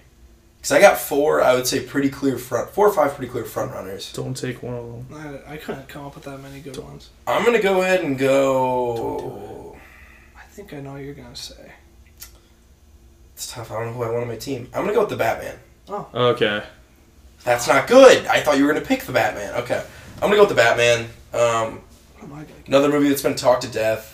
S2: Because I got four, I would say pretty clear front, four or five pretty clear front runners.
S1: Don't take one of them.
S3: I, I couldn't come up with that many good ones.
S2: I'm gonna go ahead and go.
S3: I think I know what you're gonna say.
S2: It's tough. I don't know who I want on my team. I'm gonna go with the Batman.
S1: Okay.
S2: That's not good. I thought you were gonna pick the Batman. Okay, I'm gonna go with the Batman. Um,
S3: What am I gonna get?
S2: another movie that's been talked to death.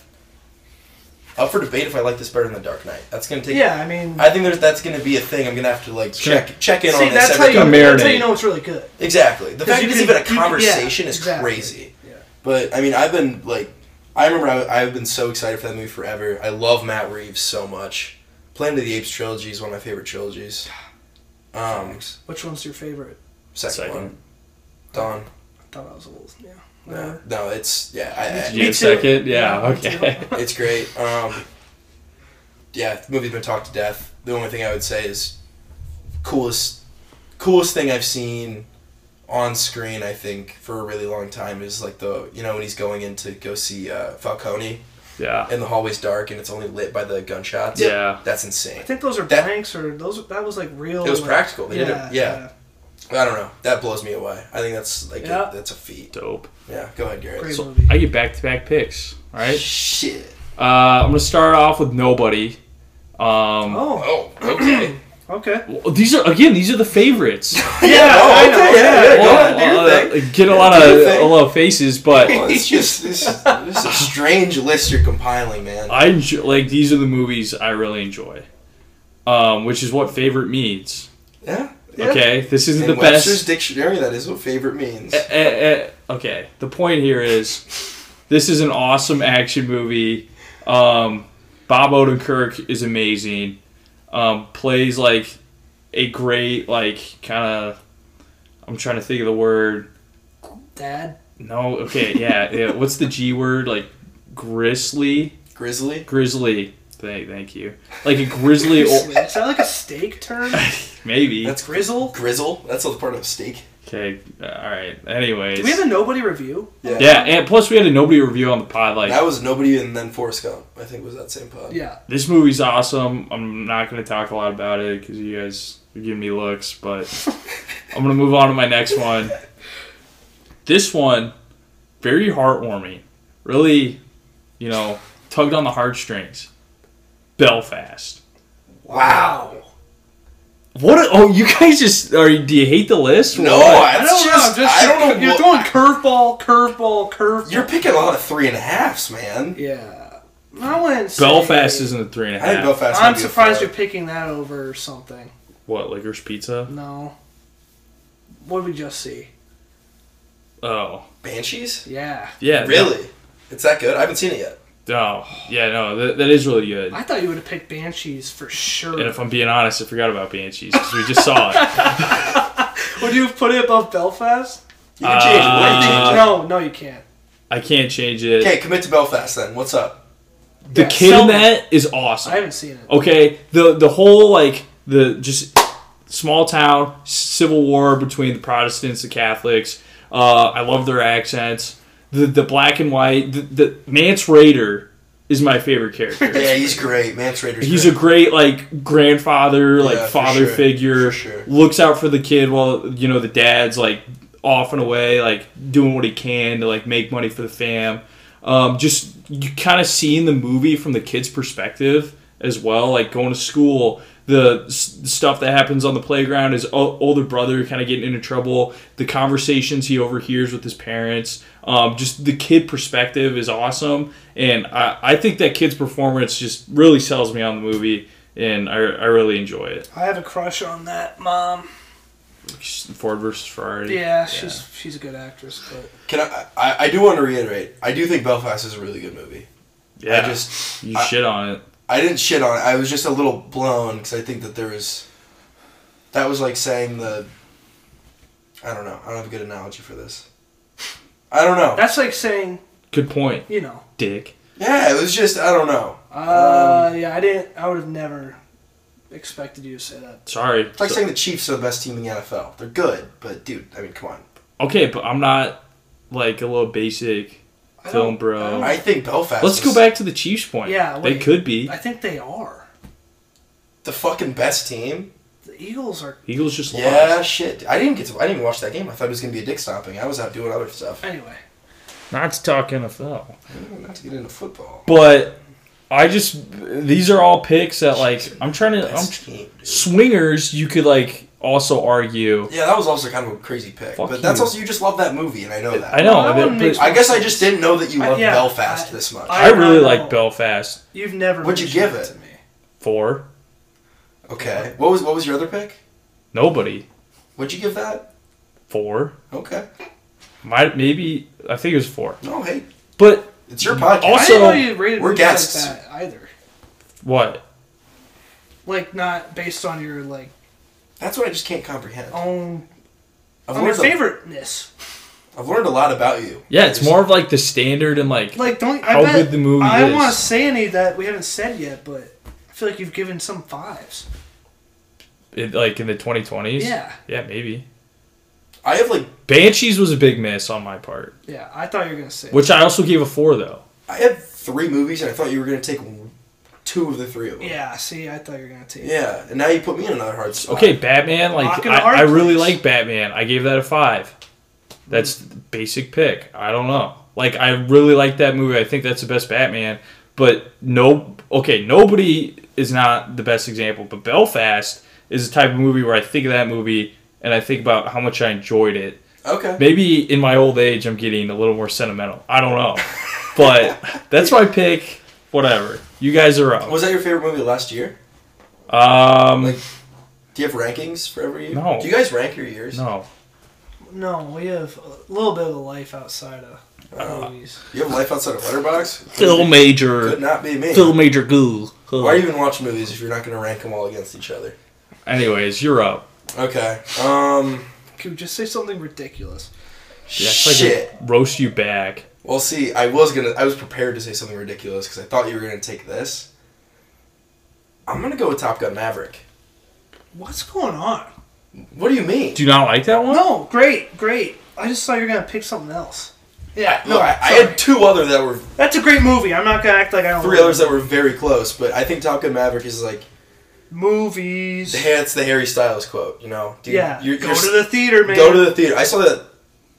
S2: Up for debate if I like this better than The Dark Knight. That's gonna take.
S3: Yeah, I mean,
S2: I think there's, that's gonna be a thing. I'm gonna have to like check check in
S3: see
S2: on this.
S3: that's
S2: every
S3: how you
S1: time.
S3: that's how you
S1: Marinate.
S3: know it's really good.
S2: Exactly. The
S3: 'Cause
S2: fact
S3: you
S2: it is
S3: can-
S2: even a
S3: you can- yeah,
S2: conversation is
S3: exactly.
S2: crazy.
S3: Yeah.
S2: But I mean, I've been like, I remember I, I've been so excited for that movie forever. I love Matt Reeves so much. Planet of the Apes trilogy is one of my favorite trilogies. Um,
S3: Which one's your favorite?
S2: second,
S1: Second.
S2: one, Dawn.
S3: I thought I was a little yeah.
S2: No,
S3: whatever.
S2: no, it's yeah, I,
S1: Yeah,
S3: Me too.
S1: second. Yeah.
S3: Yeah, me
S1: Okay.
S2: I, it's great. Um, yeah, the movie's been talked to death. The only thing I would say is coolest, coolest thing I've seen on screen. I think for a really long time is like the you know when he's going in to go see uh, Falcone
S1: Yeah.
S2: and the hallway's dark and it's only lit by the gunshots.
S1: Yeah.
S2: that's
S3: I
S2: insane.
S3: think those are
S2: That-
S3: blanks or those. That was like real.
S2: It was
S3: like-
S2: practical. They did it- yeah. I don't know. That blows me away. I think that's like
S3: Yeah.
S2: a, that's a feat.
S1: Dope.
S2: Yeah, go ahead, Garrett.
S3: Great
S1: So
S3: movie.
S1: I get back to back picks. All right.
S2: Shit.
S1: Uh, I'm gonna start off with nobody. Um,
S3: Oh,
S2: Oh, okay.
S3: okay.
S1: well, these are again. These are the favorites.
S3: Yeah,
S2: Oh,
S3: I know.
S2: okay, yeah, yeah, go
S1: Well,
S2: on, do your
S1: uh,
S2: thing.
S1: get a lot
S2: Do
S1: of
S2: your thing.
S1: a lot of faces, but
S2: Well, it's just this, this is a strange list you're compiling, man.
S1: I enjoy, like these are the movies I really enjoy, um, which is what favorite means.
S2: Yeah.
S3: Yeah.
S1: Okay, this isn't
S2: In
S1: the
S2: Webster's
S1: best.
S2: dictionary, that is what favorite means.
S1: Eh, eh, eh, okay, the point here is this is an awesome action movie. Um, Bob Odenkirk is amazing. Um, plays like a great, like, kind of. I'm trying to think of the word.
S3: Dad.
S1: No, okay, yeah, yeah. What's the G word? Like, grizzly?
S2: Grizzly.
S1: Grizzly. Thank, thank you. Like a grizzly,
S3: Is
S1: or
S3: that like a steak term?
S1: maybe.
S2: That's
S3: Grizzle.
S2: grizzle. That's all the part of steak.
S1: Okay. uh, All right. Anyways.
S3: Did we have a nobody review?
S2: Yeah.
S1: yeah, and plus we had a nobody review on the pod. Like
S2: That was nobody and then Forrest Gump. I think was that same pod.
S3: Yeah.
S1: this movie's awesome. I'm not gonna talk a lot about it because you guys are giving me looks, but I'm gonna move on to my next one. This one, very heartwarming. Really, you know, tugged on the heartstrings. Belfast.
S2: Wow.
S1: What? A, oh, you guys just are. Do you hate the list?
S2: No,
S1: What?
S2: I don't know. I don't know.
S3: You're
S2: what-
S3: throwing curveball, curveball, curveball.
S2: You're picking a lot of three and a halfs, man.
S3: yeah. I wouldn't say-
S1: Belfast isn't a three and a
S2: I think
S1: half.
S2: Belfast.
S3: I'm
S2: might be a
S3: surprised
S2: four.
S3: you're picking that over something.
S1: what? Licorice Pizza.
S3: No. What did we just see?
S1: Oh,
S2: Banshees.
S3: Yeah.
S1: yeah. no.
S2: Really? It's that good? I haven't seen it yet.
S1: Oh, yeah. No, that, that is really good.
S3: I thought you would have picked Banshees for sure.
S1: And if I'm being honest, I forgot about Banshees because we just saw it.
S3: Would you have put it above Belfast?
S2: You can change it. What do you think?
S1: Uh,
S3: no, no, you can't.
S1: I can't change it.
S2: Okay, commit to Belfast then. What's up?
S1: The
S3: Yeah,
S1: kid
S3: sell
S1: in
S3: me.
S1: that is
S3: I
S1: awesome.
S3: haven't seen it.
S1: Okay, the the whole like the just small town civil war between the Protestants and Catholics. Uh, I love their accents. The the black and white. The, the Mance Raider is my favorite character.
S2: Yeah, he's great. Mance Raider's
S1: He's a
S2: great.
S1: great like grandfather, like
S2: Yeah, for
S1: father
S2: sure.
S1: figure.
S2: For sure.
S1: Looks out for the kid while you know the dad's like off and away, like doing what he can to like make money for the fam. Um, just you kind of seeing the movie from the kid's perspective as well, like going to school. The s- stuff that happens on the playground, his o- older brother kind of getting into trouble, the conversations he overhears with his parents, um, just the kid perspective is awesome. And I, I think that kid's performance just really sells me on the movie, and I, I really enjoy it.
S3: I have a crush on that mom.
S1: Ford versus Ferrari.
S3: Yeah, she's she's a good actress, but
S2: Can I, I? I do want to reiterate. I do think Belfast is a really good movie.
S1: Yeah,
S2: I just
S1: you
S2: I-
S1: shit on it.
S2: I didn't shit on it. I was just a little blown because I think that there was. That was like saying the. I don't know. I don't have a good analogy for this. I don't know.
S3: that's like saying
S1: Good point,
S3: you know.
S1: Dick.
S2: Yeah, it was just I don't know.
S3: Uh,
S1: Um.
S3: yeah, I didn't. I would have never expected you to say that.
S1: Sorry.
S2: It's like
S1: So-
S2: saying the Chiefs are the best team in the NFL. They're good, but dude, I mean, come on.
S1: okay, but I'm not like a little basic
S3: I
S1: film
S3: don't-
S1: bro.
S3: I don't-
S2: I think Belfast.
S1: Let's go
S2: was
S1: back to the Chiefs point.
S3: Yeah,
S1: they
S3: wait.
S1: could be.
S3: I think they are.
S2: The fucking best team.
S3: The Eagles are.
S1: Eagles just
S2: Yeah,
S1: lost.
S2: shit. I didn't get to. I didn't even watch that game. I thought it was gonna be a dick stomping. I was out doing other stuff.
S3: Anyway,
S1: Not to talk NFL,
S2: Not to get into football.
S1: but I just these are all picks that like I'm trying to. I'm,
S2: Best team. dude.
S1: swingers, you could like also argue.
S2: Yeah, that was also kind of a crazy pick.
S1: Fuck
S2: but that's
S1: you.
S2: also you just love that movie, and I know that.
S1: I know.
S3: Well, that
S1: but-
S3: one
S1: but
S3: makes-
S2: I guess I just didn't know that you
S3: I-
S2: loved
S3: yeah,
S2: Belfast
S3: I-
S2: this much.
S3: I-
S1: I really
S3: know.
S1: like Belfast
S3: you've never.
S2: What'd you
S3: mentioned
S2: give
S3: that
S2: it?
S3: To me.
S1: four.
S2: okay. What was what was your other pick?
S1: Nobody
S2: Would you give that?
S1: four.
S2: Okay.
S1: Might maybe I think it was four.
S2: No, hey,
S1: But
S2: it's your podcast.
S3: I
S1: Also-
S3: didn't know you rated
S2: We're
S3: movies like
S2: guests.
S3: that either.
S1: what?
S3: Like not based on your like
S2: that's what I just can't comprehend.
S3: Oh, own
S2: I've
S3: on your
S2: learned, a,
S3: favoriteness.
S2: I've learned a lot about you.
S1: Yeah, it's more of like the standard and like.
S3: Like don't I
S1: How
S3: bet,
S1: good the movie
S3: I don't
S1: is.
S3: want to say any that we haven't said yet, but I feel like you've given some fives.
S1: it, like in the 2020s.
S3: Yeah.
S1: Yeah, maybe.
S2: I have like
S1: Banshees was a big miss on my part,
S3: Yeah, I thought you were gonna say.
S1: which I also gave a four though.
S2: I had three movies, and I thought you were gonna take two of the three of them.
S3: Yeah, see, I thought you were gonna take.
S2: Yeah, and now you put me in another hard spot.
S1: Okay, Batman. Like
S3: Rockin'
S1: I,
S3: hard,
S1: I really
S3: please.
S1: like Batman. I gave that a five. That's the basic pick. I don't know. Like I really like that movie. I think that's the best Batman. But no, okay, nobody is not the best example. But Belfast is the type of movie where I think of that movie and I think about how much I enjoyed it.
S2: Okay.
S1: Maybe in my old age, I'm getting a little more sentimental. I don't know, but that's my pick. Whatever. You guys are up.
S2: Was that your favorite movie last year?
S1: Um,
S2: Like, do you have rankings for every year?
S1: No.
S2: Do you guys rank your years?
S1: no.
S3: No, we have a little bit of a life outside of
S2: Uh-huh.
S3: movies.
S2: You have life outside of Letterbox?
S1: Phil
S2: Could
S1: Major.
S2: not be me.
S1: Phil Major Goo.
S2: Why even watch movies if you're not gonna rank them all against each other?
S1: Anyways, you're up.
S2: Okay. Um.
S3: Could we just say something ridiculous?
S1: Yeah, it's like
S2: shit.
S1: they roast you back.
S2: Well, see, I was gonna, I was prepared to say something ridiculous because I thought you were gonna take this. I'm gonna go with Top Gun Maverick.
S3: What's going on?
S2: What do you mean?
S4: Do you not like that one?
S3: No, great, great. I just thought you were gonna pick something else. Yeah,
S2: no, I, I
S3: sorry.
S2: had two other that were
S3: That's a great movie. I'm not gonna act like I don't.
S2: three
S3: like
S2: others that were very close, but I think Top Gun Maverick is like
S3: movies.
S2: that's the Harry Styles quote. You know, Dude,
S3: yeah,
S2: you're-
S3: go
S2: you're-
S3: to the theater, man.
S2: go to the theater. I saw that.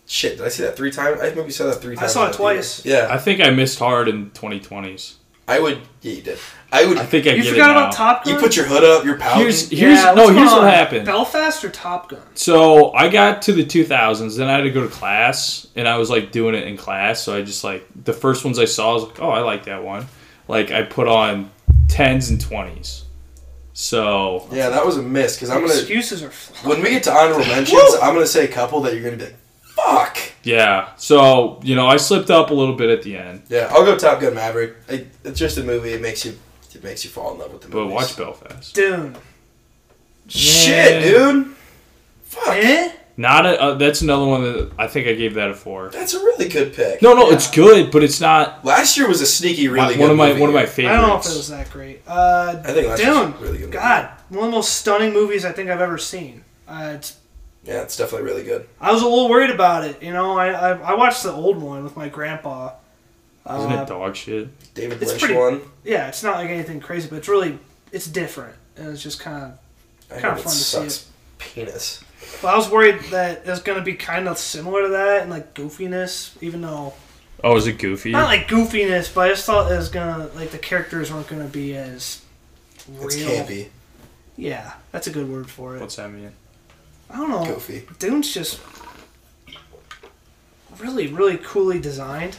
S2: Shit, did I see that three times? I maybe saw that three
S3: I
S2: times.
S3: saw
S2: in
S3: it
S2: the theater.
S3: twice.
S2: Yeah,
S1: I think I missed hard in 2020s.
S2: I would. Yeah, you did. I would.
S1: I think I
S3: you
S1: get
S3: forgot
S1: it now.
S3: about Top Gun.
S2: you put your hood up. You're pouting.
S1: Here's here's
S3: Yeah,
S1: no
S3: what's
S1: here's
S3: going
S1: what
S3: on?
S1: happened.
S3: Belfast or Top Gun?
S1: So I got to the 2000s, then I had to go to class, and I was like doing it in class. So I just like the first ones I saw, I was like, oh, I like that one. Like I put on 10s and 20s. So
S2: yeah, that was a miss because I'm gonna.
S3: Excuses are flawed.
S2: When we get to honorable mentions, I'm gonna say a couple that you're gonna be like, fuck.
S1: yeah, so you know I slipped up a little bit at the end,
S2: Yeah, I'll go Top Gun Maverick. I, it's just a movie. It makes you. It makes you fall in love with the
S1: but
S2: movie.
S1: watch Belfast.
S3: Dune.
S2: Shit,
S1: Yeah.
S2: dude. Fuck.
S3: Eh?
S1: Not a, uh, that's another one that I think I gave that a four.
S2: That's a really good pick.
S1: No, no,
S3: Yeah.
S1: it's good, but it's not
S2: Last year was a sneaky, really
S1: my-
S2: good
S1: one of my
S2: movie
S1: one of my
S2: year.
S1: favorites.
S3: I don't know if it was that great. Uh,
S2: I think last year was
S3: Dune.
S2: a really good.
S3: God, one of the most stunning movies I think I've ever seen. Uh, it's
S2: Movie. Yeah, it's definitely really good.
S3: I was a little worried about it. You know, I I, I watched the old one with my grandpa. Uh,
S1: Isn't it dog shit?
S2: David
S3: It's
S2: Lynch
S3: pretty-
S2: one.
S3: yeah, it's not like anything crazy, but it's really it's different, and it's just kind of.
S2: I
S3: kinda
S2: hope it
S3: fun to see
S2: sucks Penis.
S3: Well, I was worried that it's gonna be kind of similar to that and like goofiness, even though
S4: Oh, is it goofy?
S3: not like goofiness, but I just thought it was gonna like the characters weren't gonna be as real.
S2: It's campy,
S3: Yeah, that's a good word for it.
S1: What's that mean?
S3: Uh, I don't know.
S2: goofy.
S3: Dune's just really, really coolly designed.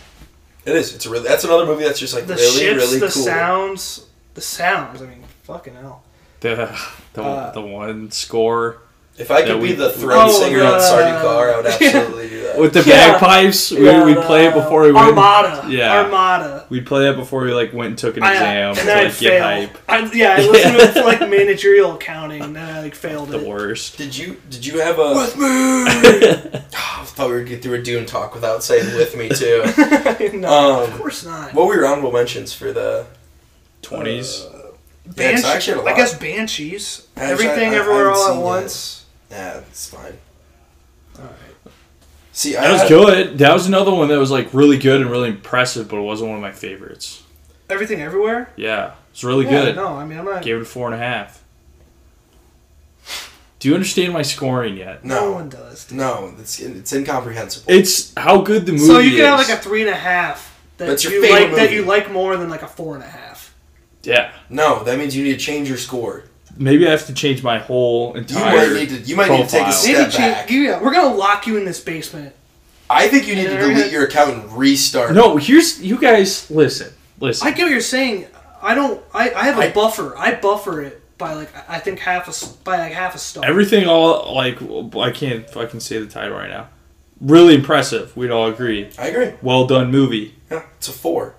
S2: It is. It's a really. That's another movie that's just like
S3: The
S2: really,
S3: ships,
S2: really
S3: the
S2: cool.
S3: sounds, the sounds. I mean, fucking hell.
S1: The the,
S3: Uh,
S1: the one score.
S2: If I
S1: that
S2: could
S1: we-
S2: be the throat
S3: Oh,
S2: singer on
S3: the-
S2: Sardi Car, I would
S3: Yeah.
S2: absolutely do that.
S1: with the
S3: Yeah.
S1: bagpipes. We
S3: Yeah,
S1: we
S3: the-
S1: play it before we went.
S3: Armada.
S1: Yeah.
S3: Armada.
S1: We play that before we like went and took an
S3: I- uh,
S1: exam.
S3: and then I
S1: to, like, get
S3: failed.
S1: hype.
S3: I, yeah, I listened to it for like managerial accounting, and then I like failed
S1: The
S3: it.
S1: worst.
S2: Did you did you have a? With me. I thought we would get through a Dune talk without saying with me too.
S3: no, of
S2: Um,
S3: course not.
S2: what were your honorable mentions for the?
S1: Twenties.
S2: Uh, Yeah, 'cause I
S3: Banshee-
S2: actually had a
S3: I
S2: lot.
S3: guess Banshees.
S2: Actually,
S3: Everything,
S2: I- I
S3: everywhere,
S2: haven't
S3: all at
S2: seen
S3: once.
S2: Yeah, it's fine.
S3: All right.
S2: See, I
S1: That was
S2: had-
S1: good. That was another one that was like really good and really impressive, but it wasn't one of my favorites.
S3: Everything, everywhere.
S1: Yeah, it's really
S3: Yeah,
S1: good.
S3: No, I mean I'm not.
S1: Gave it a four and a half. Do you understand my scoring yet?
S3: No
S2: No,
S3: one does.
S2: no, it's it's incomprehensible.
S1: It's how good the movie
S3: So you can
S1: is.
S3: have like a three and a half that
S2: That's your
S3: you
S2: favorite
S3: like that
S2: movie.
S3: you like more than like a four and a half.
S1: yeah.
S2: No, that means you need to change your score.
S1: Maybe I have to change my whole
S2: You might
S1: entire.
S2: need to. You might need to take a
S1: profile.
S3: Maybe
S2: step
S3: change-
S2: back.
S3: yeah, we're gonna lock you in this basement.
S2: I think you need to
S3: Yeah, we're
S2: delete
S3: gonna-
S2: your account and restart.
S1: no, here's you guys. Listen, listen.
S3: I get what you're saying. I don't. I, I have a
S2: I-
S3: buffer. I buffer it by like I I think half a s- by like half a star.
S1: Everything all like I can't fucking say the title right now. Really impressive. We'd all agree.
S2: I agree.
S1: Well done movie.
S2: Yeah, it's a four.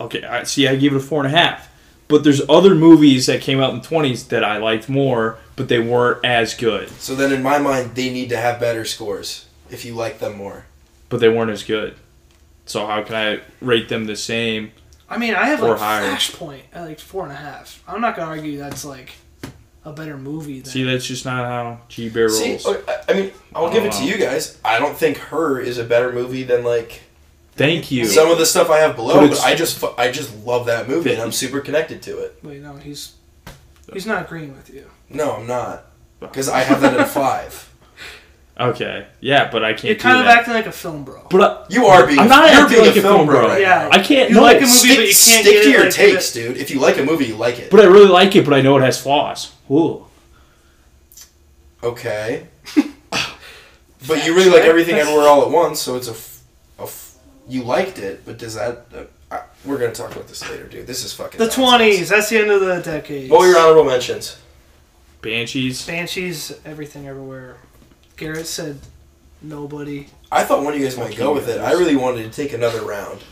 S1: Okay, I see. I gave it a four and a half. But there's other movies that came out in the twenties that I liked more, but they weren't as good.
S2: So then, in my mind, they need to have better scores if you like them more.
S1: But they weren't as good. So how can I rate them the same?
S3: I mean, I have
S1: Or
S3: like
S1: higher.
S3: Flashpoint at like four and a half. I'm not gonna argue that's like a better movie. Than
S1: See, that's just not how G Bear
S2: See,
S1: rolls.
S2: I I mean, I'll give it
S1: Oh,
S2: to
S1: wow.
S2: you guys. I don't think Her is a better movie than like
S1: Thank you.
S2: some of the stuff I have
S1: But
S2: below. But,
S1: it's-
S2: I just, fu- I just love that movie, and I'm super connected to it.
S3: Wait, no, he's he's not agreeing with you.
S2: No, I'm not, because I have that at a five.
S1: Okay, yeah, but I can't.
S3: You're
S1: do
S3: kind of
S1: that.
S3: acting like a film bro.
S1: But I,
S2: You are being,
S1: I'm not
S2: you're
S1: acting
S2: being
S1: like
S2: a film bro. right
S3: Yeah.
S2: now.
S1: I can't.
S3: You
S1: no,
S3: like a
S1: it's-
S3: movie,
S2: Stick, stick
S3: but you can't get
S2: to
S3: it,
S2: your
S3: like,
S2: takes, dude. If you like a movie, you like it.
S1: But I really like it, but I know it has flaws. Ooh.
S2: Okay. but you really like everything everywhere all at once, so it's a, f- a f- you liked it, but does that? Uh, I, we're gonna talk about this later, dude. This is fucking.
S3: The
S2: nonsense.
S3: twenties. That's the end of the decade.
S2: What were your honorable mentions?
S1: Banshees.
S3: Banshees, everything, everywhere. Garrett said nobody.
S2: I thought one of you guys might go with it. I really wanted to take another round.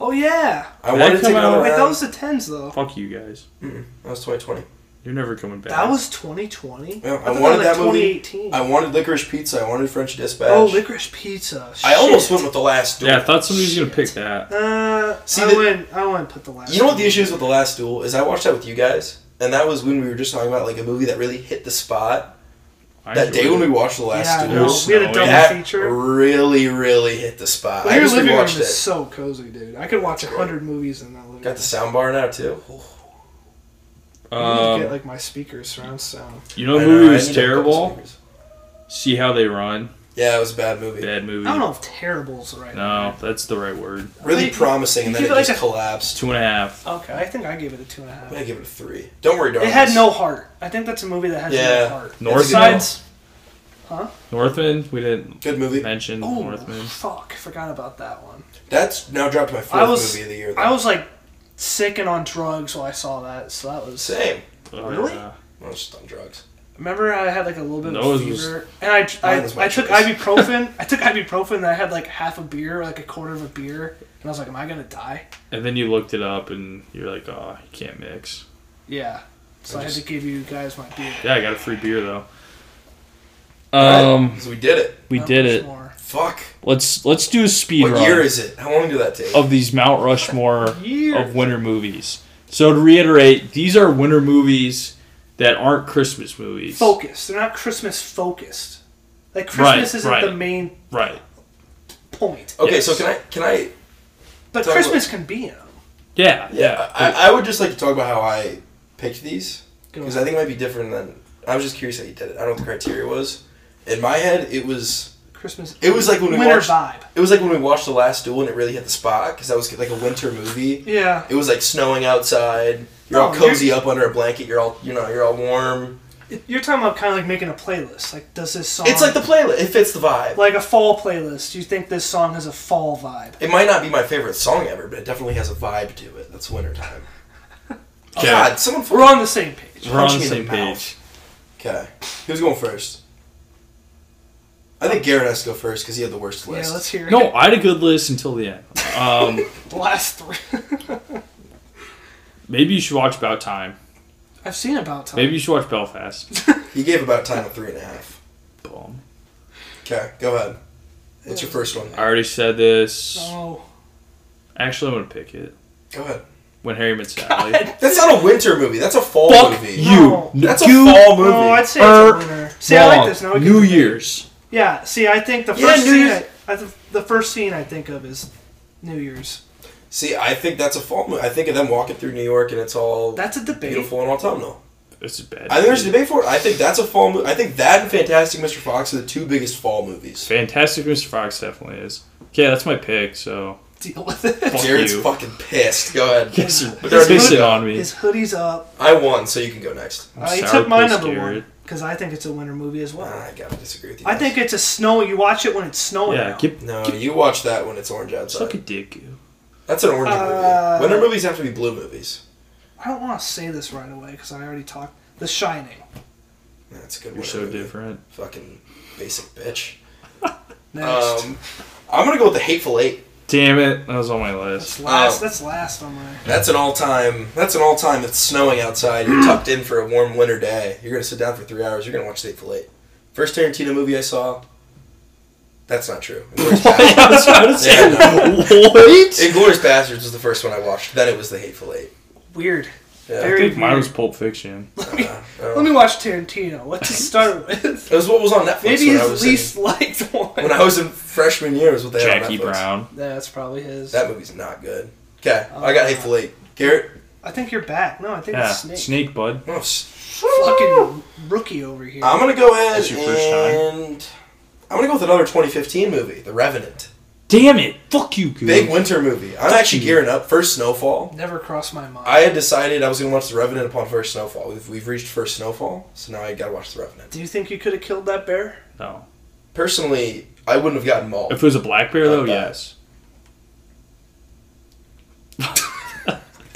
S3: Oh yeah.
S2: I
S1: Did
S2: wanted
S1: that
S2: to take
S1: come
S2: another
S1: out?
S3: Wait,
S2: round.
S3: that was the tens though.
S1: Fuck you guys.
S2: That was 2020.
S1: You're never coming back.
S3: That was 2020.
S2: Yeah, I
S3: thought
S2: wanted
S3: was
S2: that movie. Uh,
S3: 2018.
S2: I wanted licorice pizza. I wanted French dispatch.
S3: oh, licorice pizza.
S2: I almost
S3: Shit.
S2: went with the last duel.
S1: Yeah, I thought somebody was gonna pick that.
S3: Uh,
S2: See,
S3: I
S2: the-
S3: went. I went. Put the last.
S2: You know what
S3: one.
S2: the issue is with the last duel is? I watched that with you guys, and that was when we were just talking about like a movie that really hit the spot,
S1: I
S2: That day
S1: enjoyed
S2: when we
S1: it.
S2: watched the last
S3: Yeah,
S2: duel,
S3: I know.
S1: Duels.
S3: we had a double
S2: that
S3: feature.
S2: really, really hit the spot. I
S3: Your
S2: just
S3: living room
S2: rewatched
S3: is
S2: it.
S3: so cozy, dude. I could watch a
S2: great.
S3: hundred movies in that
S2: Got
S3: living
S2: the
S3: room.
S2: sound bar now too. Ooh,
S3: I need to
S1: Um,
S3: get like my speakers surround sound.
S1: you know,
S2: I
S1: the
S2: know,
S1: movie
S2: I
S1: was
S2: need to hook up some
S1: terrible.
S2: speakers.
S1: See how they run.
S2: Yeah, it was a bad movie.
S1: Bad movie.
S3: I don't know if terrible's the right.
S1: No, that's the right word.
S2: Really
S3: I think-
S2: promising, and then
S3: you
S2: it
S3: give it
S2: just
S3: like a-
S2: collapsed.
S1: Two and a half.
S3: Okay, I think I gave it a two and a half.
S2: I'm gonna give it a three. Don't worry, darling.
S3: It had no heart. I think that's a movie that has
S2: Yeah.
S3: no heart.
S1: North
S2: It's a good
S1: sides.
S3: Huh?
S1: Northman. We didn't
S2: good movie.
S1: mention
S3: Oh,
S1: Northman.
S3: fuck. Forgot about that one.
S2: That's now dropped to my
S3: I
S2: fourth
S3: was-
S2: movie of the year. Though.
S3: I was like sick and on drugs while I saw that, so that was.
S2: same.
S1: Oh,
S3: Really?
S1: yeah.
S2: I was just on drugs.
S3: Remember, I had like a little bit of
S1: Those
S3: a
S1: was-
S3: fever, and I
S2: Mine was
S3: I,
S2: my
S3: I took
S2: choice.
S3: ibuprofen. I took ibuprofen, and I had like half a beer, or like a quarter of a beer, and I was like, "Am I gonna die?"
S1: And then you looked it up and you're like, oh, you can't mix.
S3: Yeah. So
S2: I
S3: I,
S2: just-
S3: had to give you guys my beer.
S1: Yeah, I got a free beer though.
S2: All right,
S1: Um,
S2: so we did it.
S1: we
S3: Not
S1: did
S3: much
S1: it.
S3: more.
S2: Fuck.
S1: Let's let's do a speed
S2: What
S1: run
S2: year is it? How long did that take?
S1: of these Mount Rushmore
S3: Years.
S1: of winter movies. So to reiterate, these are winter movies that aren't Christmas movies.
S3: Focused. They're not Christmas focused. Like Christmas isn't
S1: right.
S3: the main
S1: Right.
S3: point,
S2: okay,
S1: yes.
S2: so can I can I
S3: but
S2: Oh, So-
S3: Christmas can be in them.
S1: Yeah.
S2: Yeah,
S1: Yeah.
S3: Oh,
S2: I, I would just like to talk about how I picked these
S3: Go.
S2: because I think it might be different than. I was just curious how you did it. I don't know what the criteria was. In my head, it was
S3: Christmas.
S2: It was like when we
S3: winter
S2: watched-
S3: vibe.
S2: it was like when we watched the Last Duel and it really hit the spot because that was like a winter movie.
S3: Yeah,
S2: It was like snowing outside. You're all
S3: Oh,
S2: cozy
S3: you're-
S2: up under a blanket. You're all you know. You're all warm.
S3: you're talking about kind of like making a playlist. Like, does this song?
S2: It's like the playlist. It fits the vibe.
S3: like a fall playlist. You think this song has a fall vibe?
S2: It might not be my favorite song ever, but it definitely has a vibe to it. That's wintertime.
S1: Okay.
S2: God, someone.
S3: We're on the same page.
S1: We're on
S2: punch
S1: the
S2: me in
S1: same
S2: the
S1: page.
S2: Okay, who's going first? I think Garrett has to go first because he had the worst list.
S3: Yeah, let's hear it.
S1: No, I had a good list until the end. Um,
S3: the last three.
S1: maybe you should watch About Time.
S3: I've seen about time.
S1: Maybe you should watch Belfast.
S2: He gave about time a three and a half.
S1: Boom.
S2: Okay, go ahead. What's your first one?
S1: I already said this.
S3: No.
S1: Actually, I'm gonna pick it.
S2: Go ahead.
S1: When Harry Met Sally.
S2: That's not a winter movie. That's a fall
S1: Fuck
S2: movie.
S1: you.
S3: No.
S2: That's a
S1: you
S2: fall movie.
S3: No, I'd say
S1: Err,
S3: it's a winner. See, I like
S1: Er, wrong.
S3: this. Now we can
S1: New
S3: debate.
S1: Year's.
S3: Yeah. See, I think the
S2: Yeah,
S3: first
S2: New
S3: scene.
S2: Year's-
S3: I, I th- the first scene I think of is New Year's.
S2: See, I think that's a fall movie. I think of them walking through New York and it's all
S3: That's a debate.
S2: beautiful and autumnal.
S1: This is bad.
S2: I think there's a debate for it. I think that's a fall movie. I think that and Fantastic Mr. Fox are the two biggest fall movies.
S1: Fantastic Mr. Fox definitely is. Yeah, that's my pick. So
S3: Deal with it.
S1: Fuck
S2: Jared's
S1: you.
S2: fucking pissed. Go ahead.
S1: Yes, you're
S2: They're
S1: pissing
S2: good.
S1: on me.
S3: His hoodie's up.
S2: I won, so you can go next.
S1: I'm
S3: Uh, he
S1: sour
S3: took my
S1: piss,
S3: number
S1: Garrett.
S3: one because I think it's a winter movie as well.
S2: I gotta disagree with you.
S3: I
S2: guys.
S3: think it's a snow. You watch it when it's snowing.
S1: Yeah,
S3: out.
S1: get
S2: No, you watch that when it's orange outside.
S1: suck a dick. you.
S2: That's an orange
S3: Uh,
S2: movie. Winter movies have to be blue movies.
S3: I don't want to say this right away because I already talked. The Shining.
S2: Um, That's a good.
S1: You're
S2: winter
S1: so
S2: movie.
S1: different.
S2: Fucking basic bitch.
S3: Next.
S2: Um, I'm gonna go with the Hateful Eight.
S1: Damn it, that was on my
S3: that's
S1: list.
S3: last.
S2: um,
S3: that's last on my.
S2: That's an all-time. That's an all-time. It's snowing outside. You're tucked in for a warm winter day. You're gonna sit down for three hours. You're gonna watch The Hateful Eight. First Tarantino movie I saw. That's not true. Inglourious
S1: I was
S2: Bastards.
S1: about to say,
S2: Yeah,
S1: what?
S2: Inglourious Bastards was the first one I watched. Then it was The Hateful Eight.
S3: Weird.
S2: Yeah.
S1: I
S3: Very
S1: think mine
S3: weird.
S1: was Pulp Fiction.
S3: Let me,
S2: Uh,
S3: let me watch Tarantino. What to start with?
S2: it was what was on Netflix.
S3: Maybe
S2: when I
S3: his
S2: was
S3: least liked
S2: in,
S3: one.
S2: when I was in freshman year was what they had on
S1: Jackie
S2: Netflix.
S1: Brown.
S3: That's probably his.
S2: That movie's not good. Okay, I got
S3: Oh.
S2: Hateful Eight. Garrett,
S3: I think you're back. No, I think
S1: Yeah,
S3: it's Snake.
S1: Snake. Bud.
S2: oh, s-
S3: Fucking rookie over here.
S2: I'm gonna go ahead
S1: That's your first time.
S2: and I'm gonna go with another 2015 movie, The Revenant.
S1: Damn it! Fuck you,
S3: Mm.
S1: Coop.
S2: Big winter movie. I'm actually
S1: you.
S2: gearing up. First snowfall.
S3: Never crossed my mind.
S2: I had decided I was gonna watch The Revenant upon first snowfall. We've, we've reached first snowfall, so now I gotta watch The Revenant.
S3: Do you think you could have killed that bear?
S1: No.
S2: Personally, I wouldn't have gotten mauled.
S1: If it was a black bear, though,
S2: Not bad.
S1: yes.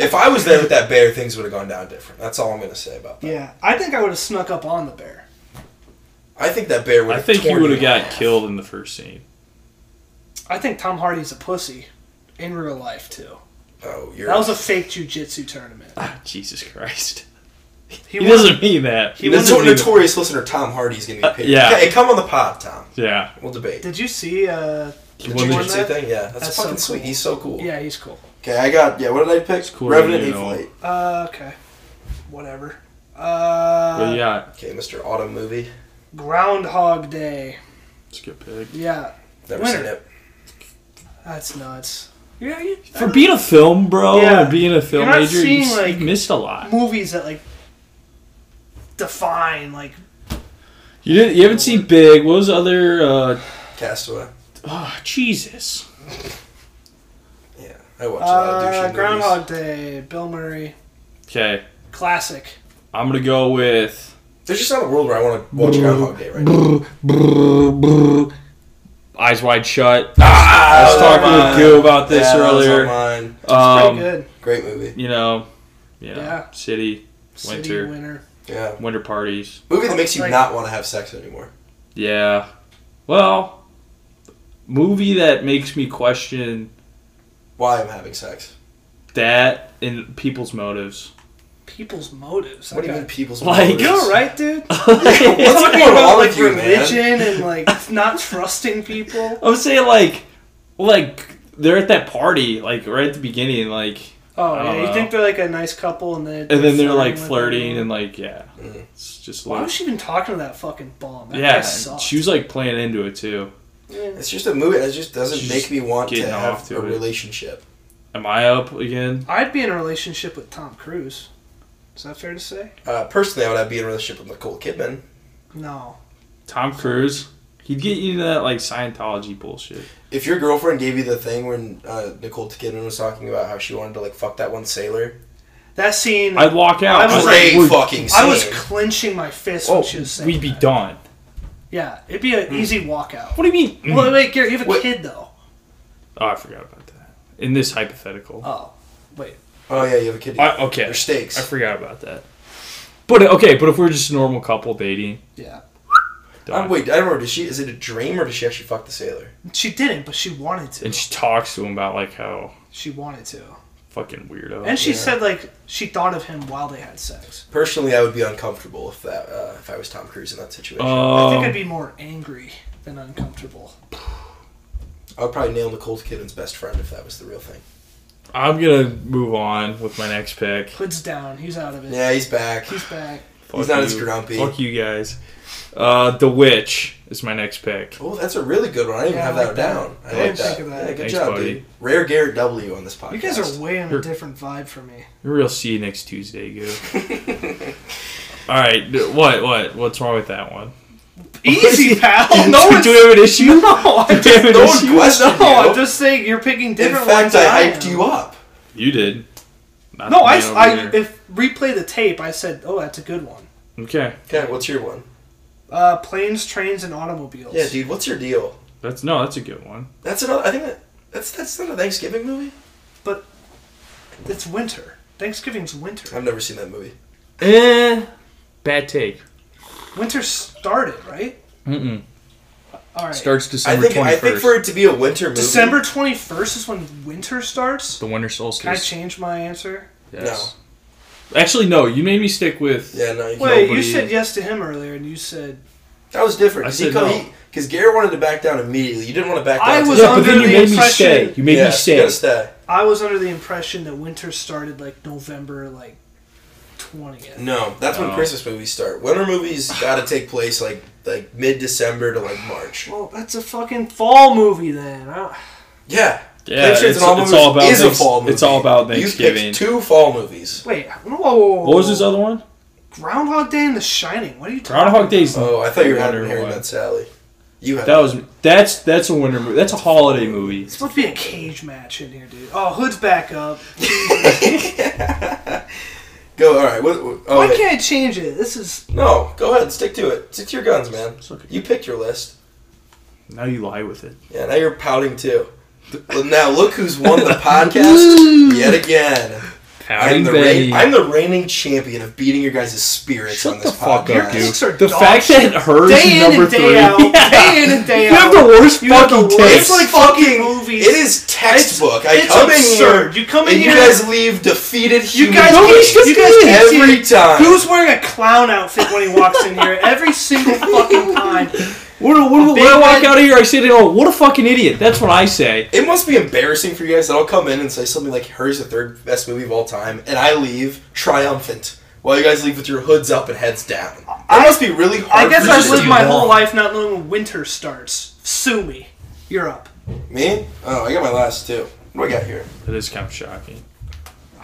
S2: If I was there with that bear, things would have gone down different. That's all I'm gonna say about that.
S3: Yeah, I think I would have snuck up on the bear.
S2: I think that bear would.
S1: I think you would have got killed in the first scene.
S3: I think Tom Hardy's a pussy in real life too.
S2: Oh, you're.
S3: That was a fake jujitsu tournament.
S1: Ah, Jesus Christ.
S3: He,
S1: He
S3: was
S1: doesn't mean that.
S3: he
S2: That's
S1: doesn't
S2: what
S1: mean
S2: notorious listener Tom Hardy's gonna be. Paid.
S1: Uh, yeah.
S2: Okay, come on the pod, Tom.
S1: that. Yeah.
S2: We'll debate.
S3: Did you see? Uh,
S1: He
S2: The
S1: won the-
S3: won
S2: jiu-jitsu
S3: that?
S2: thing, yeah, that's,
S3: That's so
S2: fucking sweet.
S3: cool.
S2: He's so cool.
S3: yeah, he's cool.
S2: Okay, I got. Yeah, what did I pick?
S1: It's cool
S2: Revenant
S1: you
S2: Hateful
S1: know.
S2: Eight.
S3: Uh, okay, whatever. Uh,
S1: What do you got?
S2: Okay, Mr. Autumn movie.
S3: Groundhog Day.
S1: Let's get picked.
S3: Yeah,
S2: Never
S3: Winner.
S2: seen it.
S3: that's nuts. Yeah, you,
S1: For being a film bro
S3: Yeah.
S1: and being a film
S3: You're not
S1: major,
S3: seeing,
S1: you s-
S3: like-
S1: missed a lot.
S3: movies that like define like
S1: You didn't. You haven't seen Big. What was the other? Uh,
S2: Castaway.
S1: oh, Jesus.
S2: Yeah, I watch a lot of douchey
S3: uh,
S2: movies.
S3: Groundhog Day. Bill Murray,
S1: Okay,
S3: classic.
S1: I'm gonna go with.
S2: There's just not a world where I want to watch Groundhog Day right now.
S1: Eyes wide shut.
S2: Ah,
S1: I was
S2: that
S1: talking with
S2: mine.
S1: Goo about this
S2: Yeah, that was
S1: earlier.
S2: on mine.
S1: Um,
S3: Pretty good.
S2: Great movie.
S1: You know, you know,
S3: Yeah.
S1: city,
S3: City
S1: winter.
S3: winner.
S2: Yeah,
S1: winter parties.
S2: movie that makes you
S3: Like-
S2: not want to have sex anymore.
S1: Yeah. Well, movie that makes me question
S2: Why I'm having sex?
S1: that and people's motives.
S3: People's motives.
S2: What do you
S3: Okay.
S2: mean people's
S1: Like-
S2: motives?
S3: You're right, dude.
S2: What's
S3: talking
S2: going
S3: about
S2: on
S3: like
S2: with you, man?
S3: religion and like not trusting people.
S1: I would say like, like they're at that party like right at the beginning like,
S3: Oh,
S1: I don't
S3: yeah. You
S1: know.
S3: think they're like a nice couple, and then
S1: and then they're like
S3: with
S1: flirting
S3: them. Mm.
S1: and like yeah,
S2: Mhm.
S1: it's just
S3: why
S1: like
S3: was she even talking to that fucking bomb? That
S1: yeah,
S3: guy sucked.
S1: she was like playing into it too.
S3: Yeah.
S2: It's just a movie that just doesn't
S1: Just
S2: make me want to
S1: getting
S2: have
S1: off to
S2: a
S1: it.
S2: relationship.
S1: Am I up again?
S3: I'd be in a relationship with Tom Cruise. Is that fair to say?
S2: Uh, personally, I would have be in a relationship with Nicole Kidman.
S3: No.
S1: Tom Cruise, he'd get you into that like Scientology bullshit.
S2: If your girlfriend gave you the thing when uh, Nicole Kidman was talking about how she wanted to like fuck that one sailor,
S3: That scene.
S1: I'd walk out.
S3: I was
S1: I'd
S2: great
S1: be like, "We're-
S2: fucking scene.
S3: I was clenching my fist when she was
S1: Oh,
S3: saying
S1: we'd be Hmm.
S3: that.
S1: done.
S3: Yeah, it'd be an easy walkout.
S1: What do you mean? Mm.
S2: Mm.
S3: Well, wait, Gary, you have a
S2: Wait.
S3: kid though.
S1: Oh, I forgot about that. In this hypothetical,
S3: Oh, wait.
S2: oh yeah, you have a kid.
S1: I, okay,
S2: There's stakes.
S1: I forgot about that. But okay, but if we're just a normal couple dating,
S3: Yeah.
S2: I,
S1: done.
S2: Uh, wait, I don't remember. Did she? Is it a dream or did she actually fuck the sailor?
S3: She didn't, but she wanted to.
S1: and she talks to him about like how
S3: She wanted to.
S1: fucking weirdo,
S3: And she
S2: Oh, Yeah.
S3: said like she thought of him while they had sex.
S2: Personally, I would be uncomfortable if that uh, if I was Tom Cruise in that situation.
S3: I think
S1: um,
S3: I'd be more angry than uncomfortable.
S2: I would probably nail Nicole Kidman's best friend if that was the real thing.
S1: I'm gonna move on with my next pick.
S3: Hood's down. He's out of it.
S2: Yeah, he's back.
S3: He's back.
S1: Fuck
S2: not
S1: you.
S2: as grumpy.
S1: Fuck you guys. Uh, the witch is my next pick.
S2: Oh, that's a really good one. I didn't
S3: Yeah,
S2: even have
S3: I
S2: that
S3: like
S2: down. I
S3: that. I
S2: like
S3: didn't
S2: that.
S3: think of that.
S2: Yeah, good
S1: Thanks,
S2: job,
S1: buddy.
S2: dude. Rare Garrett W on this podcast.
S3: You guys are way on a
S1: You're-
S3: different vibe for me.
S1: Real see you next Tuesday, goo. All right, d- what, what, what's wrong with that one?
S3: Easy,
S2: Oh,
S3: pal. No,
S1: do we have an issue? No, I do we have an
S2: no one
S1: issue?
S2: questioned
S3: no.
S2: you.
S3: I'm just saying you're picking
S2: In
S3: different
S2: fact,
S3: ones. than
S2: I
S3: I
S2: hyped
S3: am.
S2: you up.
S1: You did. Not
S3: No,
S1: the
S3: I,
S1: man over
S3: I
S1: there.
S3: if replay the tape, I said, "Oh, that's a good one."
S1: Okay,
S2: Okay, what's your one?
S3: Uh, planes, trains, and automobiles.
S2: Yeah, dude, what's your deal?
S1: that's no, that's a good one.
S2: That's another. I think that, that's that's not a Thanksgiving movie.
S3: It's winter. Thanksgiving's winter.
S2: I've never seen that movie.
S1: Eh, bad take.
S3: Winter started, right?
S1: Mm-mm.
S3: All right.
S4: Starts
S2: I
S4: December
S2: think I
S4: 21st.
S2: think for it to be a winter movie,
S3: December twenty first is when winter starts.
S4: the winter
S3: Can I
S4: solstice.
S3: change my answer?
S4: Yes.
S1: Actually, no. You made me stick with.
S2: Yeah, no. You can't.
S3: Wait, you
S1: Nobody-
S3: said yes to him earlier, and you said
S2: That was different.
S1: I
S2: Because he
S1: said
S2: come,
S1: no.
S2: he, because Garrett wanted to back down immediately. You didn't want to back down.
S3: I
S2: till-
S3: was
S1: Yeah,
S3: on-
S1: but then
S3: under
S1: you
S3: the
S1: made me
S3: impression-
S1: stay. You made
S2: Yeah,
S1: me
S2: you
S1: stay.
S2: gotta stay.
S3: I was under the impression that winter started like November, like twentieth.
S2: No, that's when
S1: No.
S2: Christmas movies start. Winter movies gotta take place like like mid December to like March.
S3: Well, that's a fucking fall movie then. I-
S2: Yeah.
S1: Yeah,
S2: Pictures
S1: it's,
S2: and all
S1: it's
S2: movies
S1: all about.
S2: is a
S1: Thanks-
S2: fall movie.
S1: It's all about
S2: You
S1: Thanksgiving.
S2: picked two fall movies.
S3: Wait, whoa, whoa, whoa,
S1: What was
S3: whoa.
S1: this other one?
S3: Groundhog Day and The Shining. What are you talking?
S1: Groundhog Day's.
S2: Oh, I thought you were having
S1: Wonder
S2: Harry
S1: why.
S2: Met Sally. You had
S1: That was that's that's a winter movie. That's a holiday movie.
S3: It's supposed to be a cage match in here, dude. Oh, Hood's back up.
S2: go. All right. What, what, oh,
S3: Why
S2: wait.
S3: can't I change it? This is
S2: No, go ahead. Stick to it. Stick to your guns, man.
S1: okay.
S2: You picked your list.
S1: Now you lie with it.
S2: Yeah. Now you're pouting too. Well, now look who's won the podcast yet again. I'm
S4: Pouting
S2: the,
S4: Betty.
S2: reign, I'm the reigning champion of beating your guys' spirits
S1: Shut
S2: on this
S1: the fuck up,
S2: podcast.
S1: dude.
S3: picks are
S1: The
S3: dog
S1: fact
S3: shit.
S1: that hers is
S3: day in
S1: number
S3: and day
S1: three.
S3: out,
S1: Yeah.
S3: day in and day
S1: You have
S3: out.
S1: the worst
S3: You have the
S1: fucking
S3: worst
S1: taste.
S2: It's like
S3: fucking
S2: fucking
S3: movies.
S2: It is textbook. I
S3: it's
S2: come in
S3: absurd.
S2: here.
S3: You come in
S2: and
S3: here-
S2: you guys leave defeated.
S3: You
S2: Human
S3: guys,
S1: Nobody's
S3: can't, you guys
S1: confused.
S3: can't see
S2: every time.
S3: Who's wearing a clown outfit when he walks in here? Every single fucking time.
S1: What, a- what, a-
S3: big
S1: when I walk
S3: red-
S1: out of here, I say to all, "What a fucking idiot!" That's what I say.
S2: It must be embarrassing for you guys that I'll come in and say something like, "Hers the third best movie of all time," and I leave triumphant. while you guys leave with your hoods up and heads down. That
S3: I-
S2: must be really hard.
S3: I guess
S2: for
S3: I've
S2: you to
S3: lived
S2: do
S3: my
S2: long.
S3: whole life not knowing when winter starts. Sue me. You're up.
S2: Me? Oh, I got my last two. What do I got here?
S1: That is kind of shocking.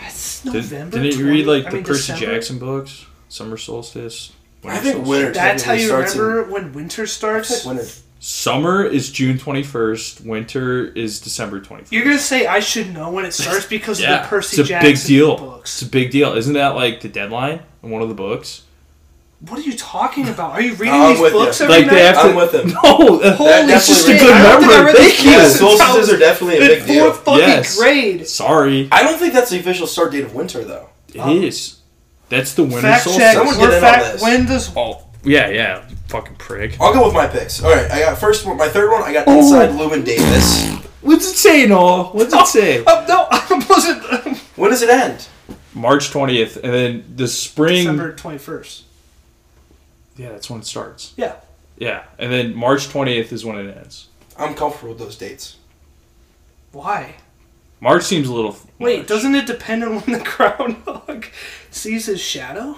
S3: It's
S1: Did,
S3: November.
S1: didn't you read
S3: 20
S1: like
S3: I
S1: the
S3: mean,
S1: Percy
S3: December.
S1: Jackson books? Summer Solstice.
S2: I think winter.
S3: That's how
S2: technically
S3: you
S2: starts in-
S3: remember when winter starts.
S2: Winter.
S1: Summer is June 21st. Winter is December 21st.
S3: You're gonna say I should know when it starts because of the Percy
S1: it's a
S3: Jackson
S1: big deal. It's
S3: books.
S1: a big deal. Isn't that like the deadline in one of the books?
S3: What are you talking about? Are you reading
S2: I'm
S3: these
S2: with ya.
S3: books every
S1: Like
S3: night?
S1: they have to.
S2: I'm with him.
S1: No, that,
S2: That
S1: that's just a
S2: definitely-
S1: good
S2: I
S3: don't think I
S1: memory.
S3: read
S1: Thank
S3: that.
S1: you.
S2: Yeah,
S3: Yes.
S2: solstices are definitely a big
S3: In
S2: deal.
S3: fourth fucking
S1: Yes.
S3: grade.
S1: Sorry,
S2: I don't think that's the official start date of winter, though.
S1: it is. That's the winter
S3: Fact
S1: solstice.
S3: check.
S2: Someone
S3: We're
S2: get in on
S3: fact.
S2: this.
S3: When does
S4: Oh, yeah, yeah. Fucking prick.
S2: I'll go with my picks. All right, I got first one. My third one, I got inside Lewin Davis.
S1: What's it say, Noel? What's it say?
S3: Oh no, I wasn't.
S2: When does it end?
S1: March 20th, and then the spring.
S3: December twenty first.
S1: Yeah, that's when it starts.
S3: Yeah.
S1: Yeah, and then March 20th is when it ends.
S2: I'm comfortable with those dates.
S3: Why?
S1: March seems a little.
S3: Wait,
S1: March.
S3: doesn't it depend on when the groundhog sees his shadow?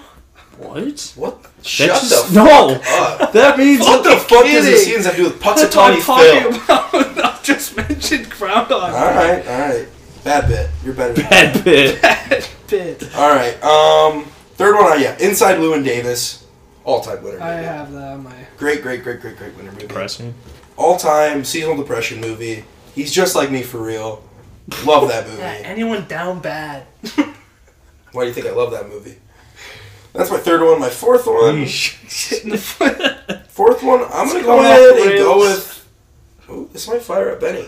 S1: What?
S2: What? Shut
S1: That's just,
S2: the
S1: no.
S2: fuck up.
S1: That means
S2: What the fuck does the
S3: kidding.
S2: scenes have to do with
S3: That's what
S2: Puxatawny
S3: I'm talking
S2: Phil?
S3: about. I just mentioned groundhog.
S2: All right, all right. Bad bit. You're better. than
S1: bad bit.
S3: Bit.
S2: All right. Um, third one. I yeah. Inside Lewin Davis, all time winner.
S3: I
S2: movie.
S3: have that on my.
S2: Great, great, great, great, great winner movie.
S1: Depressing.
S2: All time seasonal depression movie. He's just like me for real. Love that
S3: Yeah,
S2: movie.
S3: anyone down bad.
S2: Why do you think I love that movie? That's my third one. My fourth one.
S3: Shit in the foot.
S2: Fourth one. I'm gonna
S3: It's
S2: go
S3: going
S2: ahead
S3: off the
S2: and go
S3: rails.
S2: with. Ooh, this might fire up Benny.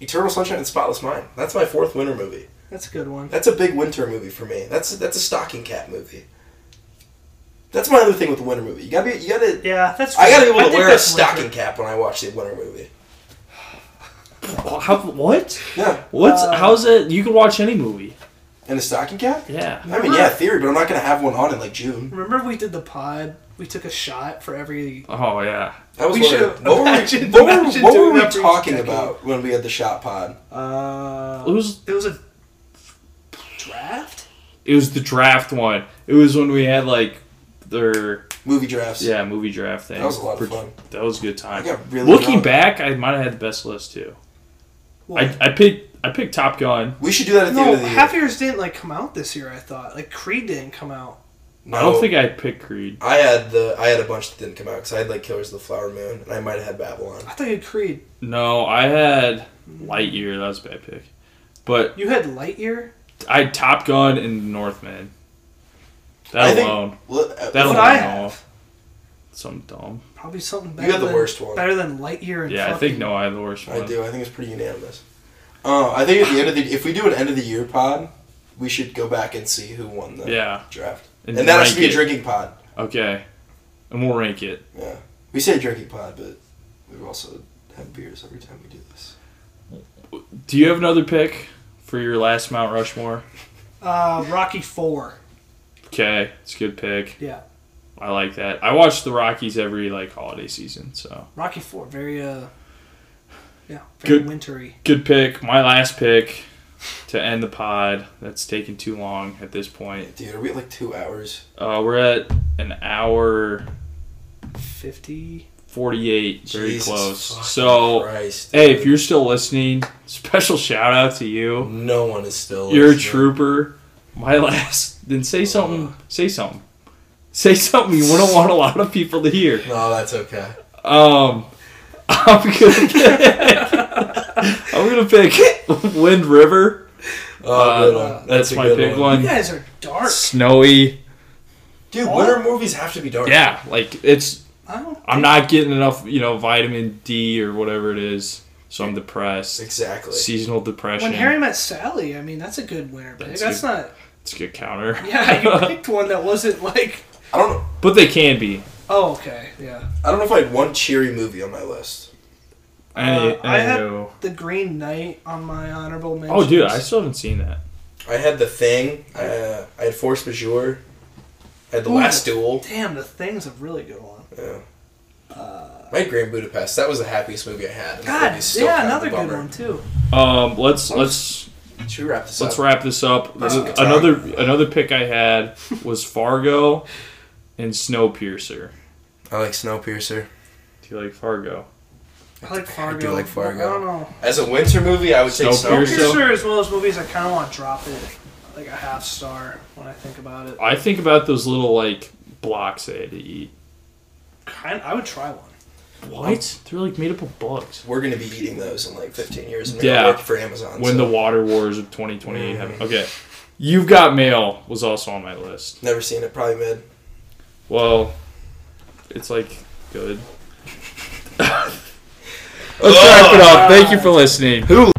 S2: Eternal Sunshine and Spotless Mind. That's my fourth winter movie.
S3: That's a good one.
S2: That's a big winter movie for me. That's that's a stocking cap movie. That's my other thing with the winter movie. You gotta be, you gotta
S3: Yeah, that's.
S2: I gotta be able to
S3: think
S2: wear a
S3: that's winter.
S2: stocking cap when I watch the winter movie.
S1: How, what?
S2: Yeah,
S1: What's?
S3: Uh,
S1: how's it? You can watch any movie.
S2: and a stocking cap.
S1: Yeah.
S2: I mean, yeah, theory, but I'm not gonna have one on in like June.
S3: Remember we did the pod. We took a shot for every.
S1: Oh yeah.
S2: I was
S3: We
S2: wondering,
S3: should
S2: what were we,
S3: imagine-
S2: what were-
S3: imagine
S2: what were
S3: doing
S2: we
S3: that for each
S2: talking
S3: decade.
S2: about when we had the shot pod?
S3: Uh,
S1: It was.
S3: It was a draft.
S1: It was the draft one. It was when we had like their
S2: Movie drafts.
S1: yeah movie draft thing.
S2: That was a lot of fun.
S1: That was a good time.
S2: I got really
S1: Looking
S2: drunk.
S1: back, I might have had the best list too.
S3: Well,
S1: I, I picked I picked Top Gun.
S2: We should do that at the
S3: no,
S2: end of the year.
S3: half years didn't like come out this year. I thought like Creed didn't come out.
S2: no,
S1: I don't think I picked Creed.
S2: I had the I had a bunch that didn't come out because I had like Killers of the Flower Moon and I might have had Babylon.
S3: I thought you had Creed.
S1: No, I had Lightyear. That was a bad pick. But
S3: You had Lightyear.
S1: I had Top Gun and Northman. That
S2: I think-
S1: alone.
S2: Well,
S1: that
S3: What
S1: alone.
S2: uh,
S3: I
S1: no.
S3: have.
S1: Some dumb.
S3: Probably something better.
S2: You got the
S3: than,
S2: worst one.
S3: Better than Lightyear. And
S1: Yeah, I
S3: fucking,
S1: think no, I had the worst one.
S2: I do. I think it's pretty unanimous. Uh, I think at the end of the if we do an end of the year pod, we should go back and see who won the
S1: Yeah.
S2: draft. And, that has to be
S1: rank
S2: a
S1: it.
S2: drinking pod.
S1: Okay. And we'll rank it.
S2: Yeah. We say drinking pod, but we also have beers every time we do this.
S1: Do you have another pick for your last Mount Rushmore?
S3: Uh, Rocky Four.
S1: Okay, it's a good pick.
S3: Yeah,
S1: I like that. I watch the Rockies every like holiday season, so
S3: Rocky Four. Very uh. Yeah, very
S1: Good.
S3: wintry.
S1: good pick. My last pick to end the pod. That's taking too long at this point.
S2: Dude, are we at like two hours?
S1: Uh, we're at an hour
S3: Fifty.
S1: forty-eight, very
S2: Jesus fucking
S1: close. So,
S2: Christ.
S1: hey, if you're still listening, special shout out to you.
S2: no one is still
S1: You're a
S2: listening.
S1: trooper. My last. Then say something. Say something. Say something you wouldn't want a lot of people to hear.
S2: No, that's okay.
S1: Um, I'm gonna pick. I'm gonna pick Wind River.
S2: Oh,
S1: Uh,
S2: good one.
S1: that's,
S2: a
S1: my
S2: good
S1: big
S3: You
S1: one.
S3: guys are dark.
S4: Snowy.
S2: Dude, winter movies have to be dark.
S1: Yeah, like it's.
S3: I don't.
S1: I'm not getting enough, you know, vitamin D or whatever it is, so I'm depressed.
S2: Exactly.
S1: Seasonal depression.
S3: When Harry met Sally, I mean that's a good winner pick.
S1: That's
S3: That's,
S1: good.
S3: not.
S1: it's a good counter.
S3: Yeah, you picked one that wasn't like.
S2: I don't know.
S1: but they can be.
S3: Oh, okay. Yeah.
S2: I don't know if I had one cheery movie on my list.
S1: Any-
S3: I had-
S1: anywho.
S3: The Green Knight on my honorable mention.
S1: oh, dude, I still haven't seen that.
S2: I had the thing. I, uh, I had Force Majeure. I had the
S3: Ooh.
S2: Last Duel.
S3: Damn, the thing's a really good one.
S2: Yeah. I had Grand Budapest. That was the happiest movie I had. and that
S3: God,
S2: movie's still
S3: yeah,
S2: kind of a
S3: another good
S2: bummer.
S3: one too.
S1: Um, let's let's
S2: Should we wrap this
S1: Let's
S2: up?
S1: wrap this up.
S2: Let's
S1: Th-
S2: get time.
S1: another another pick I had was Fargo and Snowpiercer.
S2: I like Snowpiercer.
S1: Do you like Fargo?
S3: I like Fargo.
S2: do like Fargo.
S3: I don't know.
S2: As a winter movie, I would say
S1: Snowpiercer.
S2: Snowpiercer.
S3: Snowpiercer is one of those movies I kind of want to drop it like a half star when I think about it.
S1: I think about those little like blocks I had to eat.
S3: Kind, I would try one.
S1: What? They're like made up of bugs.
S2: We're gonna be eating those in like 15 years and
S1: Yeah.
S2: yeah. work for Amazon.
S1: When
S2: so.
S1: the water wars of 2028 happen. Okay. You've Got Mail was also on my list.
S2: never seen it, probably mid.
S1: Well, it's like good.
S4: Let's wrap it up. Thank you for listening.
S2: Hulu.